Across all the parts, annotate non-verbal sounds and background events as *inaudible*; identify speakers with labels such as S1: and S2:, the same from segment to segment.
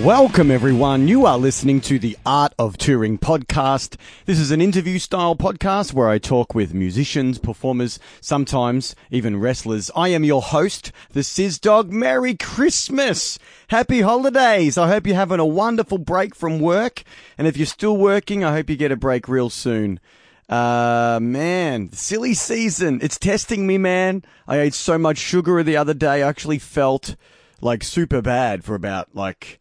S1: Welcome, everyone. You are listening to the Art of Touring podcast. This is an interview style podcast where I talk with musicians, performers, sometimes even wrestlers. I am your host, the Sizz Dog. Merry Christmas! Happy holidays! I hope you're having a wonderful break from work. And if you're still working, I hope you get a break real soon. Uh, man, silly season. It's testing me, man. I ate so much sugar the other day. I actually felt like super bad for about like,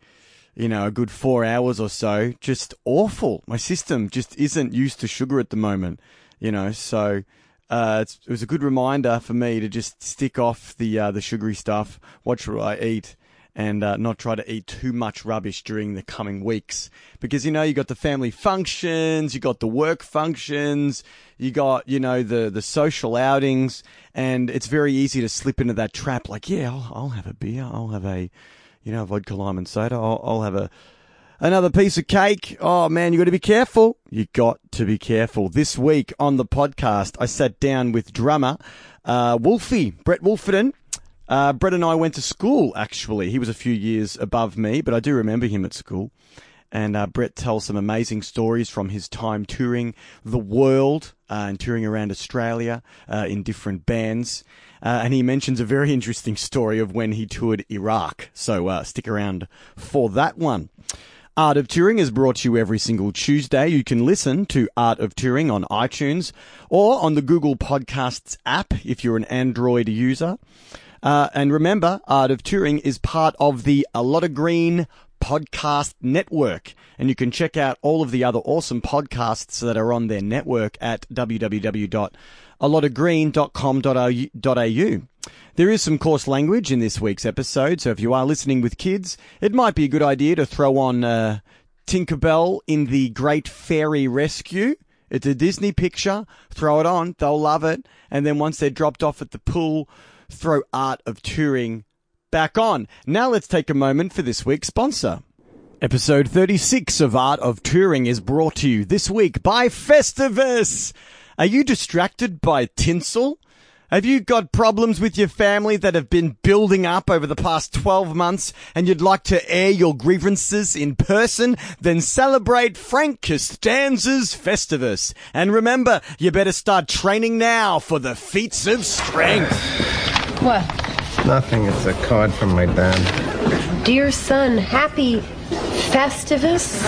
S1: you know, a good four hours or so. Just awful. My system just isn't used to sugar at the moment, you know, so. Uh, it's, it was a good reminder for me to just stick off the uh, the sugary stuff, watch what I eat, and uh, not try to eat too much rubbish during the coming weeks because you know you got the family functions you got the work functions you got you know the the social outings and it's very easy to slip into that trap like yeah i'll, I'll have a beer i'll have a you know vodka lime and soda i'll, I'll have a Another piece of cake. Oh man, you got to be careful. You got to be careful. This week on the podcast, I sat down with drummer uh, Wolfie Brett Wolferton. Uh, Brett and I went to school. Actually, he was a few years above me, but I do remember him at school. And uh, Brett tells some amazing stories from his time touring the world uh, and touring around Australia uh, in different bands. Uh, and he mentions a very interesting story of when he toured Iraq. So uh, stick around for that one. Art of Touring is brought to you every single Tuesday. You can listen to Art of Touring on iTunes or on the Google Podcasts app if you're an Android user. Uh, and remember, Art of Touring is part of the A Lot of Green podcast network. And you can check out all of the other awesome podcasts that are on their network at www.alotofgreen.com.au. There is some coarse language in this week's episode, so if you are listening with kids, it might be a good idea to throw on uh, Tinkerbell in the Great Fairy Rescue. It's a Disney picture. Throw it on. They'll love it. And then once they're dropped off at the pool, throw Art of Touring back on. Now let's take a moment for this week's sponsor. Episode 36 of Art of Touring is brought to you this week by Festivus. Are you distracted by tinsel? Have you got problems with your family that have been building up over the past 12 months and you'd like to air your grievances in person? Then celebrate Frank Costanza's Festivus. And remember, you better start training now for the feats of strength.
S2: What?
S3: Nothing. It's a card from my dad.
S2: Dear son, happy Festivus?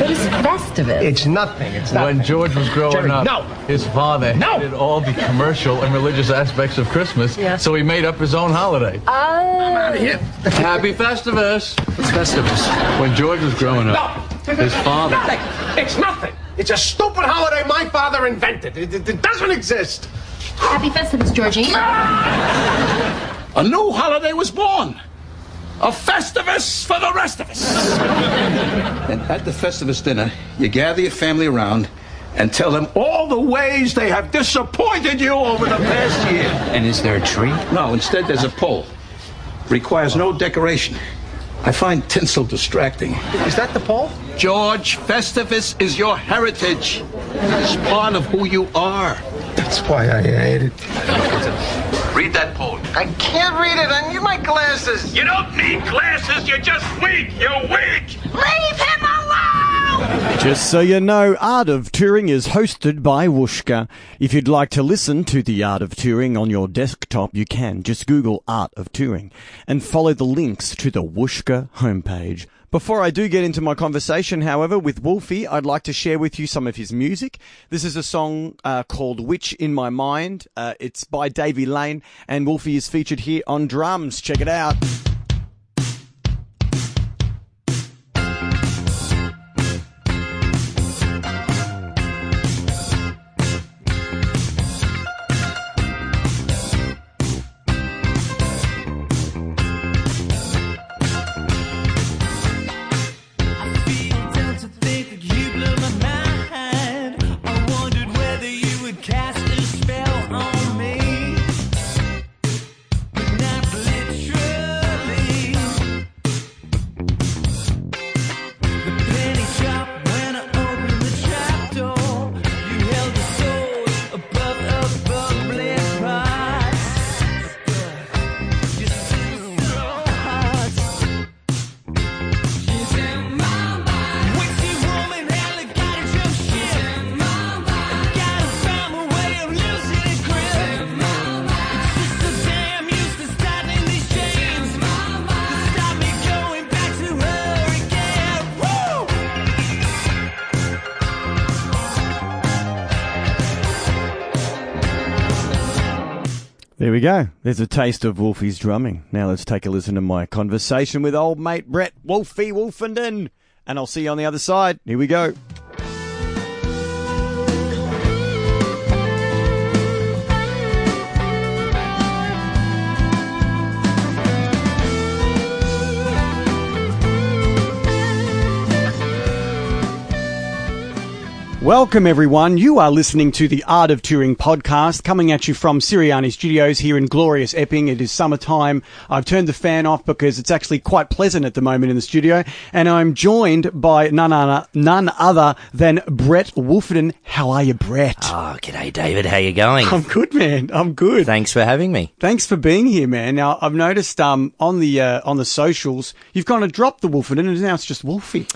S2: What is Festivus?
S3: It's nothing. It's nothing.
S4: When George was growing
S3: Jerry,
S4: up,
S3: no.
S4: his father
S3: No.
S4: hated all the commercial and religious aspects of Christmas,
S2: Yeah.
S4: so he made up his own holiday.
S3: Uh,
S2: Oh,
S4: Happy Festivus!
S5: It's Festivus.
S4: When George was growing up, his father.
S3: Nothing. It's nothing. It's a stupid holiday my father invented. It, it, it doesn't exist.
S2: happy Festivus, Georgie.
S5: A new holiday was born. A Festivus for the rest of us. and at the Festivus dinner, you gather your family around and tell them all the ways they have disappointed you over the past year.
S6: And is there a tree?
S5: No, instead there's a poll. Requires no decoration. I find tinsel distracting.
S3: Is that the poll?
S5: George, Festivus is your heritage. It's part of who you are.
S3: That's why I hate it.
S5: Read that poll.
S3: I can't read it. I need my glasses.
S5: You don't need glasses. You're just weak. You're weak. Leave him alone.
S1: Just so you know, Art of Touring is hosted by Wooshka. If you'd like to listen to The Art of Touring on your desktop, you can. Just Google Art of Touring and follow the links to the Wooshka homepage. Before I do get into my conversation, however, with Wolfie, I'd like to share with you some of his music. This is a song uh, called Witch in My Mind. Uh, it's by Davey Lane, and Wolfie is featured here on drums. Check it out.
S7: Cast a spell on me, but not literally.
S1: we go. There's a taste of Wolfie's drumming. Now let's take a listen to my conversation with old mate Brett Wolfie Wolfenden. And I'll see you on the other side. Here we go. Welcome, everyone. You are listening to the Art of Touring podcast coming at you from Siriani Studios here in glorious Epping. It is summertime. I've turned the fan off because it's actually quite pleasant at the moment in the studio. And I'm joined by none other, none other than Brett Wolfenden. How are you, Brett?
S6: Oh, g'day, David. How you going?
S1: I'm good, man. I'm good.
S6: Thanks for having me.
S1: Thanks for being here, man. Now, I've noticed um, on the uh, on the socials, you've kind of dropped the Wolfenden and now it's just Wolfie.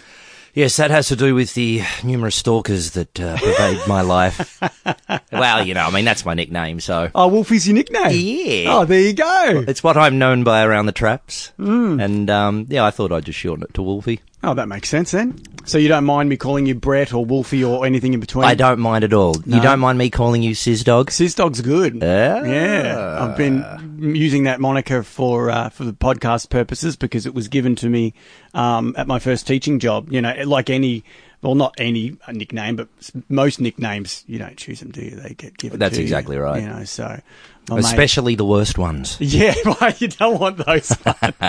S6: Yes, that has to do with the numerous stalkers that uh, pervade my life. *laughs* well, you know, I mean, that's my nickname, so
S1: Oh, Wolfie's your nickname.
S6: Yeah.
S1: Oh, there you go.
S6: it's what I'm known by around the traps. Mm. And um, yeah, I thought I'd just shorten it to Wolfie.
S1: Oh, that makes sense then. So you don't mind me calling you Brett or Wolfie or anything in between?
S6: I don't mind at all. You don't mind me calling you Sizz Dog?
S1: Sis Dog's good.
S6: Yeah?
S1: Yeah. I've been using that moniker for uh, for the podcast purposes because it was given to me um, at my first teaching job. You know, like any, well, not any nickname, but s- most nicknames, you don't choose them, do you? They get given.
S6: That's
S1: to you,
S6: exactly right.
S1: You know, so my mate-
S6: Especially the worst ones.
S1: *laughs* Yeah, right. You don't want those.
S6: *laughs*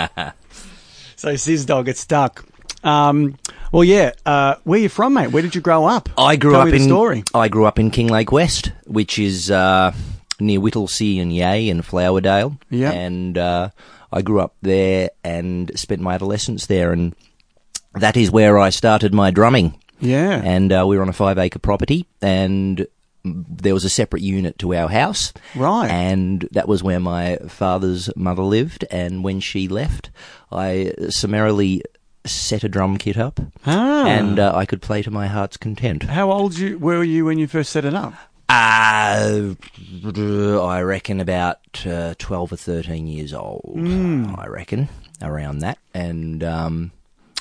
S1: so Sizz Dog, it's stuck. Um, well, yeah. Uh, where you from, mate? Where did you grow up?
S6: I grew
S1: Tell
S6: up
S1: me
S6: in
S1: the story.
S6: I grew up in Kinglake West, which is uh, near Whittlesea and Yea and Flowerdale.
S1: Yeah.
S6: and uh, I grew up there and spent my adolescence there, and that is where I started my drumming.
S1: Yeah.
S6: and uh, we were on a five-acre property, and there was a separate unit to our house.
S1: Right.
S6: and that was where my father's mother lived, and when she left, I summarily. Set a drum kit up,
S1: Ah.
S6: and uh, I could play to my heart's content.
S1: How old you were you when you first set it up?
S6: Uh, I reckon about uh, 12 or 13 years old.
S1: Hmm.
S6: I reckon around that. And um,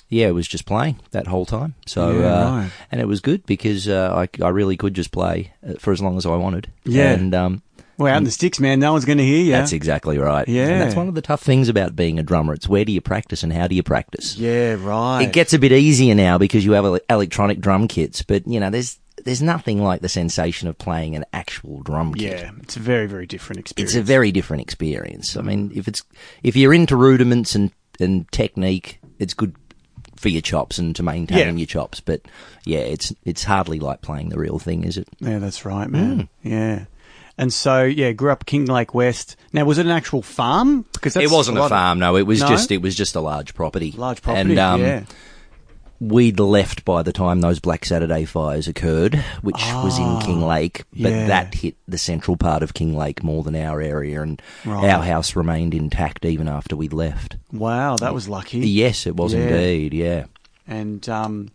S6: yeah, it was just playing that whole time. So,
S1: Yeah,
S6: uh,
S1: right.
S6: and it was good because uh, I, I really could just play uh, for as long as I wanted.
S1: Yeah.
S6: And um,
S1: Well, out in the sticks, man. No one's going to hear you.
S6: that's exactly right.
S1: Yeah.
S6: And that's one of the tough things about being a drummer. It's where do you practice and how do you practice?
S1: Yeah, right.
S6: It gets a bit easier now because you have ele- electronic drum kits, but you know, there's there's nothing like the sensation of playing an actual drum kit.
S1: yeah, it's a very, very different experience.
S6: It's a very different experience. I mean, if it's if you're into rudiments and and technique, it's good for your chops and to maintain
S1: Yeah.
S6: your chops. But yeah, it's it's hardly like playing the real thing, is it?
S1: yeah, that's right,
S6: Mm.
S1: man. Yeah. And so, yeah, grew up Kinglake West. Now, was it an actual farm? Because that's
S6: it wasn't a
S1: lot of-
S6: farm, no. It was
S1: No?
S6: just it was just a large property,
S1: large property.
S6: and um,
S1: yeah.
S6: we'd left by the time those Black Saturday fires occurred, which was in King Lake, but
S1: Ah, yeah.
S6: that hit the central part of King Lake more than our area, and our house remained intact even after we left.
S1: Wow, that was lucky.
S6: Yes, it was
S1: Yeah.
S6: indeed. Yeah.
S1: and um,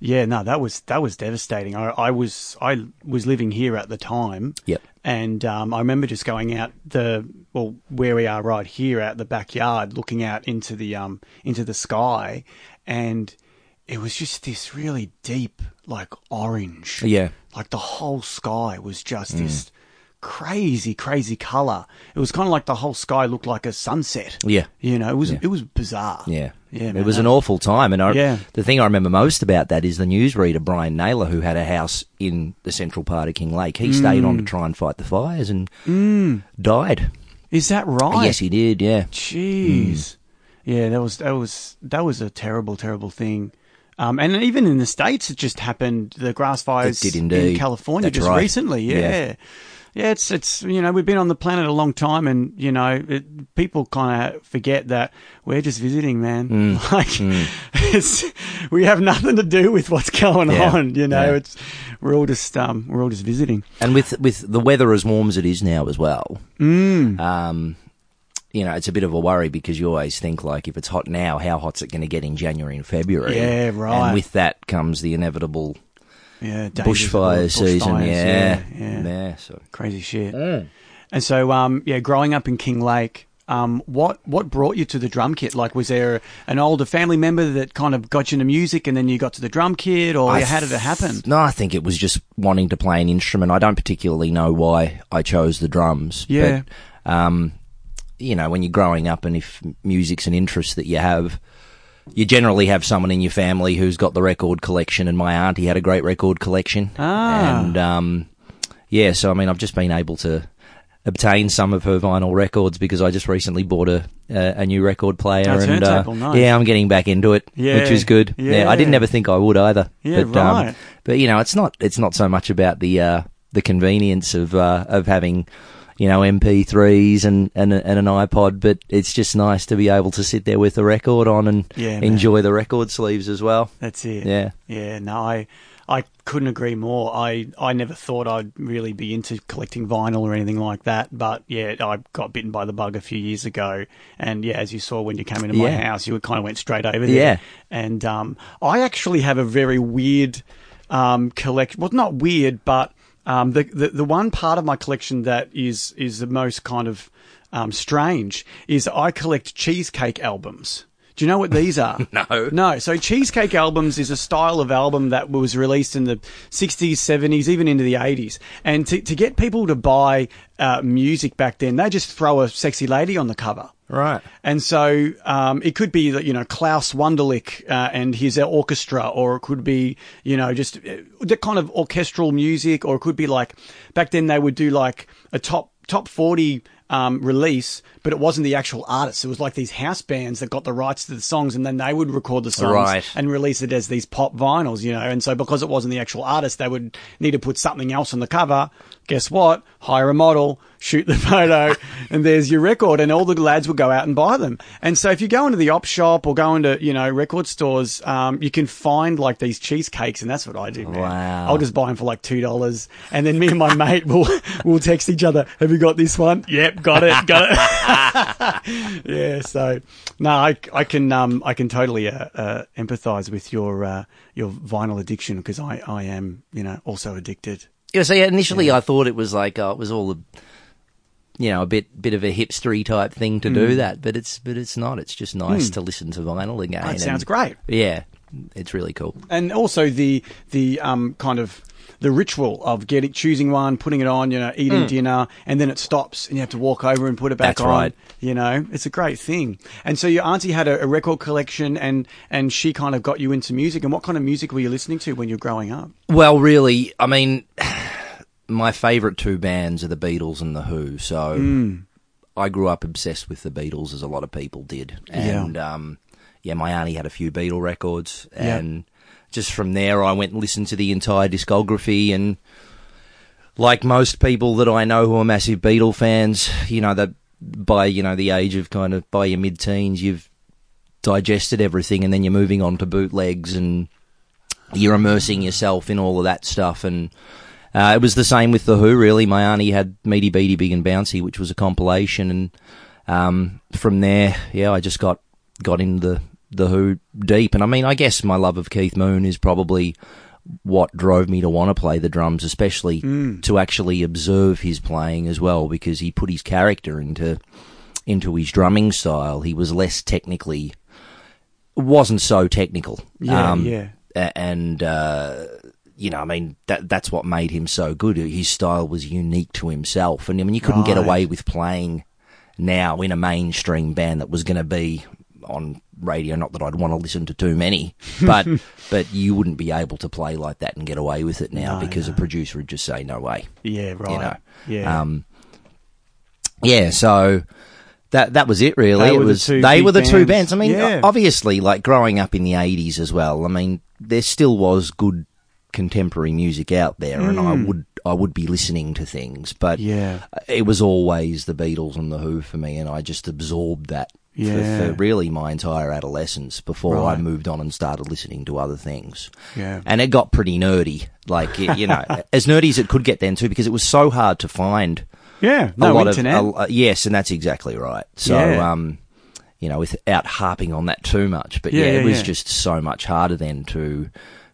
S1: yeah, no, that was that was devastating. I, I was I was living here at the time.
S6: Yep.
S1: And um, I remember just going out the well where we are right here out the backyard, looking out into the um into the sky, and it was just this really deep like orange.
S6: Yeah. Mm.
S1: Like the whole sky was just this crazy crazy color. It was kind of like the whole sky looked like a sunset.
S6: Yeah.
S1: You know, it was it was bizarre.
S6: Yeah.
S1: Yeah, man,
S6: it was an
S1: that-
S6: awful time. And I,
S1: Yeah.
S6: the thing I remember most about that is the newsreader, Brian Naylor, who had a house in the central part of King Lake. He stayed
S1: Mm.
S6: on to try and fight the fires and died.
S1: Is that right?
S6: Yes, he did, yeah.
S1: Jeez.
S6: Mm.
S1: Yeah, that was that was that was a terrible, terrible thing. Um, and even in the states, it just happened. The grass fires
S6: did
S1: in
S6: indeed.
S1: California
S6: That's
S1: just
S6: right.
S1: recently. Yeah.
S6: Yeah.
S1: yeah, It's it's you know we've been on the planet a long time, and you know it, people kind of forget that we're just visiting, man.
S6: Mm.
S1: *laughs* Like it's we have nothing to do with what's going
S6: Yeah.
S1: on. You know,
S6: Yeah.
S1: it's we're all just um we're all just visiting.
S6: And with, with the weather as warm as it is now as well,
S1: Mm.
S6: um, you know, it's a bit of a worry because you always think, like, if it's hot now, how hot's it going to get in January and February?
S1: Yeah, right.
S6: And with that comes the inevitable
S1: Yeah, dangers of all the
S6: bushfire season.
S1: bushfires,
S6: yeah.
S1: yeah.
S6: yeah so.
S1: crazy shit.
S6: Mm.
S1: And so, um, yeah, growing up in King Lake, um, what what brought you to the drum kit? Like, was there an older family member that kind of got you into music, and then you got to the drum kit, or
S6: I
S1: how did it happen?
S6: No, I think it was just wanting to play an instrument. I don't particularly know why I chose the drums.
S1: Yeah.
S6: But um, you know, when you're growing up and if music's an interest that you have, you generally have someone in your family who's got the record collection, and my auntie had a great record collection. Ah. And um, yeah, so I mean, I've just been able to obtain some of her vinyl records because I just recently bought a a, a new record player.
S1: A
S6: and uh,
S1: turntable, nice.
S6: yeah, I'm getting back into it,
S1: Yeah.
S6: which is good. I didn't
S1: Yeah.
S6: ever think I would either.
S1: Yeah,
S6: but, um,
S1: right.
S6: but you know, it's not it's not so much about the uh, the convenience of uh, of having you know MP3s and, and a- and an iPod, but it's just nice to be able to sit there with the record on and
S1: Yeah, man.
S6: enjoy the record sleeves as well.
S1: That's it.
S6: Yeah.
S1: Yeah. No, I I couldn't agree more. I I never thought I'd really be into collecting vinyl or anything like that, but yeah, I got bitten by the bug a few years ago, and yeah, as you saw when you came into my
S6: Yeah.
S1: house, you kind of went straight over there.
S6: Yeah.
S1: And um, I actually have a very weird um collection. Well, not weird, but um, the, the the one part of my collection that is is the most kind of um, strange is I collect cheesecake albums. Do you know what these are? no. No. So cheesecake albums is a style of album that was released in the 60s, 70s, even into the 80s. And to, to get people to buy uh, music back then, they just throw a sexy lady on the cover.
S6: Right.
S1: And so um, it could be that you know Klaus Wunderlich uh, and his orchestra, or it could be you know just uh, the kind of orchestral music, or it could be like back then they would do like a top top forty um, release, but it wasn't the actual artist. It was like these house bands that got the rights to the songs, and then they would record the songs
S6: Right.
S1: and release it as these pop vinyls, you know. And so because it wasn't the actual artist, they would need to put something else on the cover. Guess what? Hire a model, shoot the *laughs* photo, and there's your record. And all the lads will go out and buy them. And so if you go into the op shop or go into, you know, record stores, um, you can find like these cheesecakes. And that's what I do, man.
S6: Wow.
S1: I'll just buy them for like $2. And then me and my *laughs* mate will, will text each other, have you got this one? Yep, got it, got it. Yeah, so no, I, I can um I can totally uh, uh, empathise with your uh, your vinyl addiction because I, I am you know also addicted.
S6: Yeah, so yeah, initially I thought it was like oh, it was all a, you know a bit bit of a hipstery type thing to
S1: Mm.
S6: do that, but it's but it's not. It's just nice to listen to vinyl again.
S1: That
S6: and-
S1: Mm. Oh, sounds great.
S6: Yeah, it's really cool.
S1: and also the the um kind of the ritual of getting choosing one, putting it on, you know, eating dinner, and then it stops, and you have to walk over and put it back
S6: Mm. That's
S1: on.
S6: right.
S1: You know, it's a great thing. And so your auntie had a, a record collection, and and she kind of got you into music. And what kind of music were you listening to when you were growing up?
S6: Well, really, I mean, *sighs* my favourite two bands are the Beatles and the Who. So I grew up obsessed with the Beatles, as a lot of people did.
S1: Yeah.
S6: And um, yeah, my auntie had a few Beatle records,
S1: Yeah.
S6: and just from there, I went and listened to the entire discography. And like most people that I know who are massive Beatle fans, you know, that by you know the age of kind of by your mid-teens, you've digested everything, and then you're moving on to bootlegs and you're immersing yourself in all of that stuff and uh, it was the same with the Who really my auntie had Meaty Beaty Big and Bouncy which was a compilation and um, from there yeah I just got got into the the Who deep and I mean I guess my love of Keith Moon is probably what drove me to want to play the drums especially
S1: Mm.
S6: to actually observe his playing as well because he put his character into into his drumming style he was less technically wasn't so technical Um,
S1: Yeah, yeah.
S6: a- and uh, you know, I mean, that that's what made him so good. His style was unique to himself, and I mean, you couldn't get
S1: Right.
S6: away with playing now in a mainstream band that was going to be on radio. Not that I'd want to listen to too many, but but you wouldn't be able to play like that and get away with it now because a producer would just say, "No way."
S1: Yeah, right.
S6: You know,
S1: yeah.
S6: Um, yeah, so that that was it really.
S1: They
S6: it
S1: were the
S6: was
S1: two
S6: they
S1: big
S6: were the two
S1: bands.
S6: bands. I mean,
S1: Yeah.
S6: obviously, like growing up in the eighties as well. I mean, there still was good contemporary music out there, and I would I would be listening to things, but
S1: Mm. Yeah.
S6: it was always the Beatles and the Who for me, and I just absorbed that. for-
S1: Yeah.
S6: For, really my entire adolescence before I
S1: Right.
S6: moved on and started listening to other things.
S1: Yeah.
S6: And it got pretty nerdy. Like, it, you know, *laughs* as nerdy as it could get then too, because it was so hard to find
S1: yeah,
S6: a
S1: no
S6: lot
S1: internet.
S6: of a- uh, yes, and that's exactly right. So,
S1: Yeah.
S6: um, you know, without harping on that too much, but
S1: Yeah,
S6: yeah,
S1: yeah,
S6: it was
S1: yeah.
S6: just so much harder then to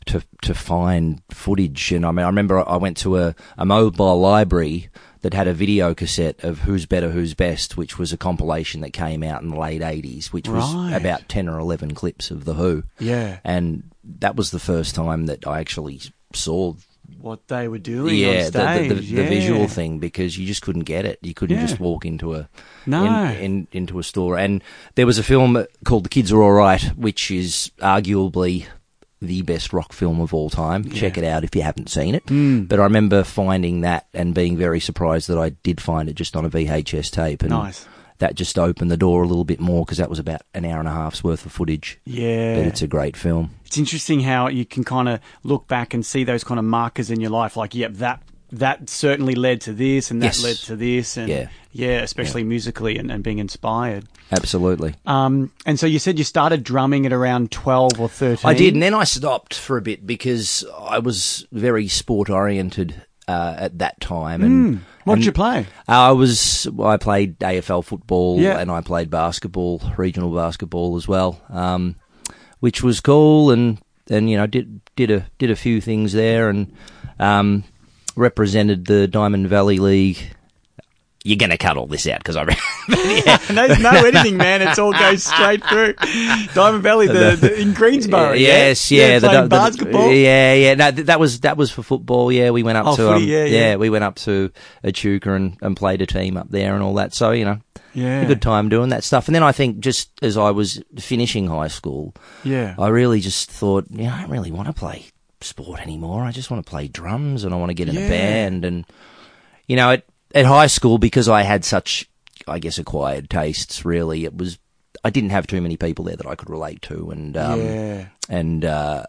S6: to to find footage. And I mean, I remember I went to a, a mobile library that had a video cassette of Who's Better, Who's Best, which was a compilation that came out in the late eighties, which
S1: Right.
S6: was about ten or eleven clips of the Who.
S1: Yeah.
S6: and that was the first time that I actually saw
S1: what they were doing on
S6: yeah, the,
S1: stage.
S6: the, the, the
S1: yeah.
S6: visual thing because you just couldn't get it. You couldn't
S1: Yeah.
S6: just walk into a
S1: No.
S6: in, in, into a store. And there was a film called The Kids Are All Right, which is arguably the best rock film of all time. Check it out if you haven't seen it.
S1: Hmm.
S6: But I remember finding that and being very surprised that I did find it just on a VHS tape. And
S1: Nice.
S6: That just opened the door a little bit more because that was about an hour and a half's worth of footage.
S1: Yeah.
S6: But it's a great film.
S1: it's interesting how you can kind of look back and see those kind of markers in your life. Like, yep, that that certainly led to this, and that
S6: Yes.
S1: led to this, and
S6: Yeah.
S1: yeah, especially musically and, and being inspired.
S6: Absolutely.
S1: Um, and so you said you started drumming at around twelve or thirteen.
S6: I did, and then I stopped for a bit because I was very sport oriented uh, at that time. And
S1: What did
S6: and
S1: you play? *laughs*
S6: I was I played AFL football
S1: Yeah.
S6: and I played basketball, regional basketball as well, um, which was cool. And and you know did did a did a few things there and um, represented the Diamond Valley League. You're going to cut all this out because *laughs* I.
S1: There's no editing, man. It's all goes straight through. Diamond Valley, the, the in Greensboro.
S6: Yeah, Yes,
S1: yeah,
S6: yeah, the-
S1: playing
S6: the- the-
S1: basketball.
S6: Yeah, yeah. No, th- that was that was for football. Yeah, we went up
S1: Oh,
S6: to
S1: footy,
S6: um,
S1: yeah, yeah.
S6: we went up to Echuca and and played a team up there and all that. So you know,
S1: Yeah.
S6: a good time doing that stuff. And then I think just as I was finishing high school,
S1: Yeah.
S6: I really just thought, yeah, I don't really want to play sport anymore. I just want to play drums and I want to get in
S1: Yeah.
S6: a band and you know, at, at high school, because I had such, I guess, acquired tastes, really, it was, I didn't have too many people there that I could relate to. And, um,
S1: Yeah.
S6: and, uh,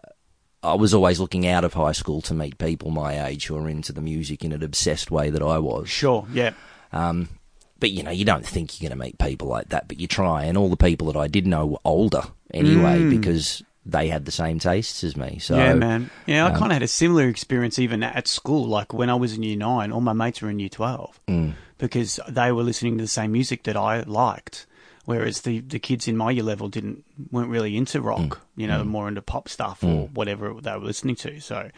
S6: I was always looking out of high school to meet people my age who are into the music in an obsessed way that I was.
S1: Sure. Yeah.
S6: But you know, you don't think you're going to meet people like that, but you try. And all the people that I did know were older anyway because they had the same tastes as me. So
S1: Mm. yeah, man. Yeah, I kind of had a similar experience even at school. Like when I was in year nine, all my mates were in year 12 because they were listening to the same music that I liked. Whereas the, the kids in my year level didn't weren't really into rock, you know, more into pop stuff or whatever they were listening to. So,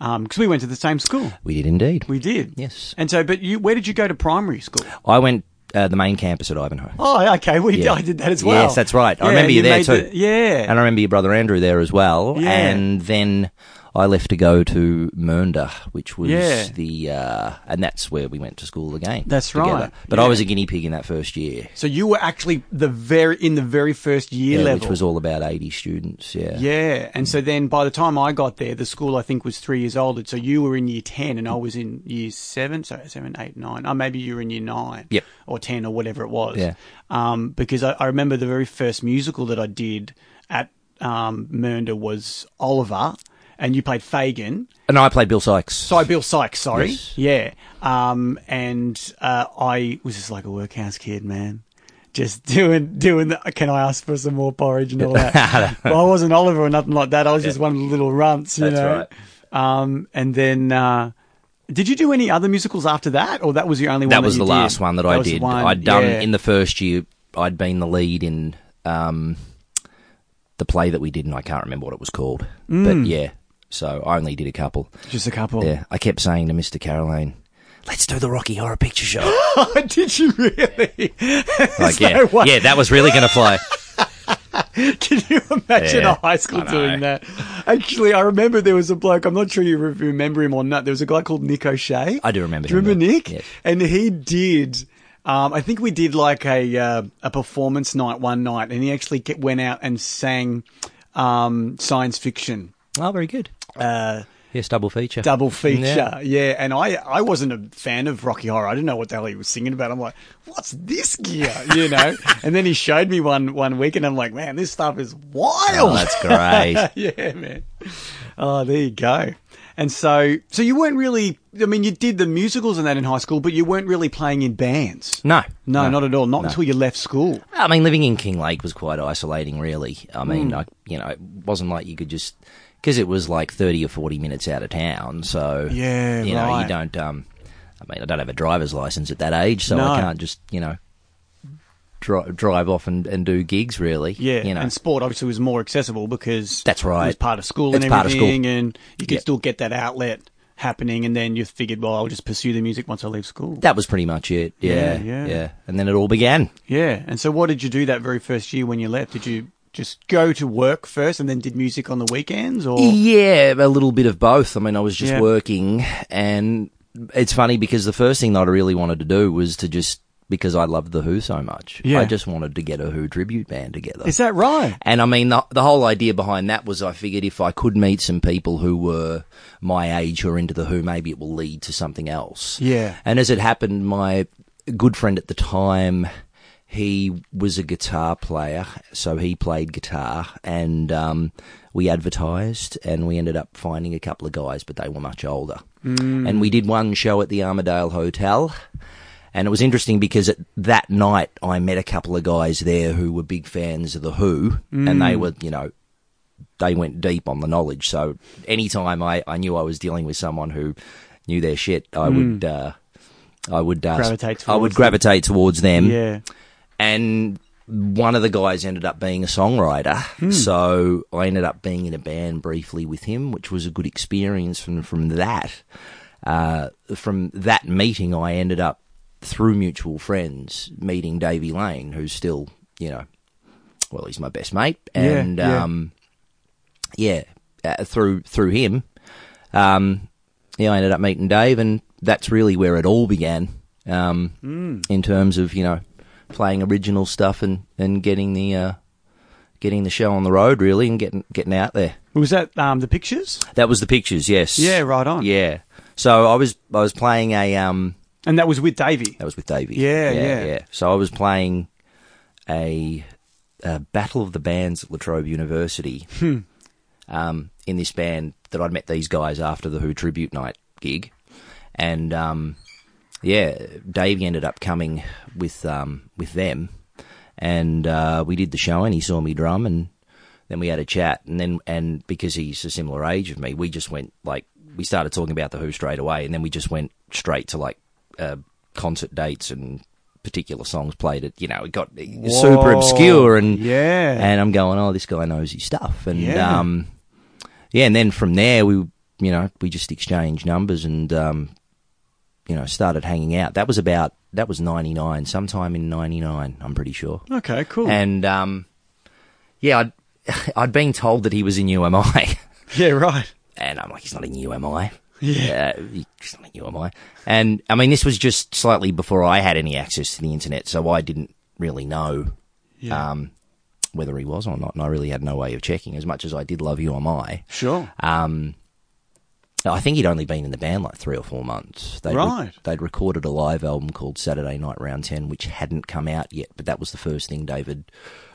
S1: because we went to the same school,
S6: we did indeed.
S1: we did.
S6: Yes.
S1: And so, but you, where did you go to primary school?
S6: I went uh, the main campus at Ivanhoe.
S1: Oh, okay. We
S6: Yeah.
S1: I did that as well.
S6: Yes, that's right. I
S1: Yeah,
S6: remember you,
S1: you
S6: there
S1: made
S6: too.
S1: the- yeah.
S6: and I remember your brother Andrew there as well.
S1: Yeah.
S6: And then I left to go to Mernda, which was
S1: Yeah.
S6: the uh, and that's where we went to school again.
S1: That's
S6: together.
S1: right.
S6: But
S1: Yeah.
S6: I was a guinea pig in that first year,
S1: So you were actually the very in the very first year
S6: yeah,
S1: level,
S6: which was all about eighty students. Yeah,
S1: Yeah, and so then by the time I got there, the school I think was three years older. So you were in year ten, and I was in year seven. So seven, eight, nine. Or maybe you were in year nine,
S6: Yep.
S1: or ten, or whatever it was.
S6: Yeah.
S1: Um, because I, I remember the very first musical that I did at um, Mernda was Oliver, and you played Fagin.
S6: and I played Bill Sykes.
S1: Sorry, Bill Sykes. Sorry.
S6: Yes.
S1: Yeah. Um, and uh, I was just like a workhouse kid, man. Just *laughs* doing, doing. The, can I ask for some more porridge and all that?
S6: *laughs*
S1: well, I wasn't Oliver or nothing like that. I was just one of the little runts, you
S6: That's
S1: know. Right. Um, and then, uh, did you do any other musicals after that, or that was the only one?
S6: that was
S1: you
S6: the
S1: did?
S6: last one that, I
S1: was the
S6: did.
S1: one,
S6: I'd done
S1: yeah.
S6: in the first year. I'd been the lead in um, the play that we did, and I can't remember what it was called.
S1: Mm.
S6: But yeah, so I only did a couple.
S1: just a couple.
S6: Yeah, I kept saying to Mr. Caroline, "Let's do the Rocky Horror Picture Show."
S1: *laughs* *laughs* did you really?
S6: like, yeah,
S1: way.
S6: yeah, that was really going
S1: *laughs*
S6: to fly.
S1: Can you imagine
S6: Yeah,
S1: a high school
S6: I know.
S1: doing that? Actually, I remember there was a bloke. I'm not sure you re- remember him or not. There was a guy called Nick O'Shea.
S6: I do remember
S1: Do you
S6: him,
S1: remember
S6: yeah.
S1: Nick?
S6: Yeah.
S1: And he did. Um, I think we did like a uh, a performance night one night, and he actually ke- went out and sang um, science fiction
S6: oh, very good.
S1: uh,
S6: Yes, double feature.
S1: double feature. Yeah.
S6: Yeah.
S1: and I I wasn't a fan of Rocky Horror. I didn't know what the hell he was singing about. I'm like, what's this gear? You know. *laughs* and then he showed me one one week, and I'm like, man, this stuff is wild
S6: Oh, that's
S1: *laughs*
S6: great.
S1: yeah, man. Oh, there you go. And so, so you weren't really. I mean, you did the musicals and that in high school, but you weren't really playing in bands.
S6: No,
S1: no, not at all. Not
S6: No.
S1: until you left school.
S6: I mean, living in King Lake was quite isolating, really. I
S1: Hmm.
S6: mean, I, you know, it wasn't like you could just because it was like thirty or forty minutes out of town. So
S1: Yeah,
S6: you know,
S1: right.
S6: you don't. Um, I mean, I don't have a driver's license at that age, so
S1: No.
S6: I can't just you know dri- drive off and, and do gigs. Really,
S1: Yeah,
S6: you know,
S1: and sport obviously was more accessible because
S6: That's
S1: It
S6: right.
S1: was part of school and
S6: It's part of school.
S1: everything, and you could
S6: Yeah.
S1: still get that outlet happening. And then you figured, well, I'll just pursue the music once I leave school.
S6: that was pretty much it.
S1: Yeah,
S6: Yeah,
S1: yeah.
S6: yeah, and then it all began.
S1: yeah. And so, what did you do that very first year when you left? Did you just go to work first and then did music on the weekends? Or
S6: Yeah, a little bit of both. I mean, I was just
S1: Yeah.
S6: working, and it's funny because the first thing that I really wanted to do was to just because I loved the Who so much.
S1: Yeah.
S6: I just wanted to get a Who tribute band together.
S1: is that right?
S6: and I mean, the, the whole idea behind that was I figured if I could meet some people who were my age who are into the Who, maybe it will lead to something else.
S1: Yeah.
S6: And as it happened, my good friend at the time, he was a guitar player, so he played guitar, and um, we advertised, and we ended up finding a couple of guys, but they were much older. And we did one show at the Armadale Hotel. And it was interesting because at that night I met a couple of guys there who were big fans of The Who, and they were, you know, they went deep on the knowledge. So anytime I, I knew I was dealing with someone who knew their shit, I would uh, I would uh,
S1: Hmm. Gravitate
S6: I would
S1: towards them.
S6: gravitate towards them.
S1: Yeah.
S6: And one of the guys ended up being a songwriter,
S1: Hmm.
S6: so I ended up being in a band briefly with him, which was a good experience. From from that, uh, from that meeting, I ended up through mutual friends meeting Davey Lane, who's still you know, well, he's my best mate, and
S1: yeah.
S6: um yeah, uh, through through him, um, yeah, I ended up meeting Dave, and that's really where it all began. Um,
S1: Hmm.
S6: in terms of you know playing original stuff and and getting the uh, getting the show on the road really, and getting getting out there.
S1: Was that um, the pictures?
S6: That was the pictures, yes.
S1: Yeah, right on.
S6: Yeah. So I was I was playing a um
S1: And that was with Davey.
S6: that was with Davey.
S1: Yeah, yeah.
S6: So I was playing a, a battle of the bands at La Trobe University
S1: Hmm.
S6: um, in this band that I'd met these guys after the Who tribute night gig, and um, yeah, Davey ended up coming with um, with them, and uh, we did the show, and he saw me drum, and then we had a chat, and then and because he's a similar age of me, we just went like we started talking about the Who straight away, and then we just went straight to like uh, concert dates and particular songs played at you know it got super obscure and
S1: yeah.
S6: and I'm going oh this guy knows his stuff and
S1: Yeah.
S6: um yeah, and then from there we, you know, we just exchanged numbers and, um, you know, started hanging out. That was about that was ninety nine, sometime in ninety nine, I'm pretty sure.
S1: Okay, cool.
S6: And um, yeah, I'd *laughs* I'd been told that he was in *laughs* UMI,
S1: *laughs* yeah, right.
S6: and I'm like, he's not in UMI. Yeah, uh, he's not in UMI. And I mean, this was just slightly before I had any access to the internet, so I didn't really know. Um, whether he was or not, and I really had no way of checking. As much as I did love UMI,
S1: Sure.
S6: um, I think he'd only been in the band like three or four months. They'd
S1: Right.
S6: they'd recorded a live album called Saturday Night Round 10, which hadn't come out yet, but that was the first thing David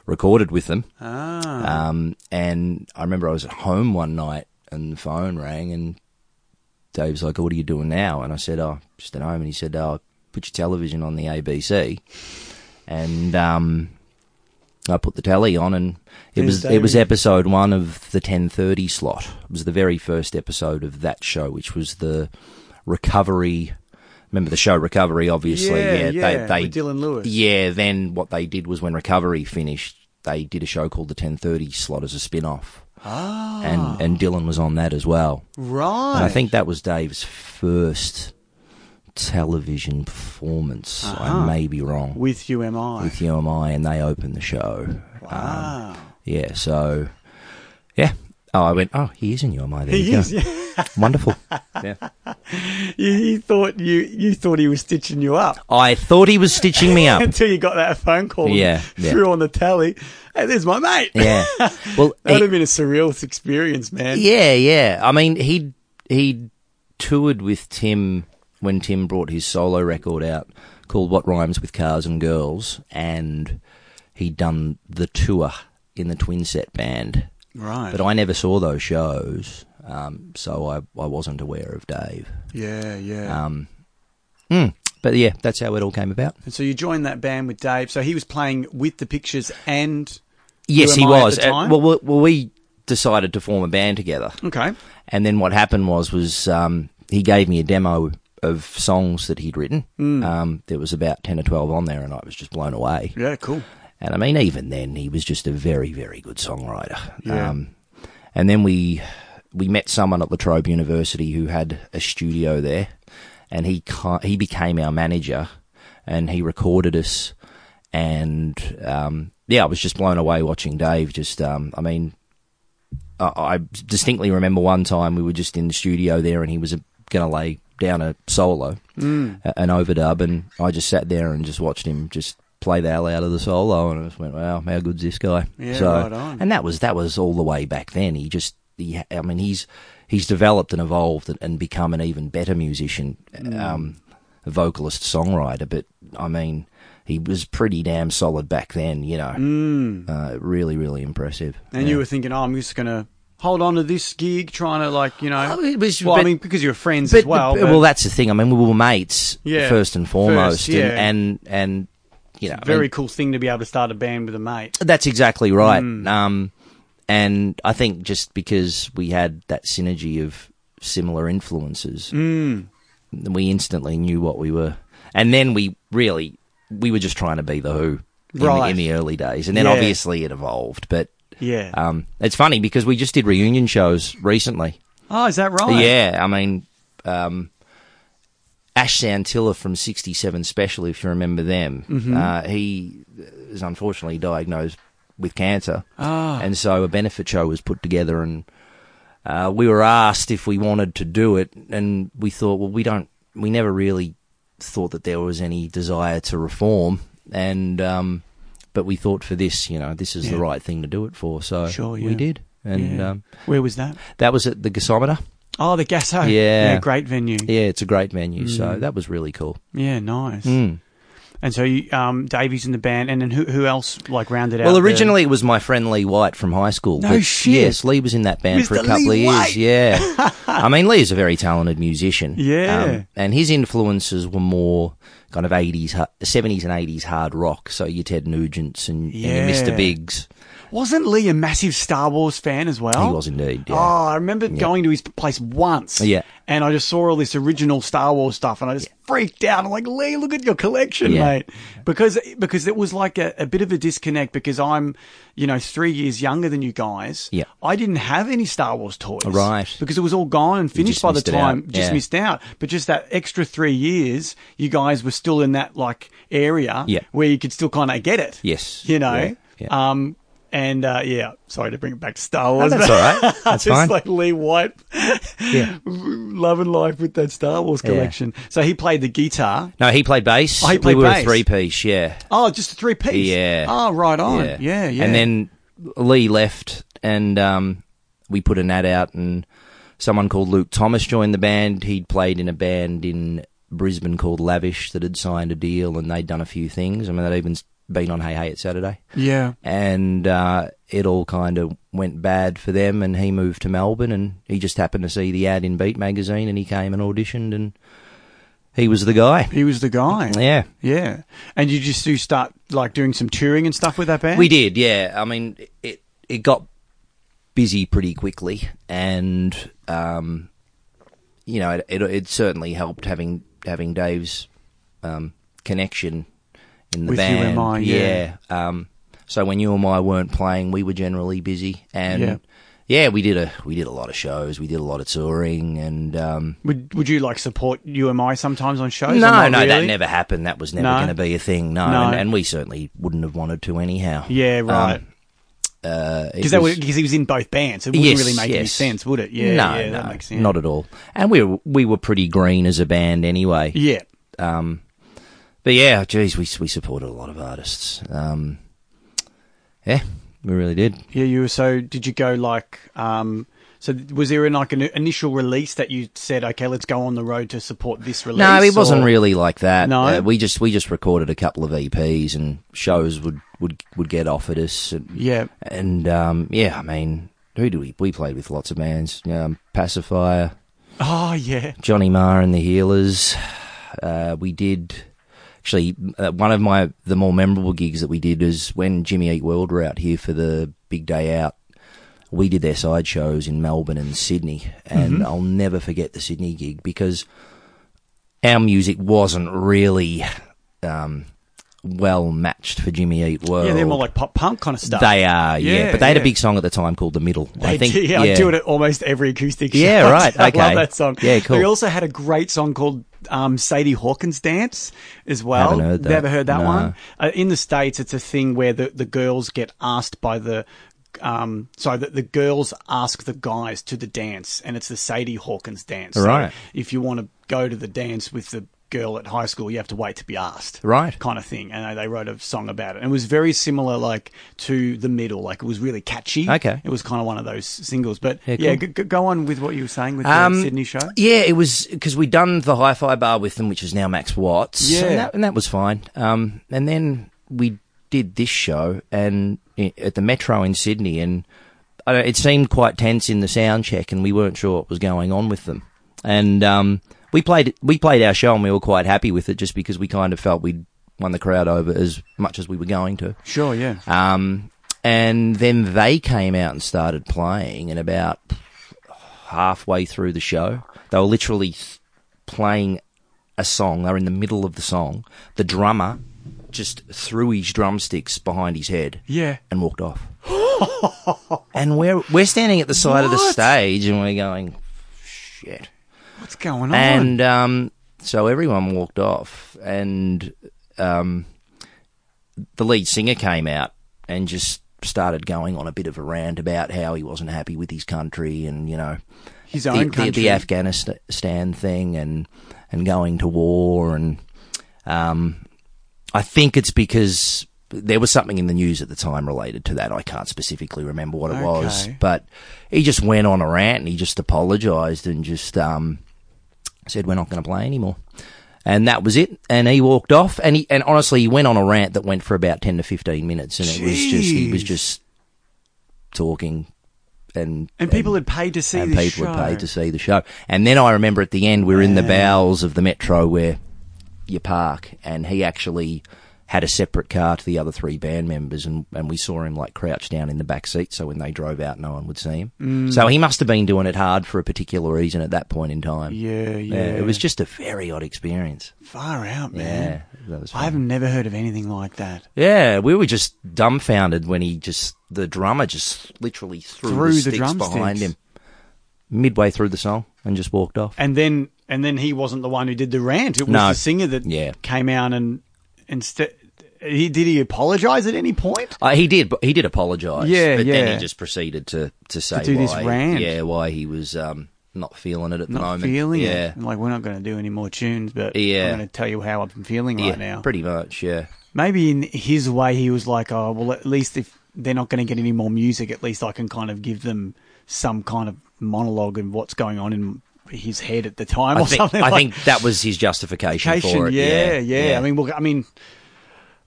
S6: recorded with them. Ah. Um, and I remember I was at home one night and the phone rang and Dave's like, oh, what are you doing now? And I said, oh, just at home. And he said, oh, put your television on the ABC. And, um, I put the telly on, and it
S1: There's
S6: was it was
S1: Davey.
S6: episode one of the ten thirty slot. It was the very first episode of that show, which was the recovery. Remember the show Recovery? Obviously,
S1: Yeah,
S6: yeah.
S1: yeah,
S6: they,
S1: with
S6: they
S1: Dylan Lewis.
S6: Yeah. Then what they did was when Recovery finished, they did a show called the ten thirty slot as a spin off. Ah. And and Dylan was on that as well.
S1: Right.
S6: And I think that was Dave's first television performance.
S1: Uh-huh.
S6: I may be wrong
S1: with UMI. *laughs*
S6: with UMI and they opened the show. Wow. yeah, so yeah. Oh, I went, oh, he is in UMI. There
S1: He
S6: you
S1: is.
S6: go.
S1: Yeah. *laughs*
S6: Wonderful. yeah.
S1: You, you thought you you thought he was stitching you up
S6: I thought he was stitching me
S1: *laughs*
S6: up.
S1: until you got that phone call. and
S6: Yeah, yeah.
S1: Threw on the tally. Hey, there's my mate. *laughs*
S6: Yeah. Well,
S1: That'd
S6: he-
S1: have been a surreal experience, man.
S6: *laughs* yeah, yeah. I mean, he he toured with Tim when Tim brought his solo record out called What Rhymes with Cars and Girls, and he'd done the tour in the Twin Set Band.
S1: Right.
S6: But I never saw those shows, um, so I, I wasn't aware of Dave.
S1: yeah, yeah.
S6: Um, mm, but yeah, that's how it all came about.
S1: and so you joined that band with Dave. So he was playing with the pictures and
S6: Yes,
S1: UMI
S6: he
S1: at
S6: was.
S1: the
S6: Uh,
S1: time?
S6: well, we- well, we decided to form a band together,
S1: okay.
S6: and then what happened was was um, he gave me a demo of songs that he'd written. Um, there was about ten or twelve on there, and I was just blown away.
S1: Yeah, cool.
S6: And I mean, even then, he was just a very, very good songwriter.
S1: Yeah.
S6: Um, and then we we met someone at La Trobe University who had a studio there, and he ki- he became our manager, and he recorded us. and um, yeah, I was just blown away watching Dave. Just, um, I mean, I, I distinctly remember one time we were just in the studio there, and he was going to lay down a solo,
S1: Mm.
S6: a- an overdub, and I just sat there and just watched him just play the hell out of the solo, and I just went, "Wow, how good's this guy?"
S1: Yeah, right on.
S6: And that was that was all the way back then. He just, he, I mean, he's he's developed and evolved and, and become an even better musician.
S1: Mm.
S6: Um, a vocalist songwriter, but I mean, he was pretty damn solid back then, you know. Mm. Uh, really, really impressive.
S1: And you were thinking, oh, I'm just going to hold on to this gig, trying to, like, you know.
S6: Oh, it was-
S1: well, I
S6: but-
S1: mean, because you were friends
S6: but,
S1: as well.
S6: but- well, that's the thing. I mean, we were mates
S1: Yeah.
S6: first and foremost,
S1: First, yeah.
S6: and, and and you know, I
S1: very Mm.
S6: mean,
S1: cool thing to be able to start a band with a mate.
S6: that's exactly right. Um, and I think just because we had that synergy of similar influences,
S1: Mm.
S6: we instantly knew what we were. And then we really we were just trying to be the Who in, the-
S1: Right.
S6: in the early days, and then
S1: Yeah.
S6: obviously it evolved. But
S1: Yeah.
S6: um, it's funny because we just did reunion shows recently.
S1: oh, is that right?
S6: Yeah, I mean, um, Ash Santilla from 67 Special, if you remember them,
S1: Mm-hmm.
S6: uh, he is unfortunately diagnosed with cancer.
S1: Ah.
S6: And so a benefit show was put together, and uh, we were asked if we wanted to do it, and we thought, well, we don't, we never really thought that there was any desire to reform, and um, but we thought for this, you know, this is the right thing to do it for, so
S1: Sure,
S6: we
S1: yeah.
S6: did, and
S1: Yeah.
S6: um,
S1: Where was that?
S6: that was at the Gasometer.
S1: Oh, the Gasso.
S6: Yeah.
S1: great venue. Yeah,
S6: Yeah, it's a great venue.
S1: Mm.
S6: So that was really cool.
S1: nice.
S6: Hmm.
S1: And so you, um, Davies in the band, and then who, who else like rounded out?
S6: Well,
S1: the-
S6: originally it was my friend Lee White from high school.
S1: No
S6: but
S1: shit.
S6: Yes, Lee was in that band for a
S1: Mr.
S6: couple
S1: Lee
S6: of
S1: White.
S6: years.
S1: *laughs*
S6: Yeah, I mean Lee is a very talented musician. um,
S1: Yeah.
S6: and his influences were more kind of eighties, seventies, and eighties hard rock. So your Ted Nugents and, and your
S1: Yeah.
S6: Mr. Biggs.
S1: wasn't Lee a massive Star Wars fan as well?
S6: He was indeed. Yeah.
S1: Oh, I remember going to his place once.
S6: Yeah.
S1: And I just saw all this original Star Wars stuff and I just freaked out. I'm like, Lee, look at your collection,
S6: Yeah.
S1: mate. Because because it was like a, a bit of a disconnect because I'm, you know, three years younger than you guys.
S6: Yeah.
S1: I didn't have any Star Wars toys.
S6: Right.
S1: Because it was all gone and finished
S6: just
S1: by the
S6: missed it out.
S1: time. Just
S6: Yeah.
S1: missed out. But just that extra three years, you guys were still in that like area
S6: Yeah.
S1: where you could still kind of get it.
S6: Yes.
S1: You know?
S6: Yeah. Yeah.
S1: Um, and uh, yeah, sorry to bring it back to Star Wars.
S6: No, that's
S1: but-
S6: all
S1: *laughs*
S6: right. That's
S1: just
S6: fine.
S1: like Lee White,
S6: Yeah.
S1: love and life with that Star Wars collection. So he played the guitar.
S6: No, he played bass.
S1: Oh, he played
S6: we were
S1: bass.
S6: a three piece. Yeah.
S1: Oh, just a three piece.
S6: Yeah.
S1: Oh, right on. Yeah, yeah.
S6: And then Lee left, and um, we put an ad out, and someone called Luke Thomas joined the band. He'd played in a band in Brisbane called Lavish that had signed a deal, and they'd done a few things. I mean, they'd even been on Hey Hey It's Saturday.
S1: yeah.
S6: And uh, it all kind of went bad for them, and he moved to Melbourne, and he just happened to see the ad in Beat magazine, and he came and auditioned, and he was the guy.
S1: He was the guy.
S6: Yeah.
S1: Yeah. And you just do start like doing some touring and stuff with that band.
S6: We did, yeah. I mean, it it got busy pretty quickly, and um, you know, it, it it certainly helped having having Dave's um, connection in the
S1: With you
S6: band.
S1: and mine, yeah.
S6: Um, so when you and I weren't playing, we were generally busy, and
S1: Yeah.
S6: yeah. we did a we did a lot of shows, we did a lot of touring, and um,
S1: Would Would you like support UMI sometimes on shows? or
S6: no,
S1: not
S6: no, that
S1: really?
S6: never happened. That was never
S1: No.
S6: going to be a thing. No,
S1: No.
S6: And, and we certainly wouldn't have wanted to anyhow. Um, uh,
S1: Yeah, right. Because
S6: was-
S1: he was in both bands, it wouldn't
S6: Yes,
S1: really make any
S6: yes.
S1: sense, would it? Yeah,
S6: no,
S1: yeah,
S6: no,
S1: that makes sense.
S6: not at all. And we were, we were pretty green as a band anyway.
S1: Yeah,
S6: Um, but yeah, geez, we we supported a lot of artists. Um, yeah, we really did.
S1: yeah. You were so. Did you go like? um So was there an, like an initial release that you said, okay, let's go on the road to support this release?
S6: No, it wasn't
S1: or-
S6: really like that.
S1: No?
S6: Uh, we just we just recorded a couple of EPs and shows would would would get offered us. And,
S1: Yeah.
S6: and um, yeah, I mean, who do we we played with? Lots of bands. Um, Pacifier.
S1: Oh yeah.
S6: Johnny Marr and the Healers. Uh, we did actually uh, one of my the more memorable gigs that we did is when Jimmy Eat World were out here for the big day out. We did their side shows in Melbourne and Sydney, and
S1: Mm-hmm.
S6: I'll never forget the Sydney gig because our music wasn't really um, well matched for Jimmy Eat World.
S1: Yeah, they're more like pop punk kind of stuff.
S6: they are, yeah.
S1: Yeah,
S6: But they had
S1: yeah.
S6: a big song at the time called "The Middle."
S1: They
S6: I think,
S1: do, yeah, I do it at almost every acoustic show.
S6: Yeah,
S1: *laughs*
S6: right,
S1: I love
S6: okay.
S1: that song.
S6: Yeah, cool.
S1: They also had a great song called um, Sadie Hawkins dance as well.
S6: Haven't heard that.
S1: Never heard that
S6: No.
S1: one. Uh, in the states, it's a thing where the, the girls get asked by the um, sorry, the, the girls ask the guys to the dance, and it's the Sadie Hawkins dance. So
S6: Right.
S1: if you want to go to the dance with the girl at high school, you have to wait to be asked.
S6: Right.
S1: Kind of thing. And they wrote a song about it. And it was very similar, like, to The Middle. Like, it was really catchy.
S6: Okay.
S1: It was kind of one of those singles. But, yeah,
S6: cool.
S1: g- g- go on with what you were saying with the
S6: Um,
S1: Sydney show.
S6: Yeah, it was because we done the Hi Fi Bar with them, which is now Max Watts.
S1: Yeah.
S6: and that, and that was fine. Um, and then we did this show and i- at the Metro in Sydney, and I don't- it seemed quite tense in the sound check, and we weren't sure what was going on with them. And um, we played we played our show, and we were quite happy with it, just because we kind of felt we'd won the crowd over as much as we were going to.
S1: Sure, yeah.
S6: Um, and then they came out and started playing, and about halfway through the show, they were literally th- playing a song. They were in the middle of the song. The drummer just threw his drumsticks behind his head.
S1: Yeah.
S6: And
S1: *gasps*
S6: walked off. and we're, we're standing at the side of the
S1: What?
S6: stage and we're going, shit.
S1: What's going on?
S6: And um, so everyone walked off, and um, the lead singer came out and just started going on a bit of a rant about how he wasn't happy with his country and you know
S1: His
S6: the,
S1: own
S6: the-
S1: country.
S6: the Afghanistan thing and and going to war and um, I think it's because there was something in the news at the time related to that. I can't specifically remember what it was,
S1: Okay.
S6: but he just went on a rant and he just apologised and just um, said we're not going to play anymore. And that was it. And he walked off. And he, and honestly, he went on a rant that went for about ten to fifteen minutes. And it was just he was
S1: Jeez.
S6: just talking, and
S1: And people had paid to see
S6: and
S1: this
S6: people
S1: show.
S6: had paid to see the show. And then I remember at the end we were in the bowels of the metro where you park, and he actually had a separate car to the other three band members, and, and we saw him like crouched down in the back seat, so when they drove out, no one would see him.
S1: Mm.
S6: So he must have been doing it hard for a particular reason at that point in time.
S1: Yeah, yeah.
S6: it was just a very odd experience.
S1: Far out,
S6: Yeah,
S1: man.
S6: that was.
S1: I've
S6: fun.
S1: never heard of anything like that.
S6: Yeah, we were just dumbfounded when he just the drummer just literally threw,
S1: Threw the
S6: the sticks
S1: drumsticks.
S6: behind him midway through the song and just walked off.
S1: And then, and then he wasn't the one who did the rant. It was
S6: No.
S1: the singer that
S6: Yeah.
S1: came out and instead. He, did he apologize at any point?
S6: Uh, he did, but he did apologise.
S1: Yeah,
S6: but
S1: yeah.
S6: then he just proceeded to to say
S1: do
S6: why,
S1: this rant.
S6: yeah, why he was um, not feeling it at the
S1: Not
S6: moment.
S1: feeling
S6: yeah,
S1: it. Like we're not going to do any more tunes, but
S6: Yeah.
S1: I'm going to tell you how I'm feeling
S6: yeah,
S1: right now.
S6: pretty much. Yeah,
S1: Maybe in his way, he was like, "Oh, well, at least if they're not going to get any more music, at least I can kind of give them some kind of monologue and what's going on in his head at the time
S6: I
S1: or
S6: think
S1: something."
S6: I
S1: like
S6: think that was his justification, for it.
S1: Yeah, yeah, I mean, well, I mean,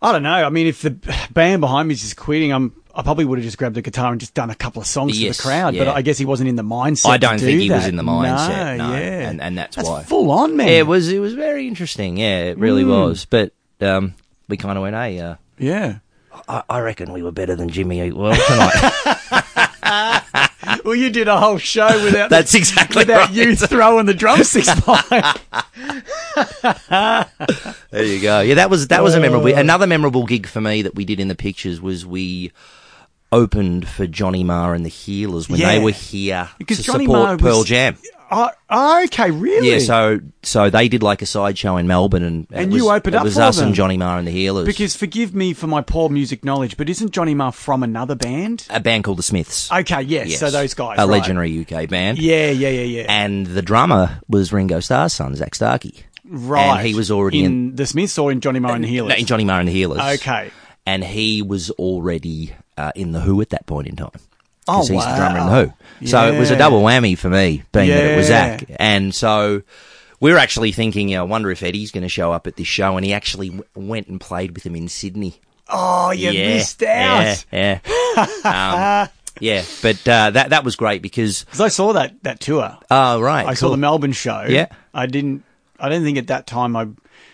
S1: I don't know. I mean, if the band behind me is just quitting, I'm. I probably would have just grabbed the guitar and just done a couple of songs
S6: Yes,
S1: for the crowd,
S6: yeah.
S1: but I guess he wasn't in the mindset.
S6: I
S1: to
S6: don't
S1: do
S6: think he was
S1: that.
S6: in the mindset,
S1: No,
S6: no.
S1: yeah,
S6: And- and that's why.
S1: full on, man.
S6: it was it was very interesting. Yeah, it really
S1: Hmm.
S6: was. But um, we kind of went, hey, uh,
S1: yeah.
S6: I, I reckon we were better than Jimmy Eat World tonight.
S1: Well, you did a whole show without
S6: *laughs* *laughs* That's exactly
S1: without
S6: right.
S1: you throwing the
S6: *laughs*
S1: drumsticks behind.
S6: there you go. Yeah, that was that was a
S1: Oh.
S6: memorable another memorable gig for me that we did in the pictures was we opened for Johnny Marr and the Healers when
S1: Yeah.
S6: they were here
S1: Because
S6: to
S1: Johnny
S6: support
S1: Marr was-
S6: Pearl Jam.
S1: oh, oh, okay, really?
S6: Yeah, so so they did like a sideshow in Melbourne, and it
S1: And
S6: was,
S1: you opened
S6: it
S1: up
S6: was
S1: for
S6: us
S1: them.
S6: and Johnny Marr and the Healers.
S1: because forgive me for my poor music knowledge, but isn't Johnny Marr from another band?
S6: a band called the Smiths.
S1: Okay, yes. So those guys,
S6: a
S1: right.
S6: legendary UK band.
S1: Yeah, yeah, yeah, yeah.
S6: and the drummer was Ringo Starr's son, Zach Starkey.
S1: Right.
S6: and he was already
S1: in,
S6: in
S1: the Smiths or in Johnny Marr and the Healers.
S6: No, in Johnny Marr and the Healers.
S1: Okay.
S6: And he was already uh, in the Who at that point in time.
S1: Oh,
S6: 'Cause he's the drummer in
S1: wow.
S6: the Who. So it was a
S1: Yeah.
S6: double whammy for me, being that it was
S1: Yeah.
S6: Zach. And so we were actually thinking, I wonder if Eddie's going to show up at this show. And he actually w- went and played with him in Sydney.
S1: oh, you
S6: yeah,
S1: missed out. *laughs*
S6: Yeah. yeah. um, yeah, but uh, that that was great because
S1: Because I saw that, that tour.
S6: oh right,
S1: I saw
S6: cool.
S1: the Melbourne show.
S6: Yeah.
S1: I didn't, I don't think at that time I,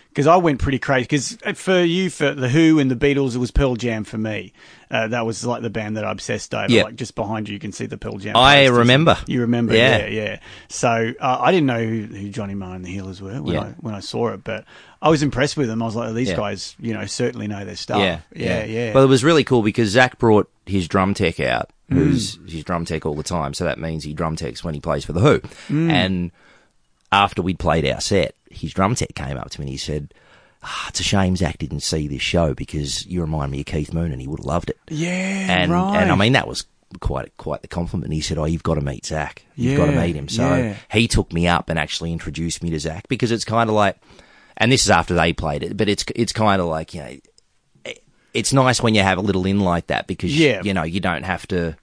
S1: because I went pretty crazy. Because for you, for The Who and The Beatles, it was Pearl Jam for me. Uh, that was like the band that I obsessed over.
S6: Yeah.
S1: Like just behind you, you can see the Pearl Jam.
S6: I
S1: posters.
S6: remember.
S1: You remember?
S6: Yeah.
S1: yeah. yeah. So uh, I didn't know who, who Johnny Marr and the Healers were when,
S6: Yeah.
S1: I, when I saw it, but I was impressed with them. I was like, these
S6: Yeah.
S1: guys, you know, certainly know their stuff.
S6: Yeah,
S1: yeah, yeah.
S6: Well, it was really cool because Zach brought his drum tech out, who's
S1: Mm.
S6: his drum tech all the
S1: Mm.
S6: time. So that means he drum techs when he plays for the Who. And after we'd played our set, his drum set came up to me and he said, "Ah, It's a shame Zach didn't see this show because you remind me of Keith Moon and he would have loved it.
S1: Yeah,
S6: and,
S1: right.
S6: And I mean, that was quite quite the compliment. He said, "Oh, you've got to meet Zach. You've got to
S1: Yeah,
S6: meet him." So
S1: yeah.
S6: he took me up and actually introduced me to Zach because it's kind of like, and this is after they played it, but it's it's kind of like you know, it- it's nice when you have a little in like that because
S1: Yeah.
S6: you know you don't have to,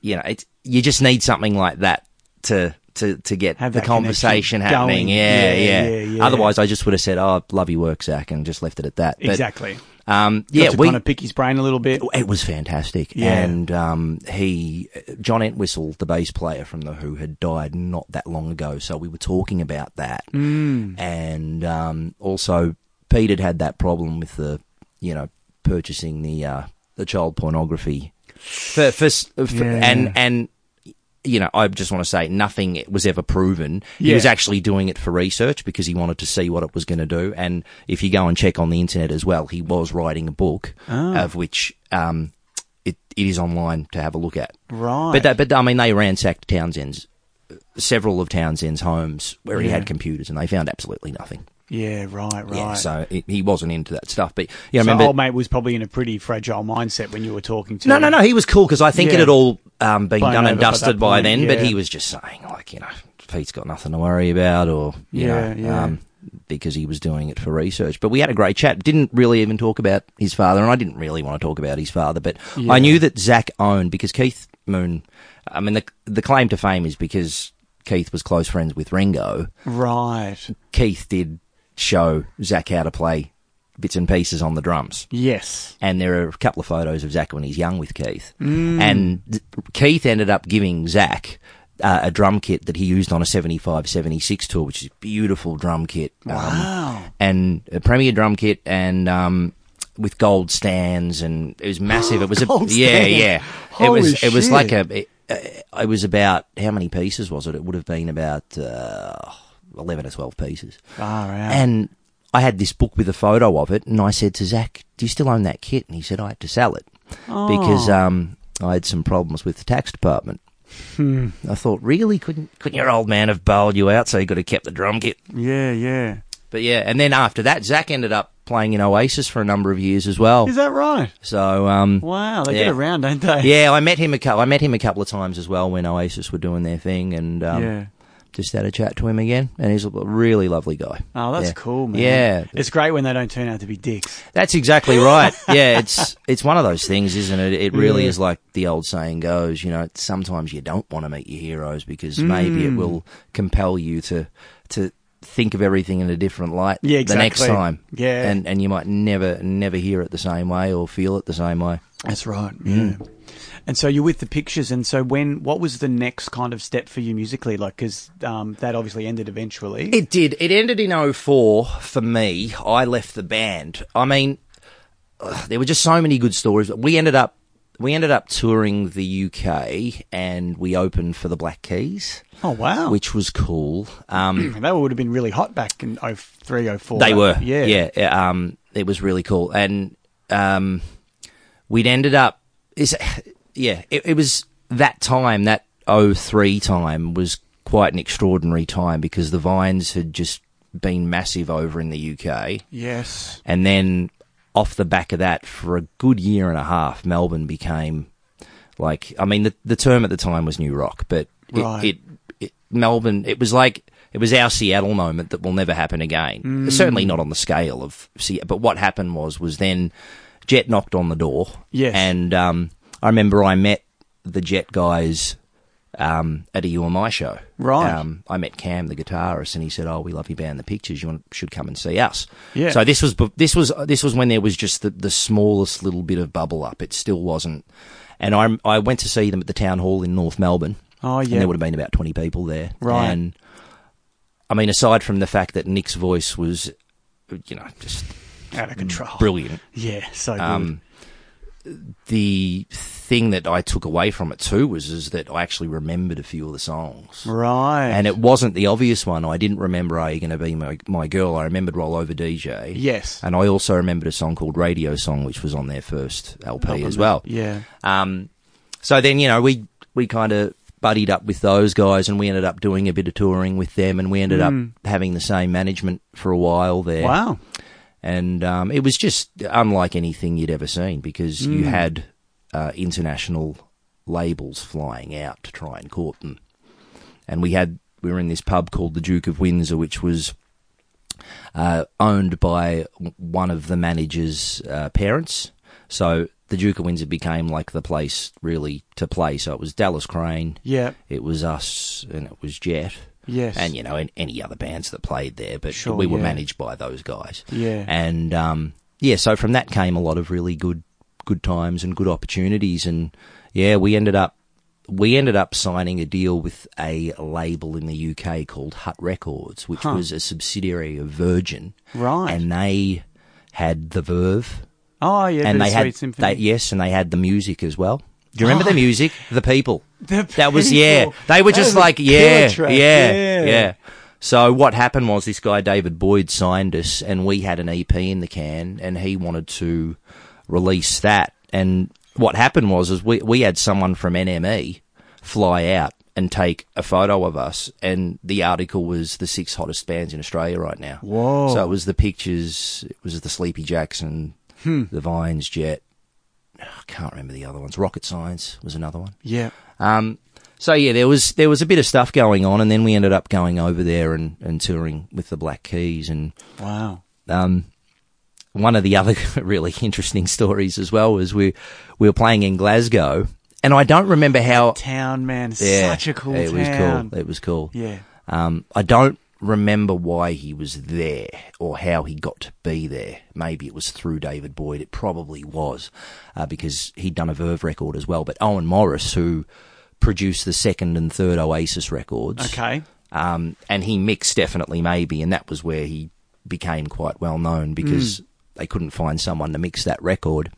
S6: you know, it's you just need something like that to. To, to get
S1: Have
S6: the
S1: that connection
S6: conversation
S1: going.
S6: happening, yeah
S1: Yeah,
S6: yeah,
S1: yeah, yeah.
S6: Otherwise, I just would have said, "Oh, love your work, Zach," and just left it at that. But,
S1: Exactly.
S6: Um,
S1: Got
S6: yeah,
S1: to
S6: we
S1: kind of pick his brain a little bit.
S6: it was fantastic.
S1: Yeah.
S6: And um, he, John Entwistle, the bass player from The Who, had died not that long ago. So we were talking about that. Mm. And um, also, Pete had had that problem with the, you know, purchasing the uh, the child pornography. For, for, s- for- And, and, you know, I just want to say nothing was ever proven. He
S1: Yeah.
S6: was actually doing it for research because he wanted to see what it was going to do. And if you go and check on the internet as well, he was writing a book
S1: Ah.
S6: of which um, it, it is online to have a look at.
S1: Right.
S6: But that, but I mean, they ransacked Townsend's several of Townsend's homes where he had computers, and they found absolutely nothing.
S1: Yeah, right, right.
S6: Yeah,
S1: so
S6: so it, he wasn't into that stuff. But yeah, I remember
S1: old mate was probably in a pretty fragile mindset when you were talking to
S6: No,
S1: him.
S6: no, no. He was cool because I think
S1: Yeah.
S6: it had all um, been
S1: Blown
S6: done
S1: over
S6: and
S1: by that
S6: dusted by
S1: point,
S6: then. But
S1: yeah.
S6: he was just saying, like, you know, Pete's got nothing to worry about, or you
S1: Yeah,
S6: know,
S1: yeah.
S6: Um, because he was doing it for research. But we had a great chat. Didn't really even talk about his father, and I didn't really want to talk about his father. But I knew that Zach owned because Keith Moon. I mean, the the claim to fame is because Keith was close friends with Ringo.
S1: Right.
S6: Keith did show Zach how to play bits and pieces on the drums
S1: Yes.
S6: and there are a couple of photos of Zach when he's young with Keith.
S1: Mm.
S6: And th- Keith ended up giving Zach uh, a drum kit that he used on a 75 76 tour, which is a beautiful drum kit. Um, wow. And a premier drum kit and. Um, with gold stands and it was massive. It was
S1: *gasps*
S6: a
S1: Gold
S6: yeah,
S1: stand.
S6: yeah.
S1: Holy
S6: it was it was
S1: shit.
S6: like a. It, uh, it was about how many pieces was it? It would have been about uh, eleven or twelve pieces.
S1: Far out.
S6: And I had this book with a photo of it, and I said to Zach, "Do you still own that kit?" And he said, "I had to sell it because
S1: Oh.
S6: um, I had some problems with the tax department."
S1: Hmm.
S6: I thought, really, couldn't couldn't your old man have bowled you out so you could have kept the drum kit?
S1: yeah, yeah.
S6: But yeah, and then after that, Zach ended up playing in Oasis for a number of years as well.
S1: Is that right?
S6: So um,
S1: Wow, they
S6: Yeah.
S1: get around, don't they?
S6: yeah, I met him a couple. I met him a couple of times as well when Oasis were doing their thing, and um,
S1: Yeah.
S6: just had a chat to him again. And he's a really lovely guy.
S1: Oh, that's
S6: Yeah.
S1: cool, man.
S6: Yeah,
S1: It's great when they don't turn out to be dicks.
S6: That's
S1: *laughs*
S6: exactly right. Yeah, it's it's one of those things, isn't it? It really is like the old saying goes. You know, sometimes you don't want to meet your heroes because maybe it will
S1: Mm.
S6: compel you to to think of everything in a different light
S1: Yeah,
S6: the next
S1: exactly.
S6: time.
S1: Yeah.
S6: and and you might never never hear it the same way or feel it the same way.
S1: That's right. Yeah.
S6: Mm.
S1: And so you're with the pictures, and so when what was the next kind of step for you musically? Like, because um, that obviously ended eventually.
S6: It did. It ended in 04 for me. I left the band. I mean, ugh, there were just so many good stories. We ended up we ended up touring the UK and we opened for the Black Keys,
S1: oh wow,
S6: which was cool. Um,
S1: they would have been really hot back in 03, 04.
S6: they were.
S1: yeah,
S6: Yeah. yeah, Um, it was really cool. And um, we'd ended up is *sighs* yeah, it, it was that time, that 03 time was quite an extraordinary time because the Vines had just been massive over in the UK.
S1: yes,
S6: And then off the back of that, for a good year and a half, Melbourne became like I mean the the term at the time was new rock, but it,
S1: Right.
S6: it, it Melbourne it was like it was our Seattle moment that will never happen again.
S1: Mm.
S6: Certainly not on the scale of Seattle. But what happened was was then Jet knocked on the door.
S1: Yes.
S6: and um, I remember I met the Jet guys. Um, at a UMI show,
S1: Right.
S6: Um, I met Cam, the guitarist, and he said, "Oh, we love your band, The Pictures. You want, should come and see us."
S1: Yeah.
S6: So this was bef- this was this was when there was just the, the smallest little bit of bubble up. It still wasn't. And I I went to see them at the town hall in North Melbourne.
S1: Oh, yeah.
S6: And there would have been about twenty people there.
S1: Right.
S6: And I mean, aside from the fact that Nick's voice was, you know, just
S1: out of control.
S6: brilliant.
S1: Yeah, so good.
S6: Um, the thing that I took away from it too was is that I actually remembered a few of the songs.
S1: right,
S6: And it wasn't the obvious one. I didn't remember Are You Gonna Be My, My Girl. I remembered Roll Over DJ.
S1: Yes.
S6: And I also remembered a song called Radio Song, which was on their first LP as well.
S1: yeah,
S6: Um, so then, you know, we, we kind of buddied up with those guys, and we ended up doing a bit of touring with them, and we ended up having the same management for a while there.
S1: Mm. Wow.
S6: And um, it was just unlike anything you'd ever seen because
S1: Hmm.
S6: you had uh, international labels flying out to try and court them. And we had we were in this pub called the Duke of Windsor, which was uh, owned by w- one of the manager's uh, parents. So the Duke of Windsor became like the place really to play. So it was Dallas Crane.
S1: Yeah.
S6: It was us and it was Jet.
S1: Yes.
S6: And, you know, and any other bands that played there, but
S1: Sure,
S6: we were
S1: yeah.
S6: managed by those guys.
S1: Yeah.
S6: And, um, yeah, so from that came a lot of really good, good times and good opportunities. And, yeah, we ended up, we ended up signing a deal with a label in the UK called Hut Records, which was a subsidiary of Virgin.
S1: Right.
S6: And they had the Verve.
S1: Oh yeah,
S6: and
S1: the
S6: they
S1: Sweet
S6: had,
S1: Symphony. Ah.
S6: they, yes, and they had the music as well. Do you remember the music? The people.
S1: The
S6: That was yeah.
S1: people.
S6: They were
S1: That
S6: just
S1: was a
S6: like
S1: killer
S6: yeah,
S1: track.
S6: yeah,
S1: Yeah.
S6: yeah, So what happened was this guy David Boyd signed us, and we had an EP in the can, and he wanted to release that. And what happened was is we we had someone from NME fly out and take a photo of us, and the article was the six hottest bands in Australia right now. Whoa! So it was the pictures. It was the Sleepy Jackson,
S1: Hmm.
S6: the Vines, Jet. I can't remember the other ones. Rocket Science was another one.
S1: Yeah.
S6: Um, so yeah, there was there was a bit of stuff going on, and then we ended up going over there and, and touring with the Black Keys, and
S1: Wow.
S6: um, one of the other *laughs* really interesting stories as well was we we were playing in Glasgow, and I don't remember how.
S1: Town man,
S6: Yeah,
S1: such a cool
S6: it was
S1: town.
S6: cool. It was cool.
S1: Yeah.
S6: Um, I don't remember why he was there or how he got to be there. Maybe it was through David Boyd. It probably was uh, because he'd done a Verve record as well. But Owen Morris, who produced the second and third Oasis records,
S1: Okay.
S6: um, and he mixed definitely maybe, and that was where he became quite well known because they couldn't find someone to mix that record,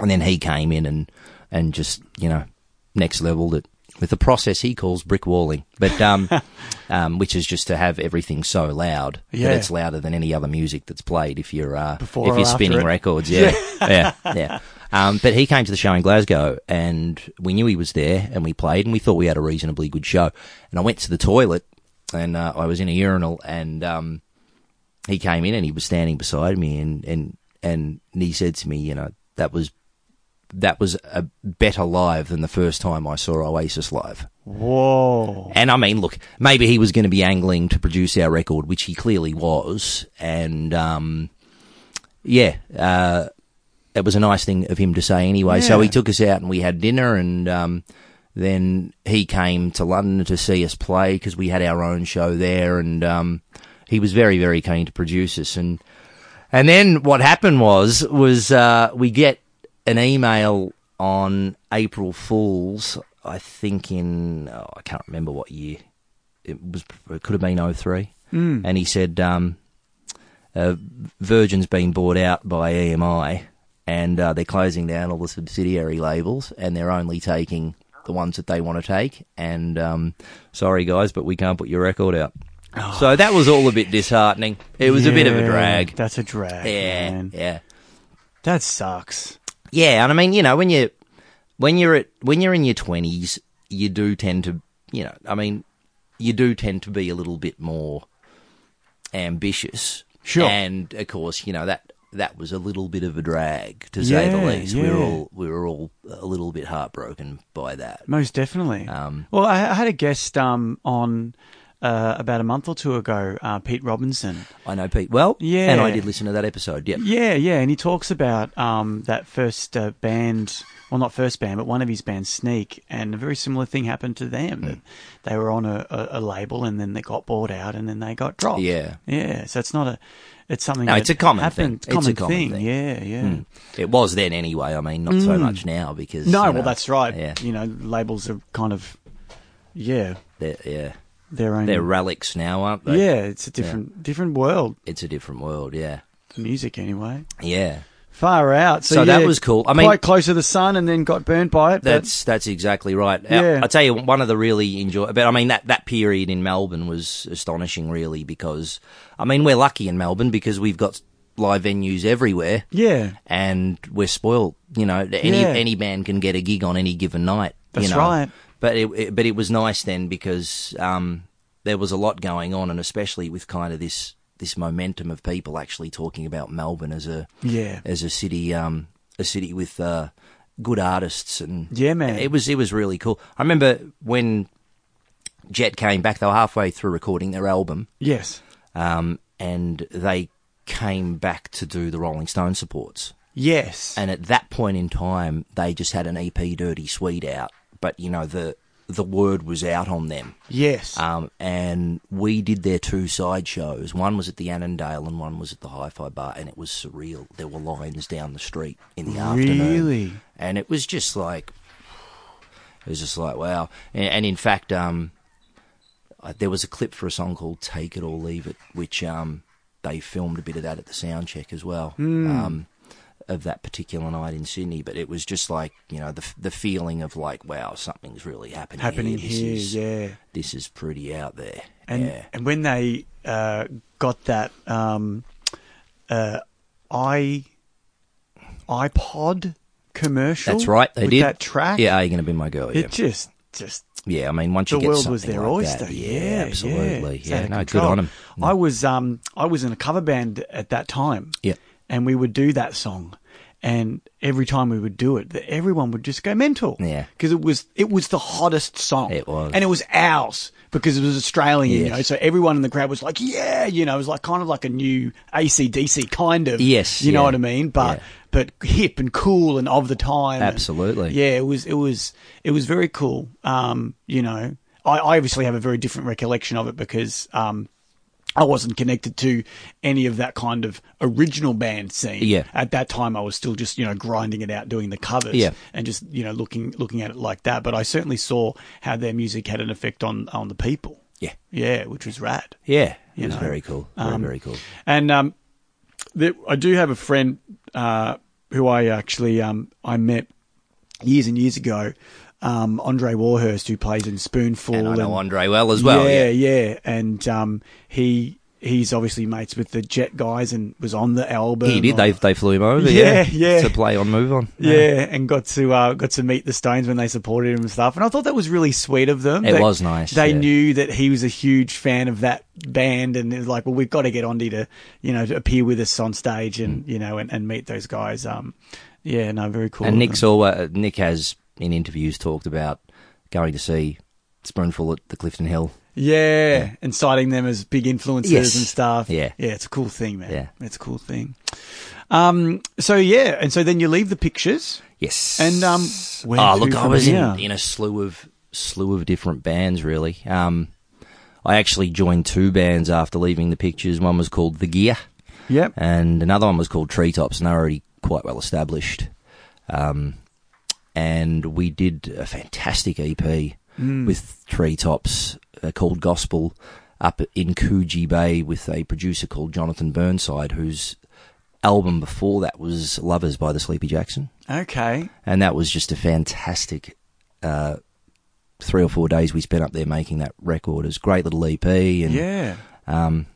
S6: and then he came in and and just you know next leveled it with a process he calls brick walling, but um, um, which is just to have everything so loud
S1: Yeah.
S6: that it's louder than any other music that's played if you're uh,
S1: Before
S6: if
S1: or
S6: you're
S1: after
S6: spinning
S1: it. *laughs*
S6: records, yeah, yeah, yeah. Um, but he came to the show in Glasgow, and we knew he was there, and we played, and we thought we had a reasonably good show. And I went to the toilet, and uh, I was in a urinal, and um, he came in, and he was standing beside me, and and and he said to me, you know, that was that was a better live than the first time I saw Oasis live.
S1: Whoa.
S6: And I mean, look, maybe he was going to be angling to produce our record, which he clearly was. And um, yeah, uh, it was a nice thing of him to say anyway. So
S1: Yeah.
S6: he took us out and we had dinner, and um, then he came to London to see us play because we had our own show there, and um, he was very, very keen to produce us. And and then what happened was was uh, we get an email on April Fools, I think in oh, I can't remember what year it was. It could have been 03. Mm. And he said um, uh, Virgin's been bought out by EMI, and uh, they're closing down all the subsidiary labels, and they're only taking the ones that they want to take. And um, sorry guys, but we can't put your record out. so that was all a bit disheartening. It was a bit of a
S1: Yeah,
S6: drag.
S1: That's a drag.
S6: Yeah,
S1: man.
S6: yeah,
S1: That sucks.
S6: yeah. And I mean, you know, when you when you're at when you're in your twenties, you do tend to, you know, I mean, you do tend to be a little bit more ambitious.
S1: Sure.
S6: And of course, you know that that was a little bit of a drag to say the
S1: Yeah,
S6: least. We were
S1: yeah.
S6: all we were all a little bit heartbroken by that.
S1: Most definitely.
S6: Um,
S1: well, I, I had a guest um, on uh, about a month or two ago, uh, Pete Robinson.
S6: I know, Pete. Well,
S1: Yeah.
S6: And I did listen to that episode. Yep.
S1: Yeah, yeah, and he talks about um, that first uh, band, well, not first band, but one of his bands, Sneak, and a very similar thing happened to
S6: Hmm.
S1: them. That they were on a, a, a label, and then they got bought out, and then they got dropped.
S6: Yeah.
S1: yeah. So it's not a, it's something.
S6: No,
S1: that
S6: it's a common thing.
S1: happened-
S6: It's a common thing. Hmm.
S1: Yeah, yeah.
S6: It was then anyway. I mean, not so much now because
S1: Mm. No,
S6: you
S1: well,
S6: know,
S1: that's right.
S6: Yeah,
S1: You know, labels are kind of, yeah,
S6: they're, yeah.
S1: their own.
S6: They're relics now, aren't they?
S1: yeah, it's a different different world.
S6: it's a different world. Yeah,
S1: for Music, anyway.
S6: yeah.
S1: Far out. So,
S6: So that
S1: yeah,
S6: was cool. I mean-
S1: quite close to the sun, and then got burnt by it. but-
S6: That's that's exactly right. Uh,
S1: Yeah.
S6: I tell you, one of the really enjoy, but I mean that that period in Melbourne was astonishing, really, because I mean we're lucky in Melbourne because we've got live venues everywhere,
S1: yeah.
S6: and we're spoiled. You know, any
S1: Yeah.
S6: any band can get a gig on any given night.
S1: That's
S6: you know,
S1: right.
S6: But it, it- but it was nice then because um, there was a lot going on, and especially with kind of this this momentum of people actually talking about Melbourne as a
S1: Yeah.
S6: as a city um, a city with uh, good artists and
S1: Yeah, man.
S6: it was it was really cool. I remember when Jet came back; they were halfway through recording their album,
S1: Yes.
S6: um, and they came back to do the Rolling Stone supports.
S1: Yes.
S6: And at that point in time, they just had an EP, Dirty Sweet, out. But you know the the word was out on them,
S1: yes.
S6: um, and we did their two side shows. One was at the Annandale, and one was at the Hi-Fi Bar, and it was surreal. There were lines down the street in the
S1: Really?
S6: afternoon, and it was just like it was just like wow. And, and in fact, um, uh, there was a clip for a song called "Take It or Leave It," which um, they filmed a bit of that at the sound check as well.
S1: Hmm.
S6: Um, of that particular night in Sydney, but it was just like you know the f- the feeling of like wow something's really happening
S1: Happening
S6: This
S1: here,
S6: is-
S1: yeah.
S6: this is pretty out there.
S1: and
S6: yeah.
S1: and when they uh, got that um, uh, i iPod commercial,
S6: That's right. They
S1: with
S6: did
S1: that track.
S6: Yeah, are you going to be my girl?
S1: it
S6: Yeah.
S1: just just
S6: yeah, I mean, once you
S1: the
S6: get
S1: world
S6: something
S1: was their
S6: like
S1: oyster.
S6: that,
S1: yeah, yeah,
S6: absolutely.
S1: It's
S6: Yeah,
S1: out of
S6: no,
S1: control.
S6: good on them.
S1: I was um I was in a cover band at that time.
S6: Yeah.
S1: and we would do that song. And every time we would do it, that everyone would just go mental.
S6: Yeah.
S1: because it was it was the hottest song.
S6: It was.
S1: and it was ours because it was Australian. You
S6: Yes.
S1: know, so everyone in the crowd was like, "Yeah," you know, it was like kind of like a new ACDC kind of.
S6: Yes,
S1: you know
S6: yeah.
S1: what I mean. But
S6: Yeah.
S1: but hip and cool and of the time. and-
S6: Absolutely.
S1: yeah, it was it was it was very cool. Um, you know, I, I obviously have a very different recollection of it because um, I wasn't connected to any of that kind of original band scene.
S6: Yeah.
S1: At that time, I was still just you know grinding it out, doing the covers.
S6: Yeah.
S1: And just you know looking looking at it like that. But I certainly saw how their music had an effect on on the people.
S6: Yeah.
S1: Yeah, which was rad.
S6: Yeah, it
S1: You
S6: was
S1: know,
S6: very cool. Very, very cool.
S1: And um, there, I do have a friend uh, who I actually um, I met years and years ago, um, Andre Warhurst, who plays in Spoonful.
S6: And I know
S1: and-
S6: Andre well as well.
S1: Yeah,
S6: Yeah.
S1: yeah. And um, he he's obviously mates with the Jet guys and was on the album.
S6: He did. They, they flew him over.
S1: Yeah,
S6: um, Yeah,
S1: yeah.
S6: To play on Move On.
S1: yeah, and got to uh, got to meet the Stones when they supported him and stuff, and I thought that was really sweet of them.
S6: It
S1: They-
S6: was nice,
S1: They
S6: yeah.
S1: knew that he was a huge fan of that band, and it was like, well, we've got to get Andy to, you know, to appear with us on stage and
S6: Mm.
S1: you know, and, and meet those guys. Um, yeah, no, very cool.
S6: And
S1: of
S6: Nick's
S1: them.
S6: always, Nick has in interviews talked about going to see Spoonful at the Clifton Hill.
S1: yeah, and citing them as big influences
S6: Yes.
S1: and stuff.
S6: Yeah.
S1: yeah, it's a cool thing, man.
S6: Yeah.
S1: it's a cool thing. Um, so yeah, and so then you leave the pictures.
S6: Yes.
S1: And, um, where
S6: oh
S1: to
S6: look, I
S1: from
S6: was
S1: here?
S6: in, in a slew of slew of different bands. Really, um, I actually joined two bands after leaving the pictures. One was called The Gear,
S1: Yep.
S6: and another one was called Treetops, and they were already quite well established. Um, and we did a fantastic EP with Treetops uh, called Gospel up in Coogee Bay with a producer called Jonathan Burnside, whose album before that was Lovers by the Sleepy Jackson
S1: Okay.
S6: and that was just a fantastic uh, three or four days we spent up there making that record. It was a great little EP, and
S1: Yeah.
S6: um,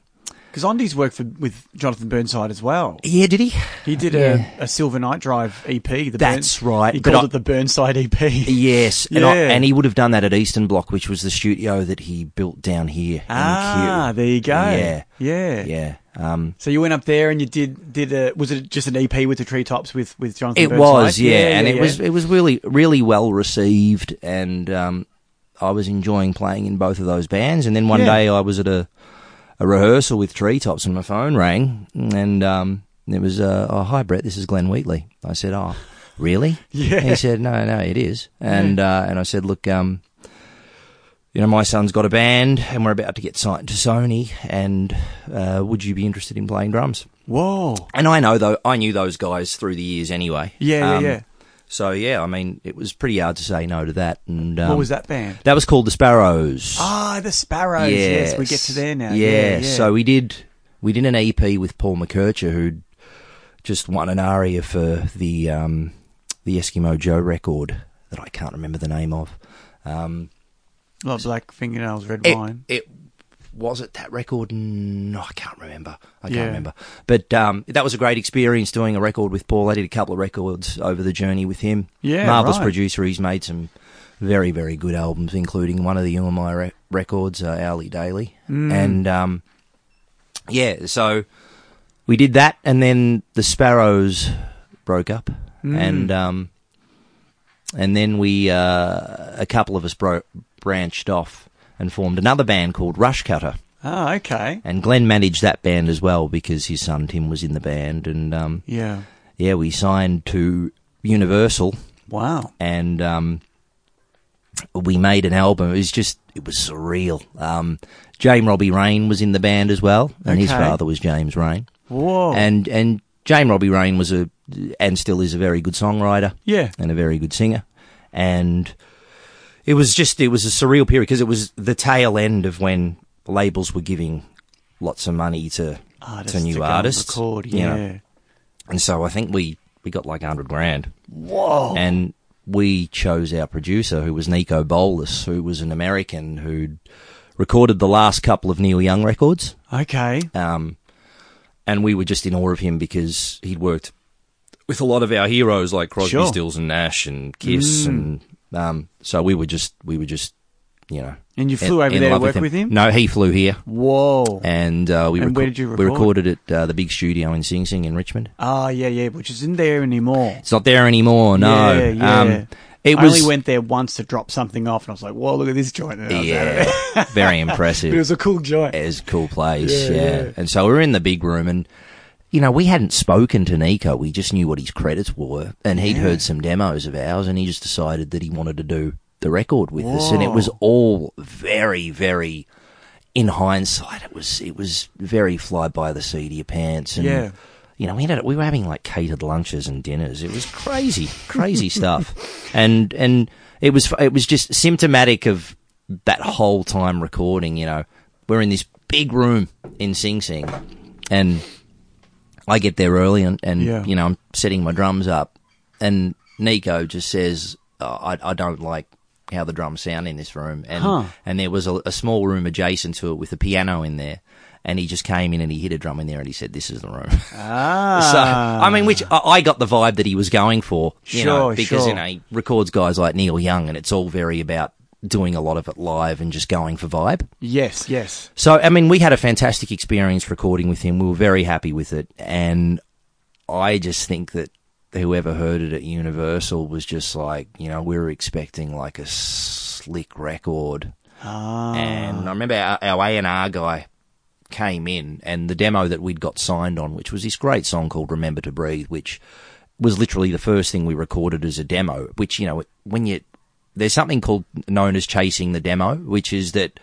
S1: Because Andy's worked for, with Jonathan Burnside as well.
S6: yeah, did he?
S1: He did
S6: Yeah.
S1: a, a Silver Night Drive EP. The
S6: That's right,
S1: He
S6: but
S1: called
S6: I-
S1: it the Burnside E EP.
S6: *laughs* Yes, and, I,
S1: Yeah.
S6: and he would have done that at Eastern Block, which was the studio that he built down here. in
S1: ah,
S6: Kew.
S1: there you go.
S6: Yeah,
S1: yeah,
S6: yeah. Um,
S1: So you went up there and you did did a was it just an EP with the treetops with with Jonathan?
S6: it
S1: Burnside?
S6: was, yeah, and it
S1: yeah.
S6: was it was really really well received, and um, I was enjoying playing in both of those bands. And then one
S1: Yeah.
S6: day I was at a a rehearsal with Treetops, and my phone rang, and um, it was, uh, "Oh, hi Brett, this is Glenn Wheatley." I said, "Oh, really?"
S1: Yeah.
S6: He said, "No, no, it is," and uh, and I said, "Look, um, you know, my son's got a band, and we're about to get signed to Sony, and uh, would you be interested in playing drums?"
S1: whoa.
S6: And I know though I knew those guys through the years anyway.
S1: Yeah, yeah,
S6: Um,
S1: yeah.
S6: So yeah, I mean, it was pretty hard to say no to that. And um,
S1: what was that band?
S6: That was called the Sparrows.
S1: Ah, the Sparrows. Yes. we get to there now.
S6: Yeah.
S1: Yeah. yeah.
S6: So we did we did an EP with Paul McKercher who'd just won an aria for the um, the Eskimo Joe record that I can't remember the name of. Um,
S1: Love black fingernails, red
S6: it,
S1: wine.
S6: it was it that record. No, I can't remember. I
S1: Yeah.
S6: can't remember. But um, that was a great experience doing a record with Paul. I did a couple of records over the journey with him.
S1: Yeah,
S6: marvelous
S1: right.
S6: producer. He's made some very, very good albums, including one of the UMI re- records, uh, Hourly Daily.
S1: Mm.
S6: And um, yeah, so we did that, and then the Sparrows broke up,
S1: Mm.
S6: and um, and then we uh, a couple of us bro- branched off and formed another band called Rush Cutter.
S1: Ah, okay.
S6: And Glenn managed that band as well because his son Tim was in the band, and um,
S1: Yeah.
S6: yeah, we signed to Universal
S1: Wow.
S6: and um, we made an album. It was just, it was surreal. Um, James Robbie Rain was in the band as well, and his
S1: Okay.
S6: father was James Rain.
S1: Whoa.
S6: And and James Robbie Rain was a and still is a very good songwriter.
S1: Yeah.
S6: and a very good singer. And it was just it was a surreal period because it was the tail end of when labels were giving lots of money to to new
S1: go and
S6: artists.
S1: Ah, Record.
S6: you know.
S1: Yeah.
S6: And so I think we we got like a hundred grand
S1: Whoa.
S6: and we chose our producer, who was Nico Bolas, who was an American who'd recorded the last couple of Neil Young records.
S1: Okay.
S6: Um, and we were just in awe of him because he'd worked with a lot of our heroes like Crosby,
S1: Sure. Mm.
S6: Stills, and Nash, and Kiss, and um, so we were just we were just you know.
S1: And you
S6: in-
S1: flew over
S6: in
S1: there to
S6: love
S1: work with him?
S6: No, he flew here,
S1: Whoa.
S6: and uh, we
S1: And
S6: reco-
S1: where did you
S6: we
S1: record?
S6: recorded at uh, the big studio in Sing Sing in Richmond.
S1: Ah, yeah, yeah, which isn't there anymore.
S6: It's not there anymore. No,
S1: Yeah, yeah.
S6: Um, it
S1: I
S6: was
S1: only went there once to drop something off, and I was like, "Whoa, look at this joint!" And I was out of there.
S6: Yeah, very impressive.
S1: *laughs* But it was a cool joint.
S6: It was a cool place, yeah, And so we were in the big room, and you know we hadn't spoken to Nico. We just knew what his credits were, and he'd heard some demos of ours, and he just decided that he wanted to do the record with us. And it was all very, very. In hindsight, it was it was very fly by the seat of your pants, and
S1: Yeah.
S6: you know we ended up, we were having like catered lunches and dinners. It was crazy, crazy *laughs* stuff, and and it was it was just symptomatic of that whole time recording. You know, we're in this big room in Sing Sing, and I get there early, and, and
S1: Yeah.
S6: you know I'm setting my drums up, and Nico just says, "Oh, I, "I don't like." How the drums sound in this room, and
S1: Huh.
S6: and there was a, a small room adjacent to it with a piano in there, and he just came in and he hit a drum in there, and he said, "This is the room." *laughs* So I mean, which I, I got the vibe that he was going for, you
S1: Sure,
S6: know, because
S1: sure.
S6: you know he records guys like Neil Young, and it's all very about doing a lot of it live and just going for vibe.
S1: Yes, yes.
S6: So I mean, we had a fantastic experience recording with him. We were very happy with it, and I just think that whoever heard it at Universal was just like, you know, we were expecting like a slick record, and I remember our our A and R guy came in, and the demo that we'd got signed on, which was this great song called "Remember to Breathe," which was literally the first thing we recorded as a demo. Which you know, when you there's something called known as chasing the demo, which is that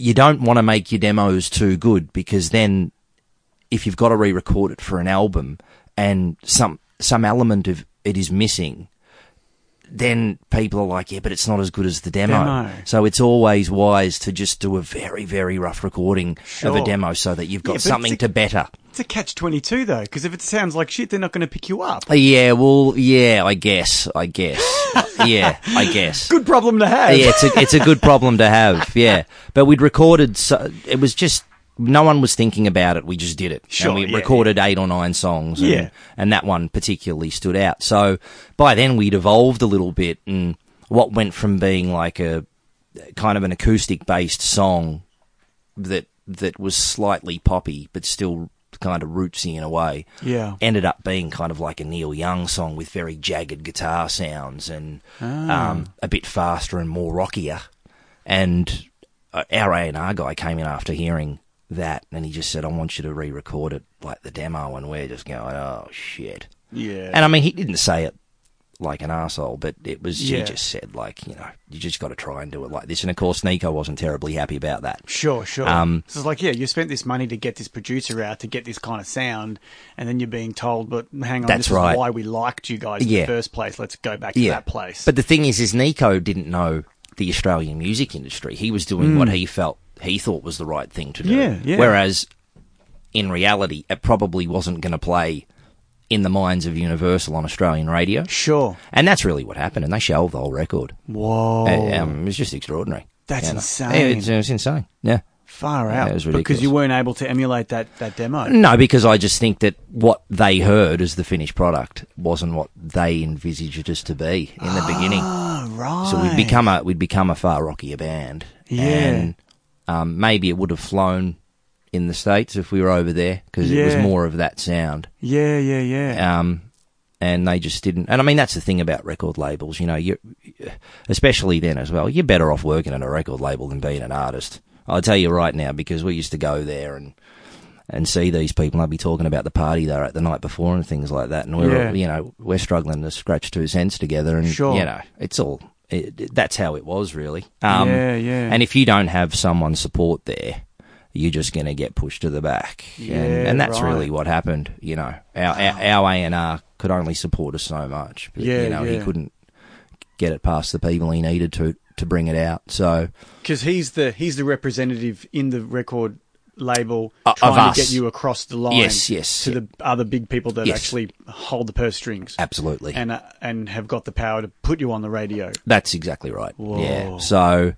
S6: you don't want to make your demos too good because then if you've got to re-record it for an album and some some element of it is missing then people are like yeah but it's not as good as the demo,
S1: Demo.
S6: so it's always wise to just do a very very rough recording of
S1: Sure.
S6: a demo so that you've
S1: Yeah,
S6: got
S1: but
S6: something
S1: it's a-
S6: to better
S1: It's a catch twenty two though, because if it sounds like shit, they're not going to pick you up.
S6: yeah well yeah i guess
S1: *laughs*
S6: i guess yeah i guess
S1: Good problem to have.
S6: yeah, it's a, it's a good problem to
S1: *laughs*
S6: have. Yeah, but we'd recorded. So, it was just no one was thinking about it. We just did it.
S1: Sure,
S6: and we
S1: yeah,
S6: recorded eight or nine songs. And,
S1: Yeah.
S6: and that one particularly stood out. So by then we'd evolved a little bit, and what went from being like a kind of an acoustic based song that that was slightly poppy but still kind of rootsy in a way
S1: Yeah.
S6: ended up being kind of like a Neil Young song with very jagged guitar sounds and um, a bit faster and more rockier. And uh, our A and R guy came in after hearing that, and he just said, "I want you to re-record it like the demo." And we're just going, "Oh shit!"
S1: Yeah.
S6: And I mean, he didn't say it like an arsehole, but it was
S1: Yeah.
S6: he just said like, you know, you just got to try and do it like this. And of course, Nico wasn't terribly happy about that.
S1: Sure, sure.
S6: Um,
S1: so it's like, yeah, you spent this money to get this producer out to get this kind of sound, and then you're being told, but hang on,
S6: That's
S1: this is
S6: right.
S1: why we liked you guys in the
S6: Yeah.
S1: first place. Let's go back to that place.
S6: But the thing is, is Nico didn't know the Australian music industry. He was doing what he felt he thought was the right thing to do.
S1: Mm. Yeah, yeah.
S6: Whereas in reality, it probably wasn't going to play in the minds of Universal on Australian radio.
S1: sure.
S6: And that's really what happened. And they shelved the whole record.
S1: Whoa.
S6: Uh, um, it was just extraordinary.
S1: That's
S6: know.
S1: insane.
S6: Yeah, it's- It was insane. Yeah.
S1: Far
S6: Yeah,
S1: out.
S6: it was
S1: because
S6: ridiculous. Mm.
S1: you weren't able to emulate that, that demo.
S6: No, because I just think that what they
S1: Ah.
S6: heard as the finished product wasn't what they envisaged us to be in the beginning.
S1: right.
S6: So we'd become a we'd become a far rockier band.
S1: Yeah.
S6: And um, maybe it would have flown in the states if we were over there because it was
S1: Yeah.
S6: more of that sound.
S1: Yeah, yeah, yeah.
S6: Um, and they just didn't. And I mean that's the thing about record labels. You know, you especially then as well. You're better off working at a record label than being an artist. I'll tell you right now because we used to go there and. And see these people, and I'd be talking about the party they were at the night before and things like that. And we
S1: Yeah.
S6: were, you know, we're struggling to scratch two cents together. And
S1: Sure.
S6: you know, it's all it, it- that's how it was really. Um,
S1: Yeah, yeah.
S6: And if you don't have someone support there, you're just going to get pushed to the back. and, and that's
S1: right.
S6: really what happened. You know, our our our A and R could only support us so much. But,
S1: Yeah,
S6: you know,
S1: yeah.
S6: he couldn't get it past the people he needed to to bring it out. So
S1: Because he's the he's the representative in the record label
S6: Uh, of
S1: trying
S6: us.
S1: to get you across the line.
S6: Yes, yes,
S1: To
S6: yeah.
S1: the other big people that
S6: Yes.
S1: actually hold the purse strings.
S6: absolutely,
S1: And uh, and have got the power to put you on the radio.
S6: That's exactly right. Yeah. So,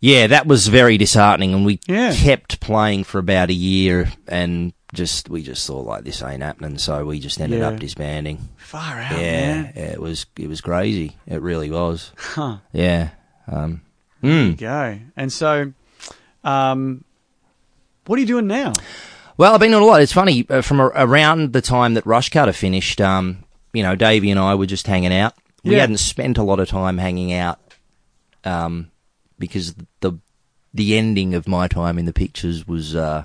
S6: yeah, that was very disheartening, and we
S1: Yeah.
S6: kept playing for about a year, and just we just thought like this ain't happening, so we just ended
S1: Yeah.
S6: up disbanding.
S1: Far out,
S6: Yeah,
S1: man.
S6: yeah, it was it was crazy. It really was.
S1: Huh.
S6: Yeah. Um,
S1: There you go. And so, um, what are you doing
S6: *laughs*
S1: now?
S6: Well, I've been doing a lot. It's funny uh, from a, around the time that Rush Cutter finished. Um, you know, Davey and I were just hanging out. We
S1: Yeah.
S6: hadn't spent a lot of time hanging out, um, because the the ending of my time in the pictures was uh,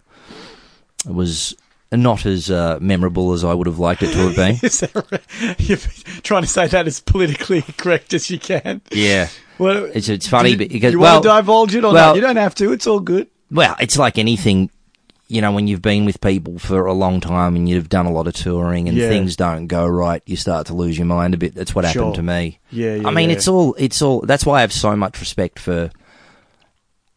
S6: was not as uh, memorable as I would have liked it to have been.
S1: *laughs* Is that right? You're trying to say that as politically *laughs* correct as you can.
S6: yeah.
S1: Well,
S6: It's- it's funny
S1: do you,
S6: because-
S1: you
S6: well-
S1: want to divulge it or
S6: well-
S1: not? You don't have to. It's all good.
S6: Well, it's like anything, you know, when you've been with people for a long time and you've done a lot of touring and
S1: Yeah.
S6: things don't go right, you start to lose your mind a bit. That's what
S1: Sure.
S6: happened to me.
S1: Yeah, yeah,
S6: I mean,
S1: yeah.
S6: it's all, it's all, that's why I have so much respect for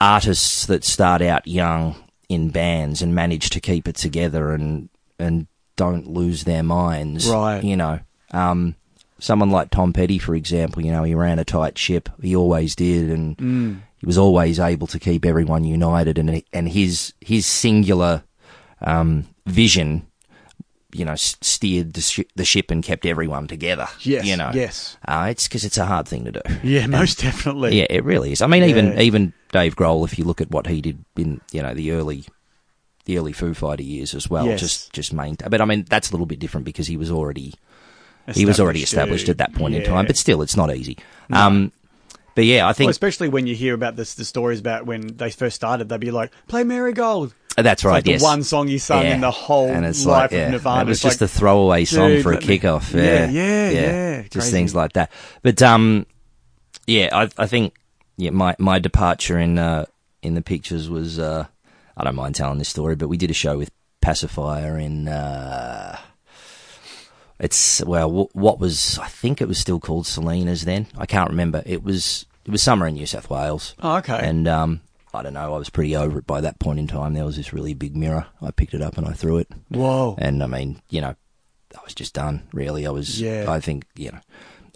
S6: artists that start out young in bands and manage to keep it together and, and don't lose their minds.
S1: Right.
S6: You know, um, someone like Tom Petty, for example, you know, he ran a tight ship. He always did, and
S1: Mm.
S6: he was always able to keep everyone united. And and his his singular um, vision, you know, s- steered the, shi the ship and kept everyone together.
S1: Yes,
S6: you know,
S1: yes.
S6: Uh, it's because it's a hard thing to do.
S1: Yeah, most definitely.
S6: Yeah, it really is. I mean, even
S1: Yeah.
S6: even Dave Grohl, if you look at what he did in you know the early the early Foo Fighter years as well,
S1: Yes.
S6: just just maintain. But I mean, that's a little bit different because he was already he was already established at that point in time. But still, it's not easy. Um, but yeah, I
S1: Well,
S6: think
S1: especially when you hear about this, the stories about when they first started, they'd be like, "Play Marigold."
S6: that's right.
S1: like the
S6: yes.
S1: one song you sung in the whole life of Nirvana.
S6: It was
S1: It's
S6: just
S1: like,
S6: a throwaway song
S1: dude,
S6: for a
S1: let me-
S6: kickoff.
S1: Yeah, yeah,
S6: Yeah,
S1: yeah,
S6: Just
S1: crazy.
S6: things like that. But um, yeah, I, I think yeah, my my departure in uh, in the pictures was uh, I don't mind telling this story, but we did a show with Pacifier in. Uh, it's well, wh- what was I think it was still called Selena's then. I can't remember. It was it was somewhere in New South Wales.
S1: Oh, okay.
S6: And um, I don't know. I was pretty over it by that point in time. There was this really big mirror. I picked it up and I threw it.
S1: Whoa.
S6: And I mean, you know, I was just done. Really, I was.
S1: Yeah.
S6: I think you know,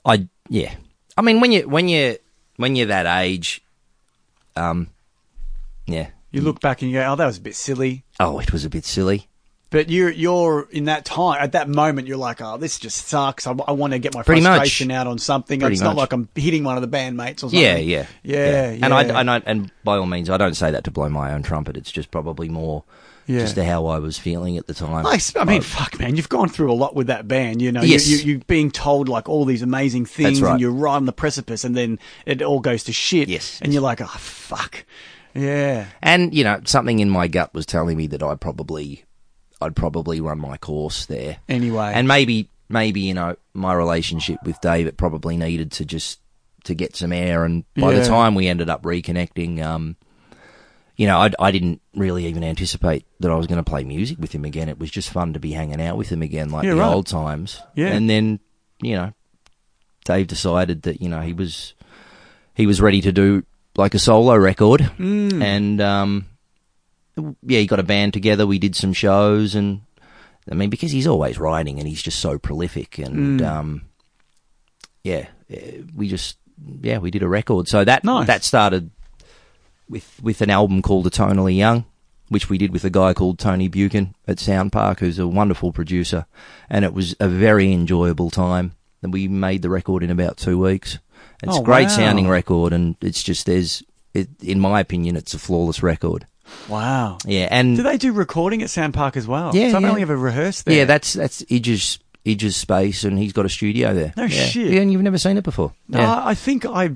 S6: I yeah. I mean, when you when you when you're that age, um, yeah.
S1: you look back and you go, "Oh, that was a bit silly."
S6: Oh, it was a bit silly.
S1: But you're you're in that time at that moment. You're like, "Oh, this just sucks. I, want to get my
S6: Pretty much.
S1: frustration out on something.
S6: Pretty
S1: it's not
S6: much.
S1: like I'm hitting one of the bandmates or something."
S6: Yeah, yeah,
S1: yeah.
S6: And I,
S1: yeah.
S6: and I and by all means, I don't say that to blow my own trumpet. It's just probably more
S1: Yeah.
S6: just how I was feeling at the time.
S1: I, s- I mean, fuck, man, you've gone through a lot with that band. You know,
S6: Oh. Yes.
S1: you, you, you're being told like all these amazing things,
S6: right.
S1: and you're right on the precipice, and then it all goes to shit.
S6: Yes.
S1: and you're like, oh fuck, yeah,
S6: and you know, something in my gut was telling me that I probably, I'd probably run my course there.
S1: Anyway.
S6: and maybe, maybe you know, my relationship with Dave it probably needed to just to get some air. And by
S1: Yeah.
S6: the time we ended up reconnecting, um, you know, I, I didn't really even anticipate that I was going to play music with him again. It was just fun to be hanging out with him again, like
S1: Yeah,
S6: the
S1: right.
S6: old times.
S1: Yeah.
S6: and then you know, Dave decided that you know he was he was ready to do like a solo record,
S1: Mm.
S6: and um, yeah, he got a band together. We did some shows, and I mean, because he's always writing and he's just so prolific, and
S1: Mm.
S6: um, yeah, eh, we just yeah we did a record. So that
S1: Nice.
S6: that started with with an album called Atonally Young, which we did with a guy called Tony Buchan at Sound Park, who's a wonderful producer, and it was a very enjoyable time. And we made the record in about two weeks, It's
S1: Oh,
S6: a great
S1: wow.
S6: sounding record, and it's just there's, it, in my opinion, it's a flawless record.
S1: Wow.
S6: Yeah, and
S1: Do they do recording at Sound Park as well?
S6: Yeah,
S1: So I've
S6: yeah.
S1: only ever rehearsed there.
S6: yeah, that's that's Idge's Idge's space, and he's got a studio there.
S1: No
S6: yeah.
S1: shit. Ah.
S6: Yeah, and you've never seen it before.
S1: No,
S6: yeah.
S1: Uh, I I think I.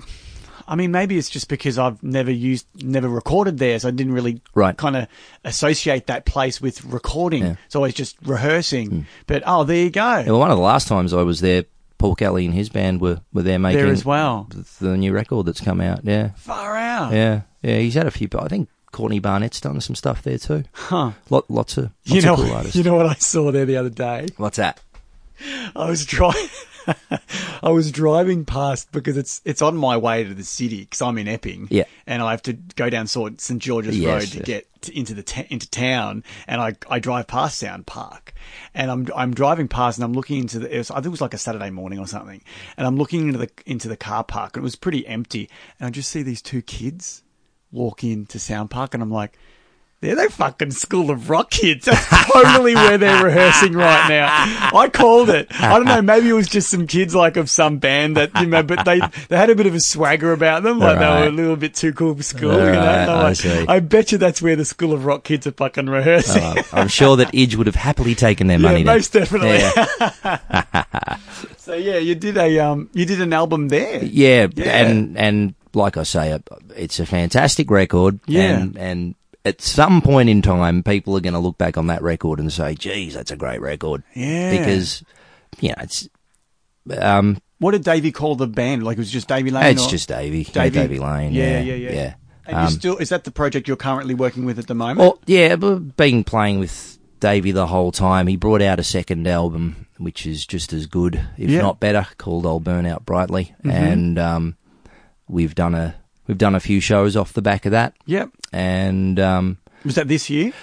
S1: I mean, maybe it's just because I've never used, never recorded there, so I didn't really
S6: Right.
S1: kind of associate that place with recording.
S6: Yeah. Hmm.
S1: It's always just rehearsing. But oh, there you go.
S6: Yeah, well, one of the last times I was there, Paul Kelly and his band were, were there making
S1: as well.
S6: th- the new record that's come out. Yeah,
S1: Far out.
S6: yeah, yeah. He's had a few. I think Courtney Barnett's done some stuff there too.
S1: Huh.
S6: Lot, lots of lots
S1: You know,
S6: of cool
S1: *laughs*
S6: artists.
S1: you know what I saw there the other day?
S6: What's that?
S1: I was driving. *laughs* I was driving past because it's it's on my way to the city because I'm in Epping.
S6: Yeah.
S1: and I have to go down Sort St George's
S6: Yes,
S1: Road to
S6: yes.
S1: get to, into the ta- into town, and I I drive past Sound Park, and I'm I'm driving past and I'm looking into the. It was, I think it was like a Saturday morning or something, and I'm looking into the into the car park and it was pretty empty, and I just see these two kids walk into Sound Park, and I'm like. They're they fucking School of Rock kids. That's totally where
S6: *laughs*
S1: they're rehearsing right now. I called it. I don't know. Maybe it was just some kids like of some band that you know, but they they had a bit of a swagger about them, like they were a
S6: Right.
S1: little bit too cool for school. you know?
S6: Right,
S1: And I'm
S6: I
S1: like,
S6: see.
S1: I bet you that's where the School of Rock kids are fucking rehearsing.
S6: Uh, I'm sure that Idge would have happily taken their
S1: yeah,
S6: money. Oh, then.
S1: most definitely. *laughs*
S6: Yeah.
S1: so yeah, you did a um, you did an album there.
S6: Yeah,
S1: *laughs* Yeah.
S6: and and like I say, uh, it's a fantastic record.
S1: Yeah.
S6: and, and at some point in time, people are going to look back on that record and say, "Geez, that's a great record."
S1: Yeah.
S6: because you know it's um
S1: What did Davey call the band? Like it was just Davey Lane.
S6: it's
S1: or-
S6: just Davey,
S1: Davey.
S6: Davey, Davey Lane.
S1: Yeah,
S6: Yeah,
S1: yeah, yeah.
S6: yeah.
S1: And you still is that the project you're currently working with at the moment?
S6: Well, yeah, but been playing with Davey the whole time. He brought out a second album, which is just as good, if
S1: Yeah. Mm-hmm.
S6: not better, called "I'll Burn Out Brightly," and um, we've done a we've done a few shows off the back of that.
S1: yep.
S6: And um,
S1: Was that this year?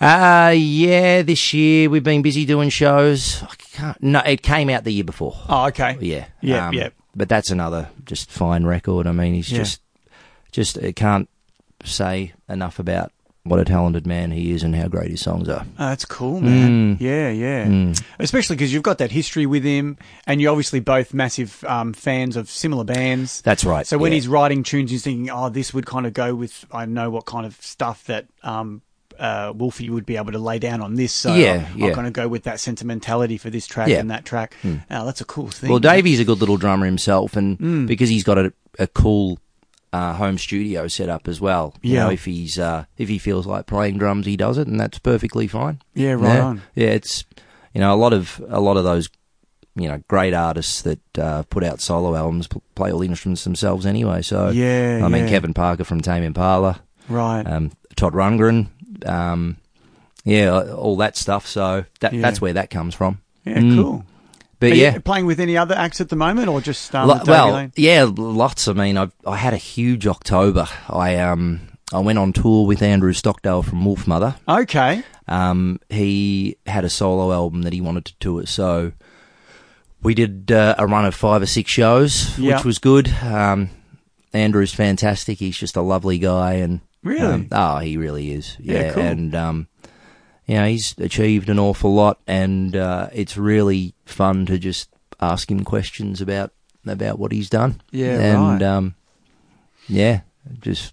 S6: uh yeah, this year we've been busy doing shows. I can't. No, it came out the year before.
S1: Oh, okay.
S6: Yeah,
S1: Yeah.
S6: um,
S1: yeah.
S6: But that's another just fine record. I mean, he's
S1: Yeah.
S6: just just it can't say enough about what a talented man he is and how great his songs are.
S1: Oh, that's cool,
S6: Mm.
S1: man. Yeah, yeah. Especially because you've got that history with him, and you're obviously both massive um, fans of similar bands.
S6: That's right,
S1: So when
S6: yeah.
S1: he's writing tunes, he's thinking, "Oh, this would kind of go with I know what kind of stuff that um, uh, Wolfie would be able to lay down on this." So
S6: Yeah,
S1: I'll,
S6: yeah.
S1: I'll kind of go with that sentimentality for this track
S6: Yeah. Hmm.
S1: and that track. Oh, that's a cool thing.
S6: Well, Davey's a good little drummer himself, and
S1: Mm.
S6: because he's got a, a cool uh, home studio set up as well. You
S1: Yeah.
S6: know, if he's uh, if he feels like playing drums, he does it, and that's perfectly fine.
S1: Yeah, right
S6: yeah.
S1: on.
S6: Yeah, it's you know a lot of a lot of those you know great artists that uh, put out solo albums pl- play all the instruments themselves anyway. So
S1: Yeah,
S6: I mean
S1: yeah.
S6: Kevin Parker from Tame Impala,
S1: Right.
S6: um, Todd Rundgren, um, yeah, all that stuff. So that
S1: Yeah.
S6: that's where that comes from.
S1: yeah. Cool.
S6: mm. But
S1: Are you
S6: yeah,
S1: playing with any other acts at the moment, or just um,
S6: Lo-
S1: Davey
S6: well,
S1: Lane?
S6: yeah, lots. I mean, I I had a huge October. I um I went on tour with Andrew Stockdale from Wolf Mother.
S1: Okay.
S6: Um, he had a solo album that he wanted to tour, so we did uh, a run of five or six shows,
S1: Yeah.
S6: which was good. Um, Andrew's fantastic. He's just a lovely guy, and
S1: Really?
S6: um, oh, he really is.
S1: Yeah,
S6: Yeah,
S1: cool.
S6: and um, you know, he's achieved an awful lot, and uh, it's really fun to just ask him questions about about what he's done.
S1: Yeah,
S6: and
S1: right.
S6: um, yeah, just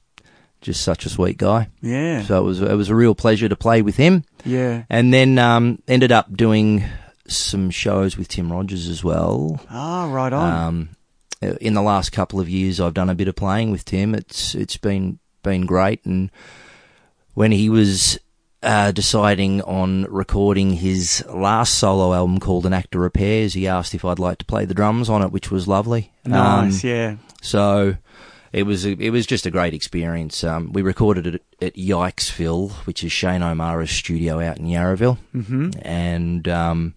S6: just such a sweet guy.
S1: Yeah.
S6: So it was it was a real pleasure to play with him,
S1: yeah.
S6: and then um, ended up doing some shows with Tim Rogers as well.
S1: Ah, right on.
S6: Um, in the last couple of years, I've done a bit of playing with Tim. It's it's been been great, and when he was uh, deciding on recording his last solo album called "An Act of Repairs," he asked if I'd like to play the drums on it, which was lovely.
S1: nice.
S6: Um,
S1: yeah.
S6: so it was a, it was just a great experience. Um, we recorded it at, at Yikesville, which is Shane O'mara's studio out in Yarraville, mm-hmm. and um,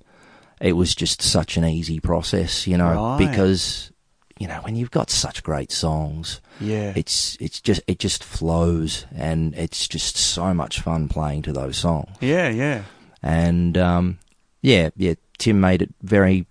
S6: it was just such an easy process, you know,
S1: Right.
S6: because you know when you've got such great songs,
S1: Yeah.
S6: it's it's just it just flows, and it's just so much fun playing to those songs
S1: Yeah. Yeah.
S6: and um, yeah, yeah, Tim made it very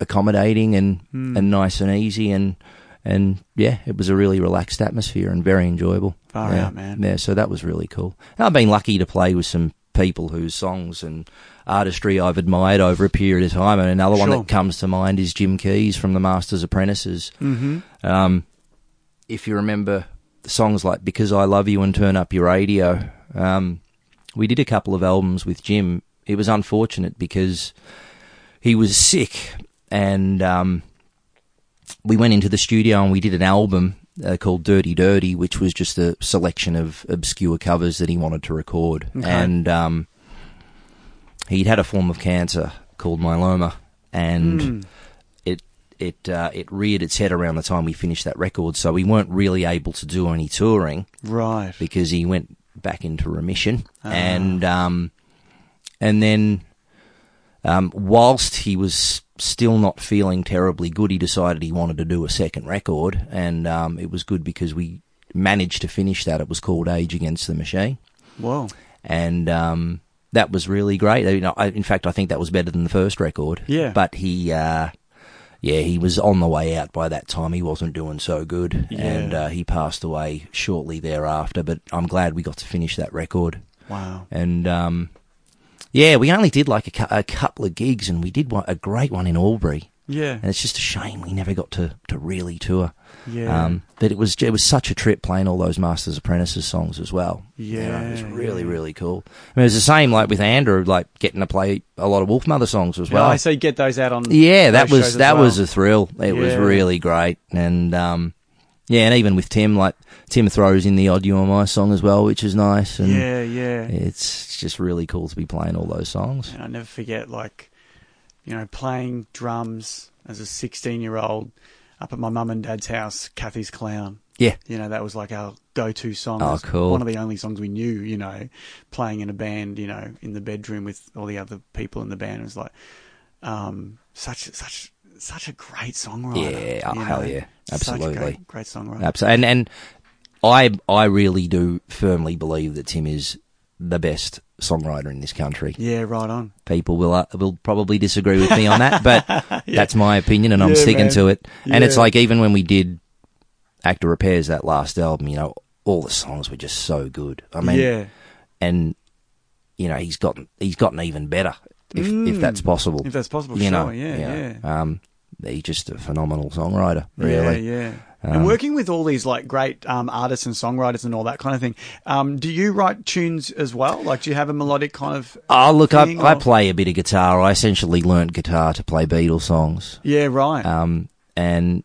S6: accommodating and
S1: Hmm.
S6: and nice and easy and and yeah, it was a really relaxed atmoatmosphere and very enjoyable.
S1: Far
S6: yeah.
S1: out, man.
S6: Yeah, so that was really cool. And I've been lucky to play with some people whose songs and artistry I've admired over a period of time. And another one
S1: Sure.
S6: that comes to mind is Jim Keys from The Masters Apprentices. Mm-hmm. Um, if you remember songs like Because I Love You and Turn Up Your Radio, um, we did a couple of albums with Jim. It was unfortunate because he was sick and um, we went into the studio and we did an album uh, called Dirty Dirty, which was just a selection of obscure covers that he wanted to record. And um, he'd had a form of cancer called myeloma, and it it uh, it reared its head around the time we finished that record. So we weren't really able to do any touring
S1: Right.
S6: because he went back into remission and um, and then um, whilst he was still not feeling terribly good, he decided he wanted to do a second record, and um, it was good because we managed to finish that. It was called Age Against the Machine,
S1: Whoa.
S6: and um, that was really great. I, mean, I, in fact, I think that was better than the first record.
S1: Yeah.
S6: but he. Uh, yeah, he was on the way out by that time. He wasn't doing so good, and uh, he passed away shortly thereafter. But I'm glad we got to finish that record
S1: Wow.
S6: and um, yeah, we only did like a, cou- a couple of gigs, and we did one, a great one in Albury,
S1: Yeah.
S6: and it's just a shame we never got to, to really tour.
S1: Yeah.
S6: Um, but it was it was such a trip playing all those Masters Apprentices songs as well.
S1: Yeah,
S6: it was really really cool. I mean, it was the same like with Andrew, like getting to play a lot of Wolf Mother songs as well.
S1: I say get those out on.
S6: Yeah,
S1: those
S6: that
S1: shows
S6: was
S1: as
S6: that
S1: well.
S6: was a thrill. It was
S1: Yeah.
S6: really great, and um, yeah, and even with Tim, like Tim throws in the odd "You Are My" song as well, which is nice. And
S1: Yeah, yeah.
S6: it's just really cool to be playing all those songs.
S1: And I never forget, like, you know, playing drums as a 16 year old up at my mum and dad's house, Kathy's Clown.
S6: Yeah.
S1: You know, that was like our go to song.
S6: Oh,
S1: It was
S6: cool.
S1: One of the only songs we knew, you know, playing in a band, you know, in the bedroom with all the other people in the band. It was like, um, such, such, such a great songwriter.
S6: Yeah, oh,
S1: you
S6: hell
S1: know.
S6: yeah.
S1: Such a
S6: Absolutely.
S1: great, great songwriter.
S6: Absolutely. And and I I really do firmly believe that Tim is the best songwriter in this country.
S1: yeah, right on.
S6: People will uh, will probably disagree with me on
S1: *laughs*
S6: that, but that's my opinion, and I'm
S1: Yeah,
S6: sticking
S1: man.
S6: to it. And it's
S1: Yeah.
S6: like even when we did Actor Repairs that last album, you know, all the songs were just so good. I mean,
S1: yeah.
S6: and you know he's gotten he's gotten even better if if that's possible.
S1: Mm. If that's possible,
S6: you
S1: sure,
S6: know,
S1: yeah,
S6: Um, he's just a phenomenal songwriter, really. Um,
S1: Yeah, yeah. and working with all these like great um, artists and songwriters and all that kind of thing, um, do you write tunes as well? Like, do you have a melodic kind of?
S6: Oh look, I,
S1: thing
S6: I
S1: or-
S6: play a bit of guitar. I essentially learnt guitar to play Beatles songs,
S1: Yeah, right.
S6: um, and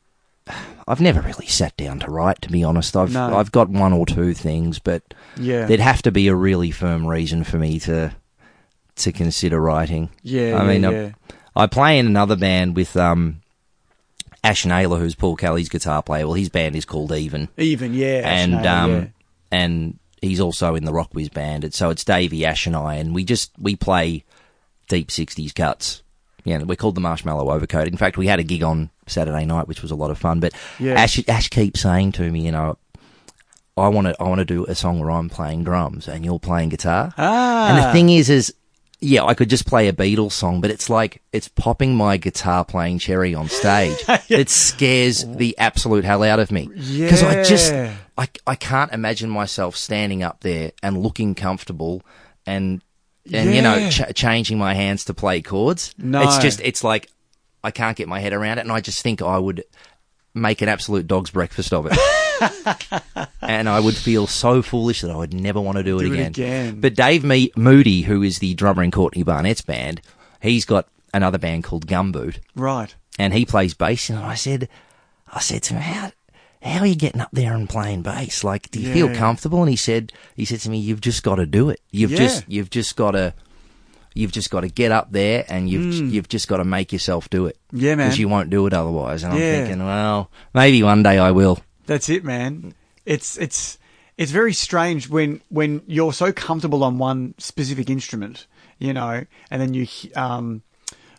S6: I've never really sat down to write. To be honest, I've
S1: No.
S6: I've got one or two things, but
S1: Yeah.
S6: there'd have to be a really firm reason for me to to consider writing.
S1: Yeah, yeah,
S6: I mean,
S1: yeah.
S6: I, I play in another band with um, Ash Naylor, who's Paul Kelly's guitar player. Well, his band is called Even,
S1: Even yeah,
S6: and
S1: Ashnail,
S6: um,
S1: yeah.
S6: and he's also in the Rockwiz band. It's, so it's Davey Ash and I, and we just we play deep sixties cuts. Yeah, we're called the Marshmallow Overcoat. In fact, we had a gig on Saturday night, which was a lot of fun. But
S1: Yeah.
S6: Ash Ash keeps saying to me, you know. I want to. I want to do a song where I'm playing drums and you're playing guitar.
S1: Ah.
S6: And the thing is, is yeah, I could just play a Beatles song, but it's like it's popping my guitar playing cherry
S1: *laughs*
S6: on stage. It scares the absolute hell out of me because I just
S1: Yeah.
S6: I I can't imagine myself standing up there and looking comfortable and and you know
S1: Yeah.
S6: ch- changing my hands to play chords.
S1: No.
S6: It's just it's like I can't get my head around it, and I just think I would make an absolute dog's breakfast of it. and I would feel so foolish that I would never want to do it,
S1: Do it
S6: again.
S1: again.
S6: But Dave Me- Moody, who is the drummer in Courtney Barnett's band, he's got another band called Gumboot,
S1: right.
S6: and he plays bass. And I said, I said to him, how, how are you getting up there and playing bass? Like, do you feel
S1: Yeah.
S6: comfortable? And he said, he said to me, you've just got to do it. You've
S1: Yeah.
S6: just, you've just got to. You've just got to get up there, and you've you've just got to make yourself do it.
S1: Hmm. Yeah, man.
S6: Because you won't do it otherwise. And
S1: Yeah.
S6: I'm thinking, well, maybe one day I will.
S1: That's it, man. It's it's it's very strange when when you're so comfortable on one specific instrument, you know, and then you he- um,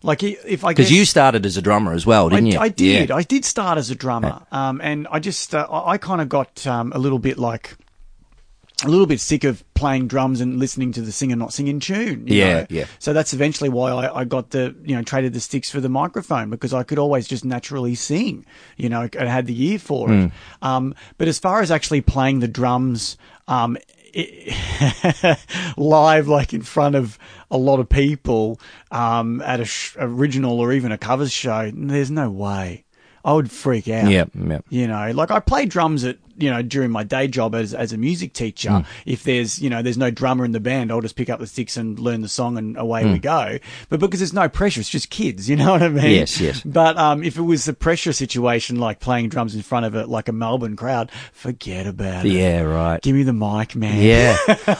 S1: like i- if I
S6: Because
S1: guess-
S6: you started as a drummer as well, didn't
S1: I,
S6: you?
S1: I did.
S6: Yeah.
S1: I did start as a drummer, um, and I just uh, I, I kind of got um, a little bit like a little bit sick of playing drums and listening to the singer not sing in tune. you
S6: Yeah,
S1: know?
S6: yeah.
S1: So that's eventually why I, I got the you know traded the sticks for the microphone because I could always just naturally sing. You
S6: Hmm.
S1: know, I had the ear for it. Um, but as far as actually playing the drums. Um, *laughs* live, like in front of a lot of people um, at a sh- original or even a covers show, there's no way. I would freak out.
S6: Yep, yep.
S1: You know, like I play drums at you know during my day job as as a music teacher.
S6: Hmm.
S1: If there's you know there's no drummer in the band, I'll just pick up the sticks and learn the song, and away
S6: Hmm.
S1: we go. But because there's no pressure, it's just kids. You *laughs* know what I mean?
S6: Yes, yes.
S1: But um, if it was a pressure situation, like playing drums in front of a like a Melbourne crowd, forget about it.
S6: Yeah, right.
S1: Give me the mic, man.
S6: Yeah.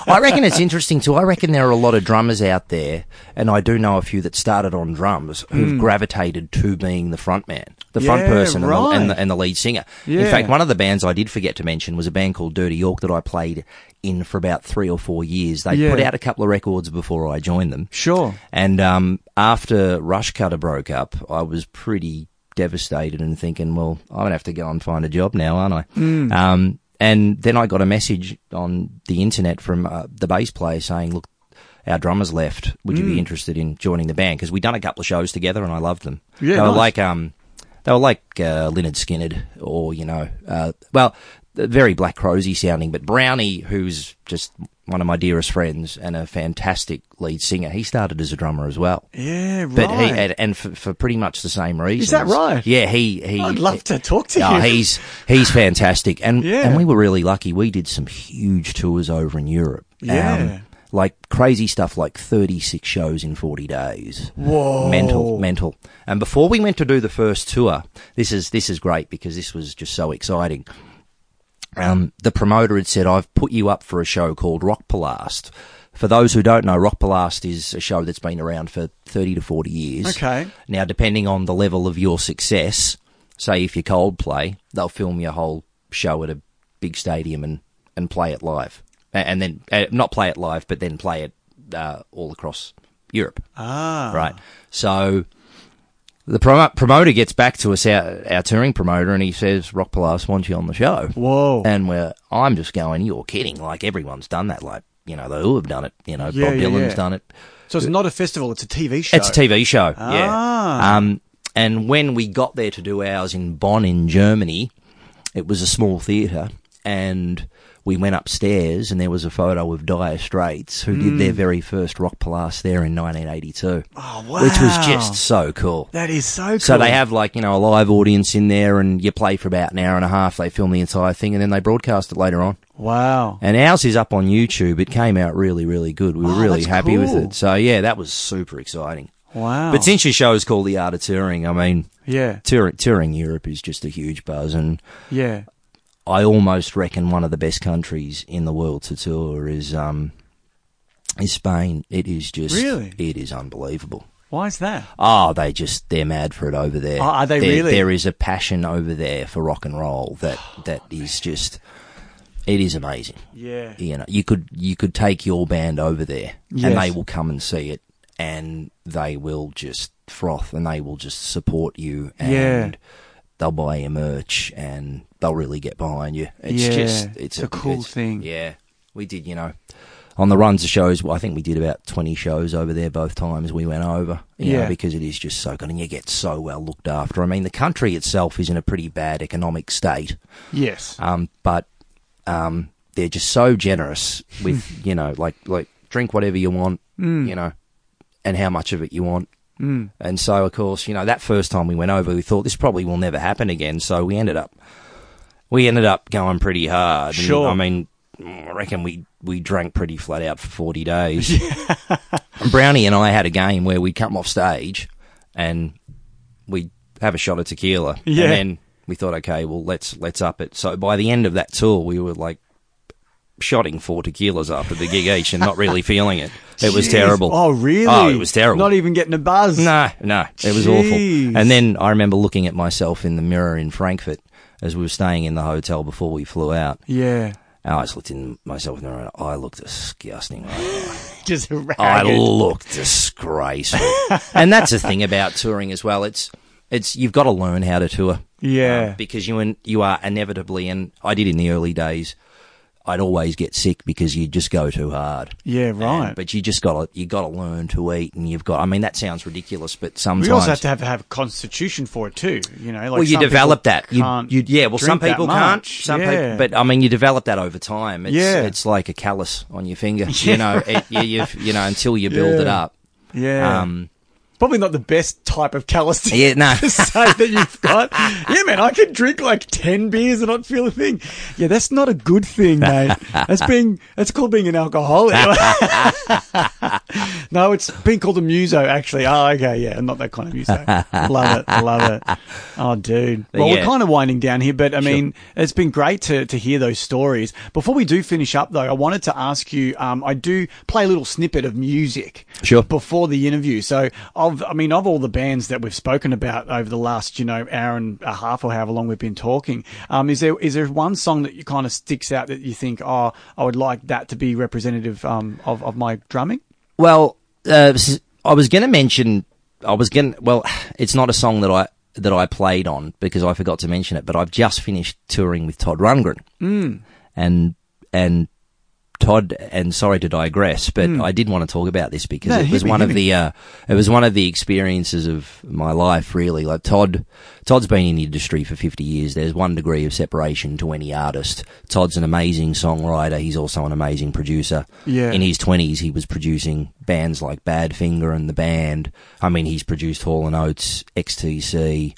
S6: I reckon it's interesting too. I reckon there are a lot of drummers out there, and I do know a few that started on drums who've gravitated to being the front man, the
S1: Hmm.
S6: front
S1: Yeah,
S6: person, and the-
S1: right.
S6: and, the, and the lead singer. In
S1: Yeah.
S6: fact, one of the bands I did forget to mention was a band called Dirty York that I played in for about three or four years. They
S1: Yeah.
S6: put out a couple of records before I joined them.
S1: Sure.
S6: And um, after Rush Cutter broke up, I was pretty devastated and thinking, well, I'm going to have to go and find a job now, aren't I?
S1: Mm.
S6: Um, and then I got a message on the internet from uh, the bass player saying, look, our drummer's left. Would you
S1: Mm.
S6: be interested in joining the band? Because we'd done a couple of shows together and I loved them.
S1: Yeah,
S6: they were
S1: nice.
S6: like um, they were like uh, Leonard Skinner or you know, uh, well, very Black Crowsy sounding. But Brownie, who's just one of my dearest friends and a fantastic lead singer, he started as a drummer as well.
S1: Yeah, right.
S6: But he and, and for, for pretty much the same reason.
S1: that right?
S6: Yeah, he he.
S1: I'd love to talk to
S6: Oh,
S1: you.
S6: he's he's fantastic, and
S1: Yeah.
S6: and we were really lucky. We did some huge tours over in Europe. Um,
S1: Yeah.
S6: like crazy stuff, like thirty six shows in forty days.
S1: Whoa.
S6: Mental, mental. And before we went to do the first tour, this is this is great because this was just so exciting. Um, the promoter had said, "I've put you up for a show called Rock Palast." For those who don't know, Rock Palast is a show that's been around for thirty to forty years.
S1: Okay.
S6: Now, depending on the level of your success, say if you're Coldplay, they'll film your whole show at a big stadium and, and play it live. A- And then, uh, not play it live, but then play it uh, all across Europe. Ah. Right. So the promo- promoter gets back to us, our, our touring promoter, and he says, Rock Palace wants you on the show.
S1: Whoa.
S6: And we're, I'm just going, you're kidding. Like, everyone's done that. Like, you know, the Who have done it. You know,
S1: Yeah,
S6: Bob
S1: yeah,
S6: Dylan's
S1: yeah.
S6: done it.
S1: so it's not a festival; it's a TV show. Ah.
S6: It's a TV show. Yeah. Um, and when we got there to do ours in Bonn in Germany, it was a small theatre, and we went upstairs, and there was a photo of Dire Straits, who did their very first Rock Palace there in 1982.
S1: Mm. Oh,
S6: Which was
S1: wow.
S6: just so cool.
S1: That is so. Cool.
S6: So they have like, you know, a live audience in there and you play for about an hour and a half. They film the entire thing and then they broadcast it later on.
S1: Wow.
S6: And ours is up on YouTube. It came out really, really good. We were
S1: Oh,
S6: really
S1: that's
S6: happy with
S1: cool.
S6: it. So yeah, that was super exciting.
S1: Wow.
S6: But since your show is called The Art of Touring, I mean,
S1: yeah,
S6: touring, touring Europe is just a huge buzz, and
S1: yeah.
S6: I almost reckon one of the best countries in the world to tour is um, is Spain. It is just
S1: Really?
S6: it is unbelievable.
S1: Why is that?
S6: Oh, they just they're mad for it over there.
S1: Oh, are they
S6: There-
S1: really?
S6: There is a passion over there for rock and roll that that is just it is amazing.
S1: Yeah.
S6: You know, you could you could take your band over there
S1: Yes.
S6: and they will come and see it and they will just froth and they will just support you and
S1: Yeah.
S6: they'll buy your merch and they'll really get behind you. It's
S1: Yeah,
S6: just
S1: it's a cool
S6: it's-
S1: thing.
S6: Yeah. We did, you know, on the runs of shows, well, I think we did about 20 shows over there both times we went over. You know,
S1: Yeah.
S6: because it is just so good and you get so well looked after. I mean, the country itself is in a pretty bad economic state,
S1: Yes.
S6: um, but um, they're just so generous with, you know, like, like drink whatever you want, you know, and how much of it you want. Mm. And so, of course, you know, that first time we went over, we thought this probably will never happen again. So we ended up, we ended up going pretty hard. And,
S1: Sure.
S6: I mean, I reckon we, we drank pretty flat out for
S1: *laughs*
S6: 40 days. And Brownie and I had a game where we'd come off stage and we'd have a shot of tequila.
S1: Yeah.
S6: And then we thought, okay, well, let's, let's up it. So by the end of that tour, we were like, Shotting four tequilas after the gig each and not really feeling it. It was
S1: Jeez.
S6: terrible.
S1: Oh, really?
S6: Oh, it was terrible.
S1: Not even getting a buzz.
S6: No, no, it was
S1: Jeez.
S6: awful. And then I remember looking at myself in the mirror in Frankfurt as we were staying in the hotel before we flew out.
S1: Yeah. *laughs*
S6: And I just looked in myself in the mirror. and I
S1: *laughs*
S6: look disgusting. Right now.
S1: Just ragged.
S6: Oh, I look disgraceful. and that's the thing about touring as well. It's it's you've got to learn how to tour. Uh,
S1: Yeah.
S6: Um, because you in, you are inevitably, and I did in the early days. I'd always get sick because you just go too hard.
S1: Yeah,
S6: And-
S1: right.
S6: but you just got to you got to learn to eat, and you've got. I mean, that sounds ridiculous, but
S1: We
S6: sometimes
S1: also have to have, have a constitution for it too. You know, like
S6: well, you
S1: some people
S6: develop that. You,
S1: can't
S6: you, yeah. Well, some
S1: drink that
S6: people can't.
S1: much.
S6: Some
S1: yeah.
S6: people, but uh, I mean, you develop that over time. It's,
S1: Yeah.
S6: it's like a callus on your finger.
S1: *laughs*
S6: You know, it, you, you, you know, until you build it
S1: Yeah.
S6: up.
S1: yeah,
S6: Um,
S1: probably not the best type of callus to
S6: Yeah, no.
S1: *laughs* to say that you've got. Yeah, man, I could drink like ten beers and not feel a thing. Yeah, that's not a good thing, mate.
S6: *laughs*
S1: That's being that's called being an alcoholic. *laughs* no, it's being called a muso actually. Oh, okay, yeah, not that kind of muso. love it, love it. Oh, dude. Well, we're
S6: yeah.
S1: kind of winding down here, but I mean, it's been great to to hear those stories. Before we do finish up, though, I wanted to ask you. Um, I do play a little snippet of music
S6: Sure.
S1: before the interview. So, of I mean, of all the bands that we've spoken about over the last, you know, hour and a half or however long we've been talking, um, is there is there one song that you kind of sticks out that you think, oh, I would like that to be representative um, of of my drumming?
S6: well, uh, s- I was going to mention. I was going. to Well, it's not a song that I that I played on because I forgot to mention it. But I've just finished touring with Todd Rundgren,
S1: Mm.
S6: and and Todd, and sorry to digress, but I did want to talk about this because
S1: Mm. No,
S6: it
S1: hit
S6: was
S1: me,
S6: one
S1: hit
S6: of the uh, it was one of the experiences of my life, really. Like Todd, Todd's been in the industry for fifty years. There's one degree of separation to any artist. Todd's an amazing songwriter. He's also an amazing producer.
S1: Yeah.
S6: In his twenties, he was producing bands like Badfinger and the Band. I mean, he's produced Hall and Oates, XTC.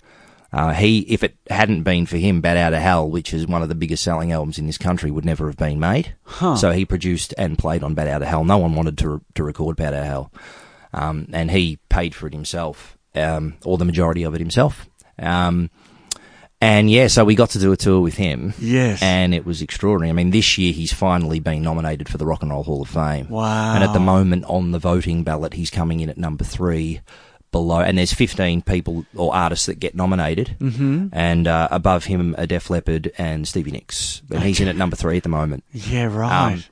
S6: Uh, he, if it hadn't been for him, Bat Out of Hell, which is one of the biggest selling albums in this country, would never have been made. So he produced and played on Bat Out of Hell. No one wanted to to record Bat Out of Hell, um, and he paid for it himself, um, or the majority of it himself. Um, and yeah, so we got to do a tour with him.
S1: Yes.
S6: and it was extraordinary. I mean, this year he's finally been nominated for the Rock and Roll Hall of Fame.
S1: Wow.
S6: And at the moment on the voting ballot, he's coming in at number three below. And there's 15 people or artists that get nominated. Mm-hmm. And uh, above him are Def Leppard and Stevie Nicks. And he's in at number three at the moment.
S1: Yeah, right.
S6: Um,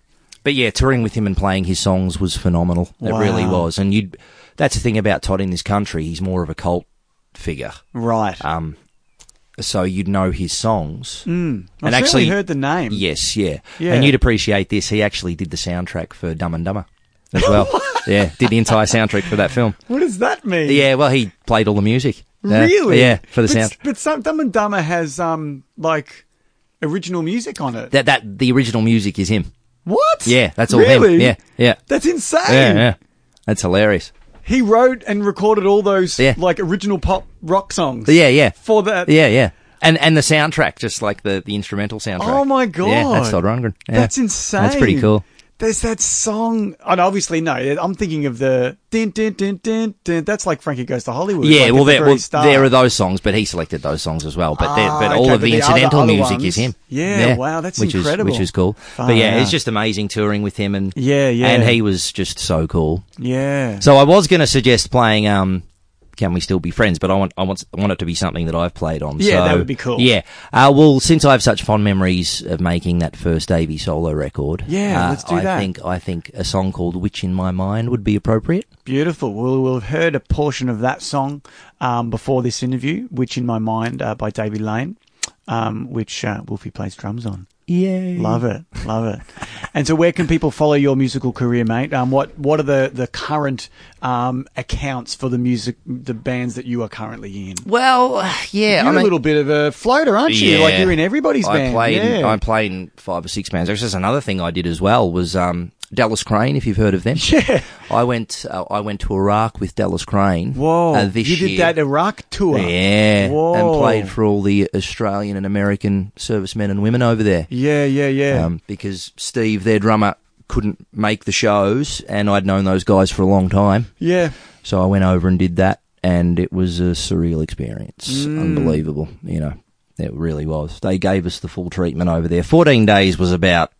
S6: But yeah, touring with him and playing his songs was phenomenal. It really
S1: Wow.
S6: was. And you'd that's the thing about Todd in this country. He's more of a cult figure.
S1: right.
S6: Um, so you'd know his songs. Mm.
S1: Hmm. I've certainly heard the name.
S6: Yes, yeah.
S1: Yeah.
S6: And you'd appreciate this. He actually did the soundtrack for Dumb and Dumber
S1: *laughs*
S6: as well. yeah, did the entire soundtrack for that film.
S1: What does that mean?
S6: Yeah, well, he played all the music. Yeah,
S1: really.
S6: Yeah, for the
S1: but,
S6: sound.
S1: But some, Dumb and Dumber has um like original music on it.
S6: That that the original music is him.
S1: what?
S6: Yeah, that's all
S1: really?
S6: him. Yeah, yeah,
S1: That's insane.
S6: yeah, yeah. That's hilarious.
S1: He wrote and recorded all those
S6: Yeah.
S1: like original pop rock songs.
S6: Yeah, yeah,
S1: For that.
S6: yeah, yeah. And and the soundtrack, just like the the instrumental soundtrack.
S1: Oh my god.
S6: Yeah, that's Todd Rundgren. Yeah.
S1: That's insane.
S6: That's pretty cool.
S1: There's that song, and obviously no, I'm thinking of the din din din din din. That's like Frankie Goes to Hollywood.
S6: Yeah,
S1: like at
S6: well,
S1: the
S6: there,
S1: very
S6: well
S1: start.
S6: there are those songs, but he selected those songs as well. But
S1: Ah,
S6: there, but all
S1: okay, but
S6: of the,
S1: the other-
S6: incidental
S1: other
S6: music
S1: ones.
S6: is him.
S1: Yeah, wow, that's
S6: which
S1: incredible.
S6: Is, which is cool.
S1: Far
S6: but yeah,
S1: out.
S6: it's just amazing touring with him, and
S1: Yeah, yeah.
S6: and he was just so cool.
S1: Yeah.
S6: So I was going to suggest playing. Um, can we still be friends? But I want, I want, I want it to be something that I've played on.
S1: Yeah,
S6: so,
S1: that would be cool.
S6: Yeah. Uh, well, since I have such fond memories of making that first Davey solo record,
S1: Yeah,
S6: uh,
S1: let's do
S6: I
S1: that.
S6: think I think a song called "Witch in My Mind" would be appropriate.
S1: Beautiful. We'll, we'll have heard a portion of that song um, before this interview, which in my mind uh, by Davey Lane, um, which uh, Wolfie plays drums on.
S6: Yeah.
S1: Love it, love it. and so, where can people follow your musical career, mate? Um, what What are the the current um, accounts for the music, the bands that you are currently in?
S6: Well,
S1: You're
S6: yeah. I mean,
S1: a little bit of a floater, aren't you? Like you're in everybody's
S6: I
S1: band.
S6: Played in,
S1: yeah.
S6: I played in five or six bands. Actually, That's another thing I did as well was um, Dallas Crane. If you've heard of them,
S1: *laughs*
S6: yeah. I went. Uh, I went to Iraq with Dallas Crane.
S1: Whoa!
S6: uh, this
S1: you did
S6: year.
S1: that Iraq tour.
S6: Yeah,
S1: Whoa.
S6: and played for all the Australian and American servicemen and women over there.
S1: Yeah, yeah, yeah.
S6: Um, because Steve, their drummer, couldn't make the shows, and I'd known those guys for a long time.
S1: yeah.
S6: So I went over and did that, and it was a surreal experience.
S1: Mm.
S6: Unbelievable, you know. It really was. They gave us the full treatment over there. 14 days was about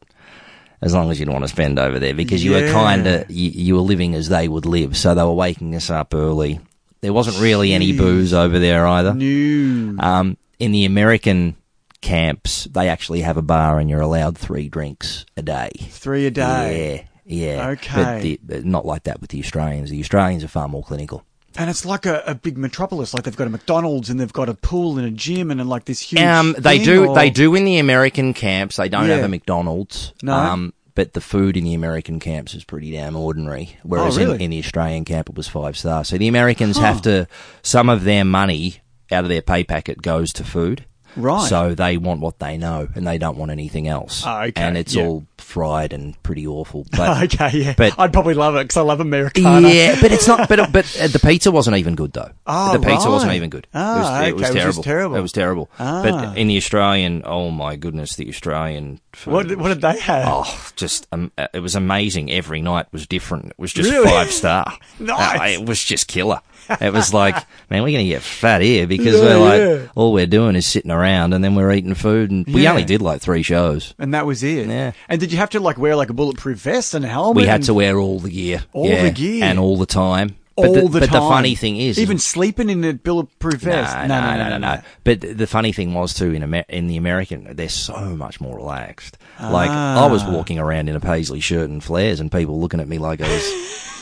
S6: as long as you'd want to spend over there because you
S1: Yeah.
S6: were kind of, you, you were living as they would live. So they were waking us up early. There wasn't really any booze over there either.
S1: New.
S6: Um, in the American camps, they actually have a bar and you're allowed three drinks a day.
S1: Three a day.
S6: Yeah, yeah.
S1: Okay.
S6: But the, but not like that with the Australians. The Australians are far more clinical.
S1: And it's like a, a big metropolis. Like they've got a McDonald's and they've got a pool and a gym and, and like this huge.
S6: Um, they
S1: thing,
S6: do.
S1: or-
S6: They do in the American camps. They don't have
S1: Yeah.
S6: a McDonald's.
S1: No?
S6: Um, but the food in the American camps is pretty damn ordinary. Whereas in,
S1: Oh, really?
S6: in the Australian camp, it was five stars. So the Americans have to. Some of their money out of their pay packet goes to food.
S1: Right.
S6: So they want what they know, and they don't want anything else.
S1: Ah, okay,
S6: And it's
S1: yeah.
S6: all fried and
S1: *laughs*
S6: pretty awful. But
S1: Okay, yeah.
S6: But
S1: I'd probably love it because I love Americana.
S6: yeah, but it's
S1: *laughs*
S6: not. But but uh, the pizza wasn't even good though.
S1: Oh,
S6: the pizza wasn't
S1: right.
S6: even good.
S1: Ah,
S6: it, was,
S1: okay, it was
S6: terrible.
S1: just terrible.
S6: It was terrible.
S1: Ah.
S6: But in the Australian, oh my goodness, the Australian food.
S1: What, what did they have?
S6: Oh, just um, uh, it was amazing. Every night was different. It was just
S1: Really? *laughs*
S6: five star.
S1: Nice.
S6: Uh, it was just killer. It
S1: *laughs*
S6: was like, man, we're going to get fat here because we're like, all we're doing is sitting around and then we're eating food, and we
S1: Yeah.
S6: only did like three shows.
S1: And that was it.
S6: Yeah.
S1: And did you have to like wear like a bulletproof vest and a helmet?
S6: We had
S1: and
S6: to wear all the gear,
S1: All the
S6: yeah,
S1: gear.
S6: and all the time.
S1: all
S6: but the,
S1: the
S6: but
S1: time.
S6: the funny thing is,
S1: even sleeping in a bulletproof vest.
S6: No, no, no, no, no, But th- the funny thing was too in Amer- in the American, they're so much more relaxed. Like I was walking around in a paisley shirt and flares, and people looking at me like I was.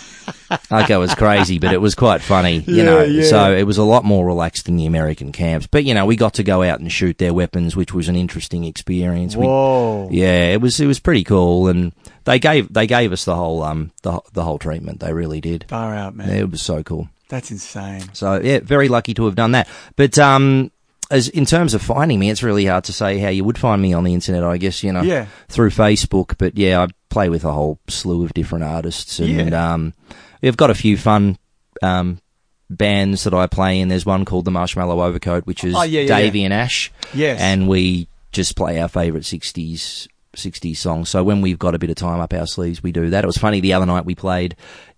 S6: like I was crazy, but it was quite funny, you
S1: Yeah,
S6: know.
S1: yeah.
S6: So it was a lot more relaxed than the American camps. But you know, we got to go out and shoot their weapons, which was an interesting experience. We-
S1: Whoa.
S6: yeah, it was it was pretty cool, and they gave they gave us the whole um the the whole treatment. They really did.
S1: Far out, man.
S6: It was so cool.
S1: That's insane.
S6: So yeah, very lucky to have done that. But um, as in terms of finding me, it's really hard to say how you would find me on the internet. I guess you know,
S1: Yeah.
S6: through Facebook. But yeah, I play with a whole slew of different artists, and
S1: Yeah.
S6: um, we've got a few fun um bands that I play in. There's one called the Marshmallow Overcoat, which is
S1: Oh, yeah, yeah,
S6: Davey
S1: yeah.
S6: and Ash.
S1: Yes.
S6: and we just play our favourite '60s. 60s songs. So when we've got a bit of time up our sleeves, we do that. It was funny the other night we played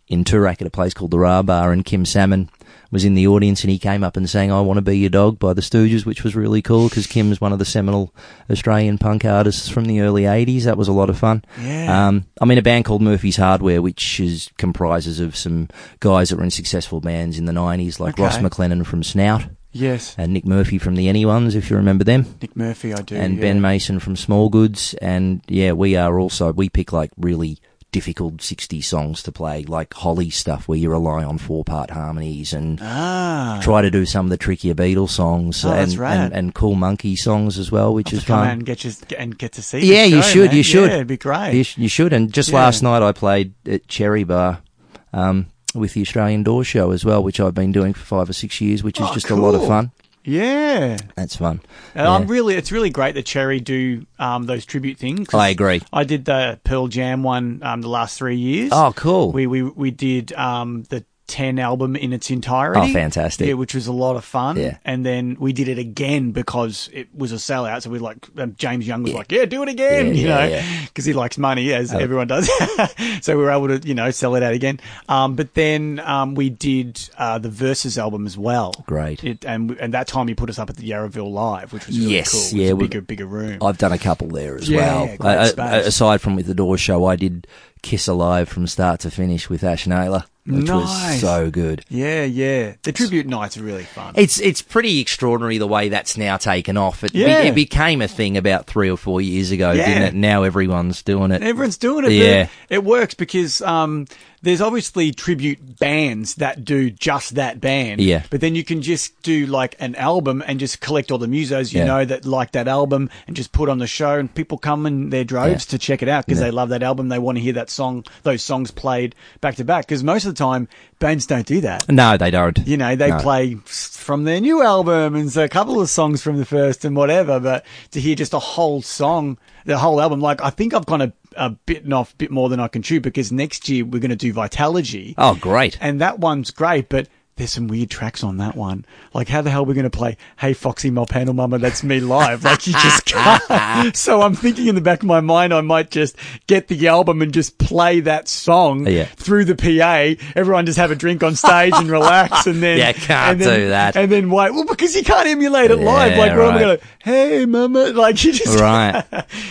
S6: in Turak at a place called the Ra Bar, and Kim Salmon was in the audience and he came up and sang "I Want to Be Your Dog" by the Stooges, which was really cool because Kim is one of the seminal Australian punk artists from the early '80s. That was a lot of fun.
S1: Yeah.
S6: Um, I'm in a band called Murphy's Hardware, which is comprises of some guys that were in successful bands in the '90s, like Ross
S1: Okay.
S6: McLennan from Snout
S1: Yes.
S6: and Nick Murphy from the Anyones, if you remember them
S1: Nick Murphy, I do.
S6: and
S1: yeah.
S6: Ben Mason from Small Goods. And yeah, we are also, we pick like really difficult 60 songs to play, like Holly stuff where you rely on four part harmonies and
S1: Ah.
S6: try to do some of the trickier Beatles songs
S1: Oh,
S6: and,
S1: that's right.
S6: and, and cool monkey songs as well, which is
S1: Come out
S6: fun.
S1: and get your, and get to see.
S6: Yeah,
S1: the
S6: you
S1: show,
S6: should,
S1: man.
S6: you should.
S1: Yeah, it'd be great.
S6: You, sh- you should. And just
S1: Yeah.
S6: last night I played at Cherry Bar. Um, with the Australian Door Show as well, which I've been doing for five or six years, which is
S1: Oh,
S6: just a lot of
S1: cool.
S6: fun.
S1: yeah.
S6: That's fun.
S1: And
S6: Yeah.
S1: I'm really, it's really great that Cherry do um, those tribute things. 'cause *laughs*
S6: I agree.
S1: I did the Pearl Jam one um, the last three years.
S6: Oh, cool.
S1: We we we did um, the ten album in its entirety.
S6: Oh, fantastic.
S1: Yeah, which was a lot of fun.
S6: Yeah.
S1: And then we did it again because it was a sellout. So we like um, James Young was like, yeah, do it again,
S6: Yeah,
S1: you
S6: yeah,
S1: know,
S6: yeah. Oh.
S1: because he likes money as everyone does. *laughs* so we were able to you know sell it out again. Um, but then um, we did uh, the Versus album as well.
S6: Great.
S1: It, and and that time he put us up at the Yarraville Live, which was really
S6: Yes,
S1: cool. It was
S6: yeah,
S1: a
S6: we-
S1: bigger bigger room.
S6: I've done a couple there as
S1: Yeah,
S6: well.
S1: great
S6: Uh,
S1: space.
S6: uh, aside from with the Door Show, I did Kiss Alive from start to finish with Ash Naylor, which
S1: Nice.
S6: was so good.
S1: yeah, yeah. The tribute nights are really fun.
S6: It's it's pretty extraordinary the way that's now taken off. It, be-
S1: Yeah.
S6: it became a thing about three or four years ago,
S1: Yeah.
S6: didn't it? Now everyone's doing it.
S1: Everyone's doing it.
S6: Yeah.
S1: Yeah. It works because um, there's obviously tribute bands that do just that band.
S6: Yeah.
S1: But then you can just do like an album and just collect all the musos you
S6: Yeah.
S1: know that like that album and just put on the show and people come in their droves to check it out because they love that album. They want to hear that song, those songs played back to back because most of the time bands don't do that.
S6: no, they don't.
S1: You know, they
S6: No.
S1: play s- from their new album and so a couple of songs from the first and whatever, but to hear just a whole song, the whole album, like I think I've kind of uh, bitten off a bit more than I can chew because next year we're going to do Vitalogy.
S6: Oh, great.
S1: And that one's great, but there's some weird tracks on that one. Like, how the hell are we going to play Hey Foxy Mop Handle Mama, That's Me Live? Like, you
S6: *laughs*
S1: just can't. so I'm thinking in the back of my mind, I might just get the album and just play that song
S6: Yeah.
S1: through the PA. Everyone just have a drink on stage and relax
S6: *laughs*
S1: and then.
S6: Yeah, can't
S1: and then-
S6: do that.
S1: And then wait. Well, because you can't emulate it live.
S6: Yeah,
S1: Like, we're
S6: right.
S1: all going to, Hey Mama. Like, you just. *laughs*
S6: Right.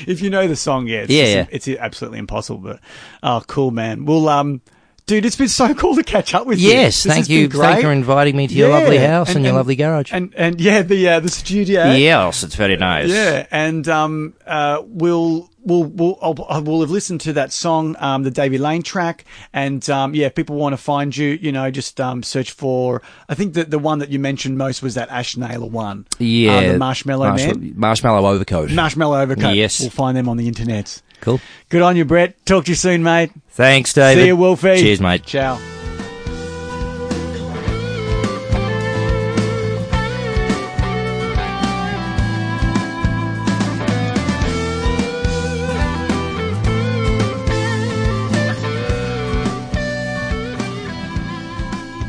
S1: if you know the song, yeah. It's
S6: Yeah,
S1: just-
S6: yeah.
S1: It's absolutely impossible, but, oh, cool, man. Well, um, Dude, it's been so *laughs* cool to catch up with you.
S6: Yes,
S1: This
S6: thank
S1: has been
S6: you. Thank
S1: great.
S6: you for inviting me to your lovely
S1: Yeah,
S6: house and, your lovely garage.
S1: And and yeah, the uh, the studio.
S6: yes, it's very nice.
S1: Yeah, and um, uh, we'll we'll we'll I'll, I will have listened to that song, um, the Davy Lane track, and um, yeah, if people want to find you, you know, just um, search for. I think that the one that you mentioned most was that Ash Naylor one.
S6: Yeah.
S1: uh, the Marshmallow
S6: Marshall-
S1: Man,
S6: Marshmallow overcoat.
S1: Marshmallow Overcoat.
S6: Yes.
S1: we'll find them on the internet.
S6: cool.
S1: Good on you, Brett. Talk to you soon, mate.
S6: Thanks, David.
S1: See you, Wolfie.
S6: Cheers, mate.
S1: Ciao.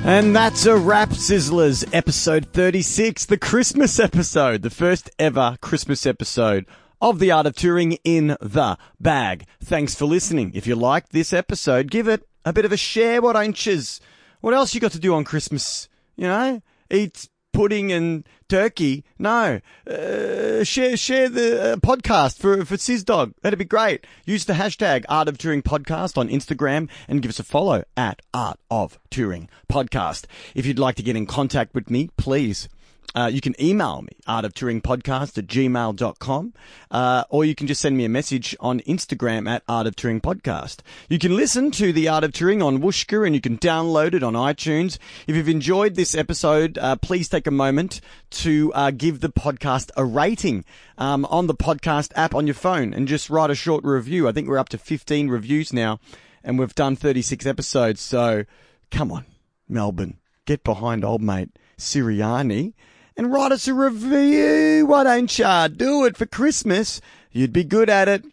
S1: And that's a wrap, Sizzlers. Episode 36, the Christmas episode, the first ever Christmas episode of The Art of Touring in the Bag. Thanks for listening. If you liked this episode, give it a bit of a share, what ain't yous? What else you got to do on Christmas? You know? Eat pudding and turkey. No, uh, share share the uh, podcast for for Sizz Dog. That'd be great. Use the hashtag Art of Touring Podcast on Instagram and give us a follow at Art of Touring Podcast. If you'd like to get in contact with me, please. Uh, you can email me, artoftouringpodcast at gmail.com, uh, or you can just send me a message on Instagram at Art of Touring Podcast. You can listen to The Art of Touring on Wooshka and you can download it on iTunes. If you've enjoyed this episode, uh, please take a moment to uh, give the podcast a rating um, on the podcast app on your phone and just write a short review. I think we're up to 15 reviews now, and we've done 36 episodes, so come on. Melbourne, get behind old mate Siriani and write us a review. Why don't ya do it for Christmas? You'd be good at it.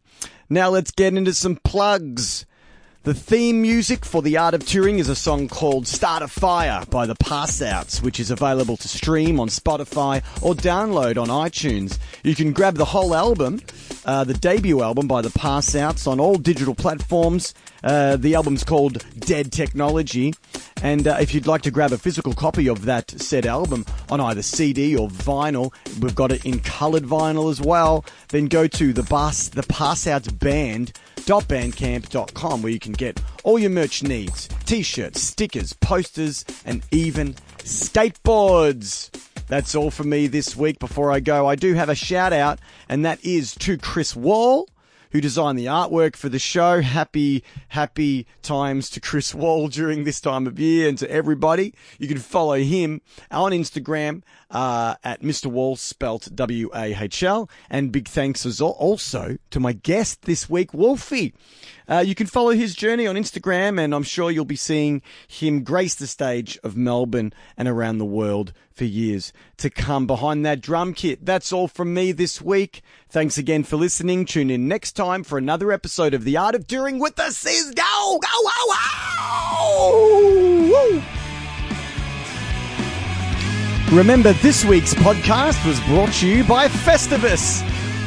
S1: Now let's get into some plugs. The theme music for The Art of Touring is a song called Start a Fire by The Passouts, which is available to stream on Spotify or download on iTunes. You can grab the whole album, uh, the debut album by The Passouts, on all digital platforms. Uh, the album's called Dead Technology. And uh, if you'd like to grab a physical copy of that said album on either CD or vinyl, we've got it in coloured vinyl as well, then go to the, bus, the Passouts Band www.bandcamp.com where you can get all your merch needs t shirts, stickers, posters, and even skateboards. That's all for me this week. Before I go, I do have a shout out, and that is to Chris Wall. Who designed the artwork for the show? Happy, happy times to Chris Wall during this time of year and to everybody. You can follow him on Instagram uh, at Mr. Wall, spelt W A H L. And big thanks as al- also to my guest this week, Wolfie. Uh, you can follow his journey on Instagram, and I'm sure you'll be seeing him grace the stage of Melbourne and around the world for years to come behind that drum kit. That's all from me this week. Thanks again for listening. Tune in next time for another episode of The Art of Touring with the Seas. Go, go, go, go! Woo! Remember, this week's podcast was brought to you by Festivus,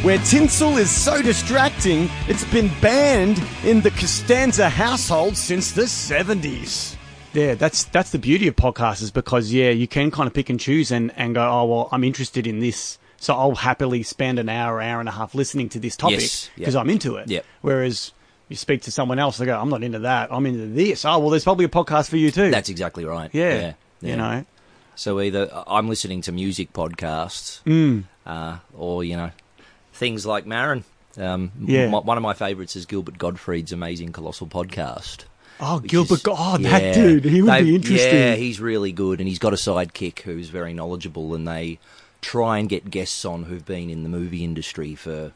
S1: where tinsel is so distracting it's been banned in the Costanza household since the 70s. Yeah, that's that's the beauty of podcasts is because yeah, you can kind of pick and choose and, and go, oh well, I'm interested in this, so I'll happily spend an hour, hour and a half listening to this topic because
S6: Yes, yeah.
S1: I'm into it.
S6: Yeah.
S1: Whereas you speak to someone else, they go, I'm not into that, I'm into this. Oh well, there's probably a podcast for you too.
S6: That's exactly right.
S1: yeah,
S6: yeah. yeah.
S1: you know.
S6: So either uh, I'm listening to music podcasts,
S1: Mm.
S6: uh, or you know, things like Marin. Um,
S1: Yeah.
S6: m- one of my favourites is Gilbert Gottfried's amazing colossal podcast.
S1: Oh,
S6: which
S1: Gilbert,
S6: is-
S1: Go- oh,
S6: yeah.
S1: that dude, he would
S6: They-
S1: be interesting.
S6: Yeah, he's really good, and he's got a sidekick who's very knowledgeable, and they try and get guests on who've been in the movie industry for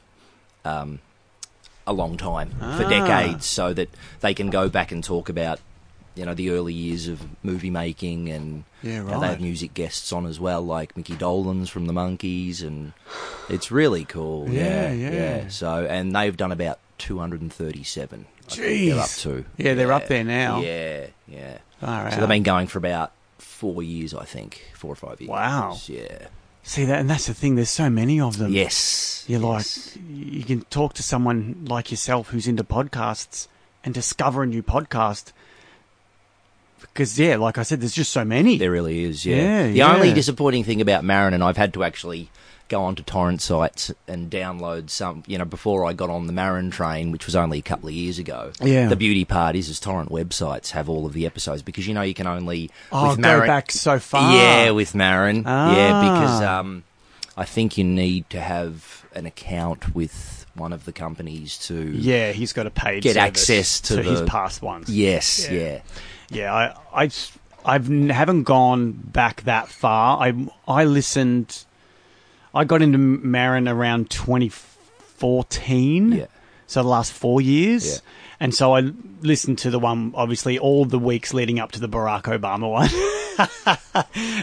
S6: um, a long time,
S1: Ah.
S6: for decades, so that they can go back and talk about you know the early years of movie making, and
S1: Yeah,
S6: and they
S1: right.
S6: have music guests on as well, like Mickey Dolan's from the Monkees, and it's really cool.
S1: Yeah, yeah.
S6: So, and they've done about 237. I think
S1: Jeez.
S6: They're up to.
S1: Yeah, they're up there now.
S6: Yeah, yeah.
S1: Far
S6: so
S1: out.
S6: they've been going for about four years, I think, four or five years.
S1: Wow.
S6: Yeah.
S1: See that, and that's the thing. There's so many of them.
S6: Yes.
S1: you're
S6: yes.
S1: like you can talk to someone like yourself who's into podcasts and discover a new podcast. Because yeah, like I said, there's just so many.
S6: There really is, yeah.
S1: Yeah,
S6: the
S1: yeah.
S6: only disappointing thing about Marin, and I've had to actually go onto torrent sites and download some. You know, before I got on the Marin train, which was only a couple of years ago.
S1: Yeah.
S6: The beauty part is, is torrent websites have all of the episodes because you know you can only
S1: Oh,
S6: with
S1: go
S6: Marin-
S1: back so far.
S6: Yeah, with Marin. Yeah, because
S1: Ah.
S6: um, I think you need to have an account with one of the companies to.
S1: Yeah, he's got a paid
S6: Get
S1: service
S6: access to
S1: his
S6: the-
S1: past ones.
S6: Yes.
S1: Yeah.
S6: Yeah.
S1: Yeah, I, I, s- I've n- haven't gone back that far. I, I listened. I got into Marin around 2014.
S6: Yeah.
S1: So the last four years.
S6: Yeah.
S1: And so I listened to the one, obviously, all the weeks leading up to the Barack Obama one. *laughs*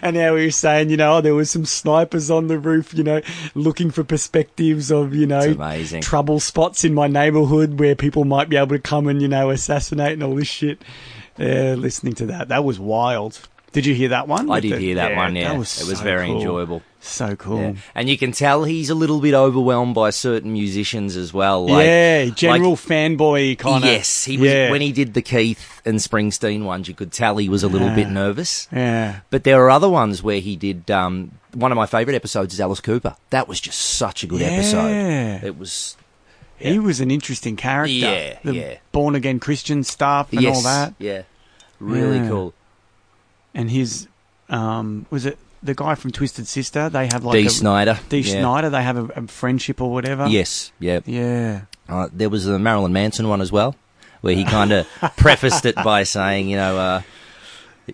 S1: and how he was saying, you know, oh, there was some snipers on the roof, you know, looking for perspectives of, you know,
S6: It's amazing.
S1: trouble spots in my neighborhood where people might be able to come and, you know, assassinate and all this shit. Yeah, listening to that. That was wild. Did you hear that one?
S6: I
S1: With
S6: did
S1: the-
S6: hear that one. Yeah,
S1: that was
S6: it was
S1: so
S6: very
S1: cool.
S6: enjoyable.
S1: So cool.
S6: Yeah. And you can tell he's a little bit overwhelmed by certain musicians as well. Like,
S1: yeah,
S6: like-
S1: general fanboy kind of.
S6: Yes, he was
S1: yeah.
S6: when he did the Keith and Springsteen ones. You could tell he was a little
S1: Ah.
S6: bit nervous.
S1: Yeah.
S6: But there are other ones where he did. Um, one of my favourite episodes is Alice Cooper. That was just such a good
S1: Yeah.
S6: episode. It was.
S1: He was an interesting character.
S6: Yeah,
S1: the
S6: yeah.
S1: Born again Christian stuff and
S6: yes,
S1: all that.
S6: Yeah. Really
S1: Yeah.
S6: cool.
S1: And his, um, was it the guy from Twisted Sister? They have like
S6: Dee
S1: a,
S6: Snyder.
S1: D.
S6: Yeah.
S1: Schneider. They have a, a friendship or whatever.
S6: Yes. Yeah.
S1: Yeah.
S6: Uh, there was the Marilyn Manson one as well, where he
S1: *laughs*
S6: kind of prefaced it by saying, you know, uh,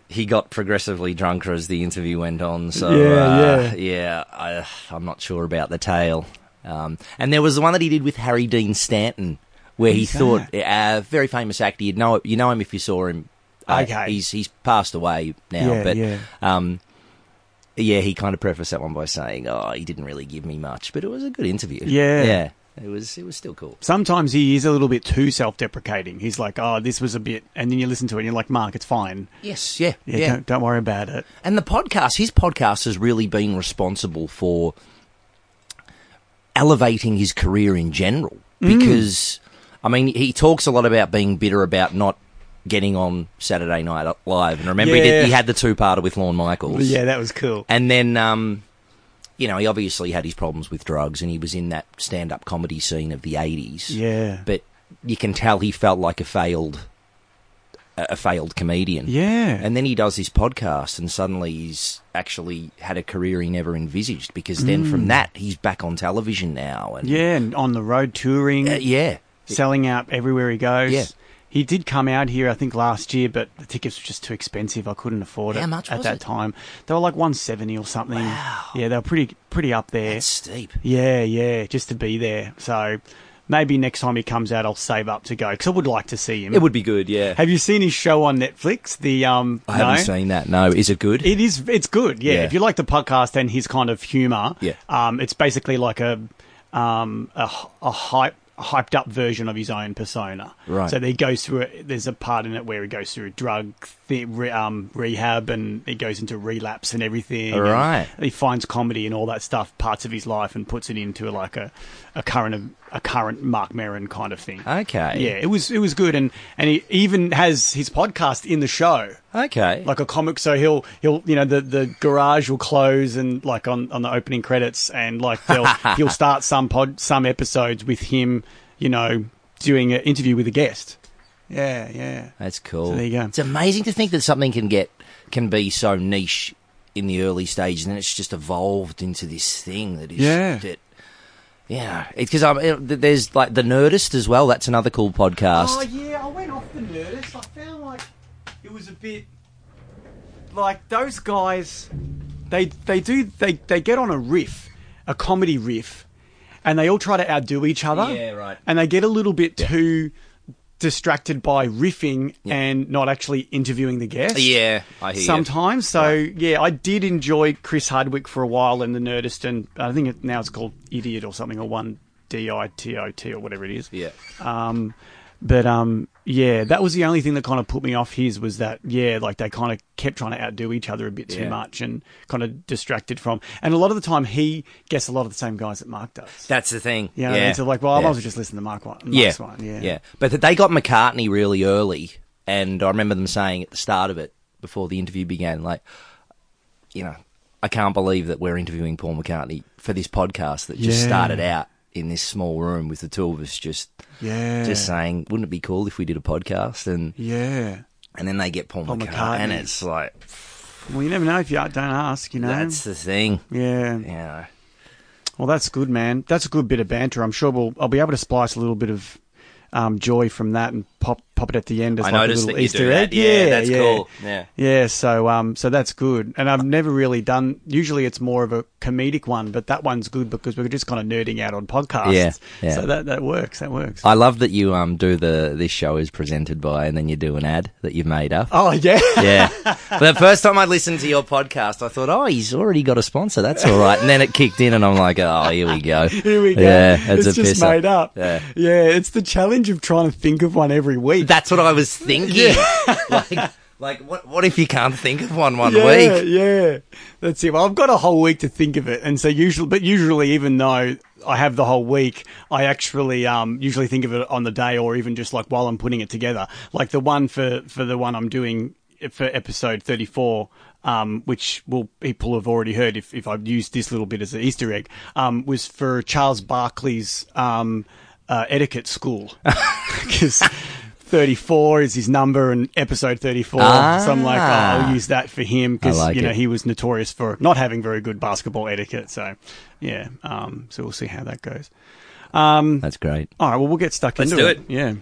S6: he got progressively drunker as the interview went on. So,
S1: Yeah,
S6: uh, yeah I, I'm not sure about the tale. Um, and there was the one that he did with Harry Dean Stanton, where
S1: Who's
S6: he thought, a very famous actor, you'd know, you know him if you saw him. uh,
S1: Okay.
S6: He's, he's passed away now,
S1: Yeah,
S6: but
S1: yeah.
S6: Um, yeah, he kind of prefaced that one by saying, "Oh, he didn't really give me much, but it was a good interview."
S1: Yeah.
S6: yeah, it was. It was still cool.
S1: Sometimes he is a little bit too self-deprecating. He's like, "Oh, this was a bit," and then you listen to it and you're like, "Mark, it's fine.
S6: Yes, yeah,
S1: Yeah,
S6: yeah.
S1: Don't, don't worry about it."
S6: And the podcast, his podcast has really been responsible for elevating his career in general
S1: Mm.
S6: because I mean, he talks a lot about being bitter about not getting on Saturday Night Live and remember he,
S1: Yeah.
S6: did, he had the two-parter with Lorne Michaels.
S1: Yeah, that was cool.
S6: And then um you know, he obviously had his problems with drugs and he was in that stand-up comedy scene of the 80s
S1: Yeah.
S6: but you can tell he felt like a failed a a failed comedian.
S1: Yeah.
S6: And then he does his podcast and suddenly he's actually had a career he never envisaged because then from that he's back on television now and
S1: Mm. yeah, and on the road touring,
S6: Uh, yeah.
S1: selling out everywhere he goes.
S6: Yeah.
S1: He did come out here, I think, last year, but the tickets were just too expensive. I couldn't afford it
S6: How much
S1: at
S6: was
S1: that
S6: it?
S1: time. They were like one seventy or something.
S6: Wow.
S1: Yeah, they were pretty pretty up there.
S6: That's steep.
S1: Yeah, yeah, just to be there. So maybe next time he comes out, I'll save up to go because I would like to see him.
S6: It would be good, yeah.
S1: Have you seen his show on Netflix? The um,
S6: I haven't
S1: no?
S6: seen that. No, is it good?
S1: It is. It's good. Yeah.
S6: Yeah.
S1: If you like the podcast and his kind of humor,
S6: Yeah.
S1: Um, it's basically like a um a, h- a hype. Hyped up version of his own persona,
S6: Right.
S1: So he goes through. A, there's a part in it where he goes through drug th- re, um, rehab and he goes into relapse and everything. and
S6: Right.
S1: he finds comedy and all that stuff, parts of his life, and puts it into like a, a current a current Mark Maron kind of thing.
S6: Okay.
S1: Yeah, it was it was good, and and he even has his podcast in the show
S6: Okay.
S1: like a comic. So he'll he'll you know the the garage will close and like on on the opening credits and like they'll he'll start some pod some episodes with him, you know, doing an interview with a guest. Yeah, yeah.
S6: That's cool.
S1: So there you go.
S6: It's amazing to think that something can get can be so niche in the early stage, and then it's just evolved into this thing that is
S1: Yeah.
S6: That, yeah, it's because I'm. It, th- there's like the Nerdist as well. That's another cool podcast.
S1: Oh yeah, I went off the Nerdist. I found like it was a bit like those guys. They they do they they get on a riff, a comedy riff, and they all try to outdo each other.
S6: Yeah, right.
S1: And they get a little bit too distracted by riffing and not actually interviewing the guest.
S6: Yeah, I hear.
S1: Sometimes, so yeah, I did enjoy Chris Hardwick for a while in the Nerdist, and I think it, now it's called Idiot or something, or one D I T O T or whatever it is.
S6: You. Yeah.
S1: Um, but um, yeah, that was the only thing that kind of put me off his was that yeah, like they kind of kept trying to outdo each other a bit too
S6: Yeah.
S1: much and kind of distracted from. And a lot of the time, he gets a lot of the same guys that Mark does.
S6: That's the thing.
S1: you know, what I
S6: yeah.
S1: mean? so like, well, I might
S6: yeah.
S1: as well just listen to Mark one.
S6: yeah.
S1: Mark's one. yeah,
S6: yeah. But that they got McCartney really early, and I remember them saying at the start of it, before the interview began, like, you know, I can't believe that we're interviewing Paul McCartney for this podcast that just
S1: Yeah.
S6: started out in this small room with the two of us just
S1: Yeah.
S6: just uh, saying, wouldn't it be cool if we did a podcast? And
S1: Yeah.
S6: and then they get Paul,
S1: Paul
S6: McCartney,
S1: McCartney.
S6: and it's like
S1: Well, you never know if you don't ask, you know.
S6: that's the thing.
S1: yeah.
S6: You know.
S1: Well, that's good, man. That's a good bit of banter. I'm sure we'll I'll be able to splice a little bit of um, joy from that and pop pop it at the end as
S6: I
S1: like a
S6: noticed
S1: little
S6: that you
S1: Easter
S6: do that.
S1: egg.
S6: Yeah, that's cool. Yeah.
S1: Yeah, so um, so that's good. And I've never really done. Usually, it's more of a comedic one, but that one's good because we're just kind of nerding out on podcasts.
S6: Yeah, yeah.
S1: So that that works. That works.
S6: I love that you um do the this show is presented by and then you do an ad that you've made up.
S1: oh yeah. *laughs*
S6: Yeah. But the first time I listened to your podcast, I thought, oh, he's already got a sponsor. That's all right. And then it kicked in, and I'm like, oh, here we go.
S1: Here we go.
S6: Yeah,
S1: it's
S6: that's a
S1: just
S6: pisser.
S1: made up.
S6: Yeah.
S1: yeah, it's the challenge of trying to think of one every week.
S6: That's what I was thinking. *laughs* like, like what, what if you can't think of one one
S1: yeah,
S6: week?
S1: Yeah, that's it. Well, I've got a whole week to think of it, and so usually, but usually, even though I have the whole week, I actually um, usually think of it on the day, or even just like while I'm putting it together. Like the one for for the one I'm doing for episode 34. Um, which will people have already heard if, if I've used this little bit as an Easter egg, um, was for Charles Barkley's um, uh, etiquette school. *laughs* Because 34 is his number and episode 34. So I'm like, oh,
S6: Ah.
S1: I'll use that for him because
S6: I like
S1: you know
S6: it.
S1: he was notorious for not having very good basketball etiquette. So yeah, um, so we'll see how that goes. Um,
S6: That's great.
S1: All right, well we'll get stuck
S7: Let's
S1: into
S7: do
S1: Yeah.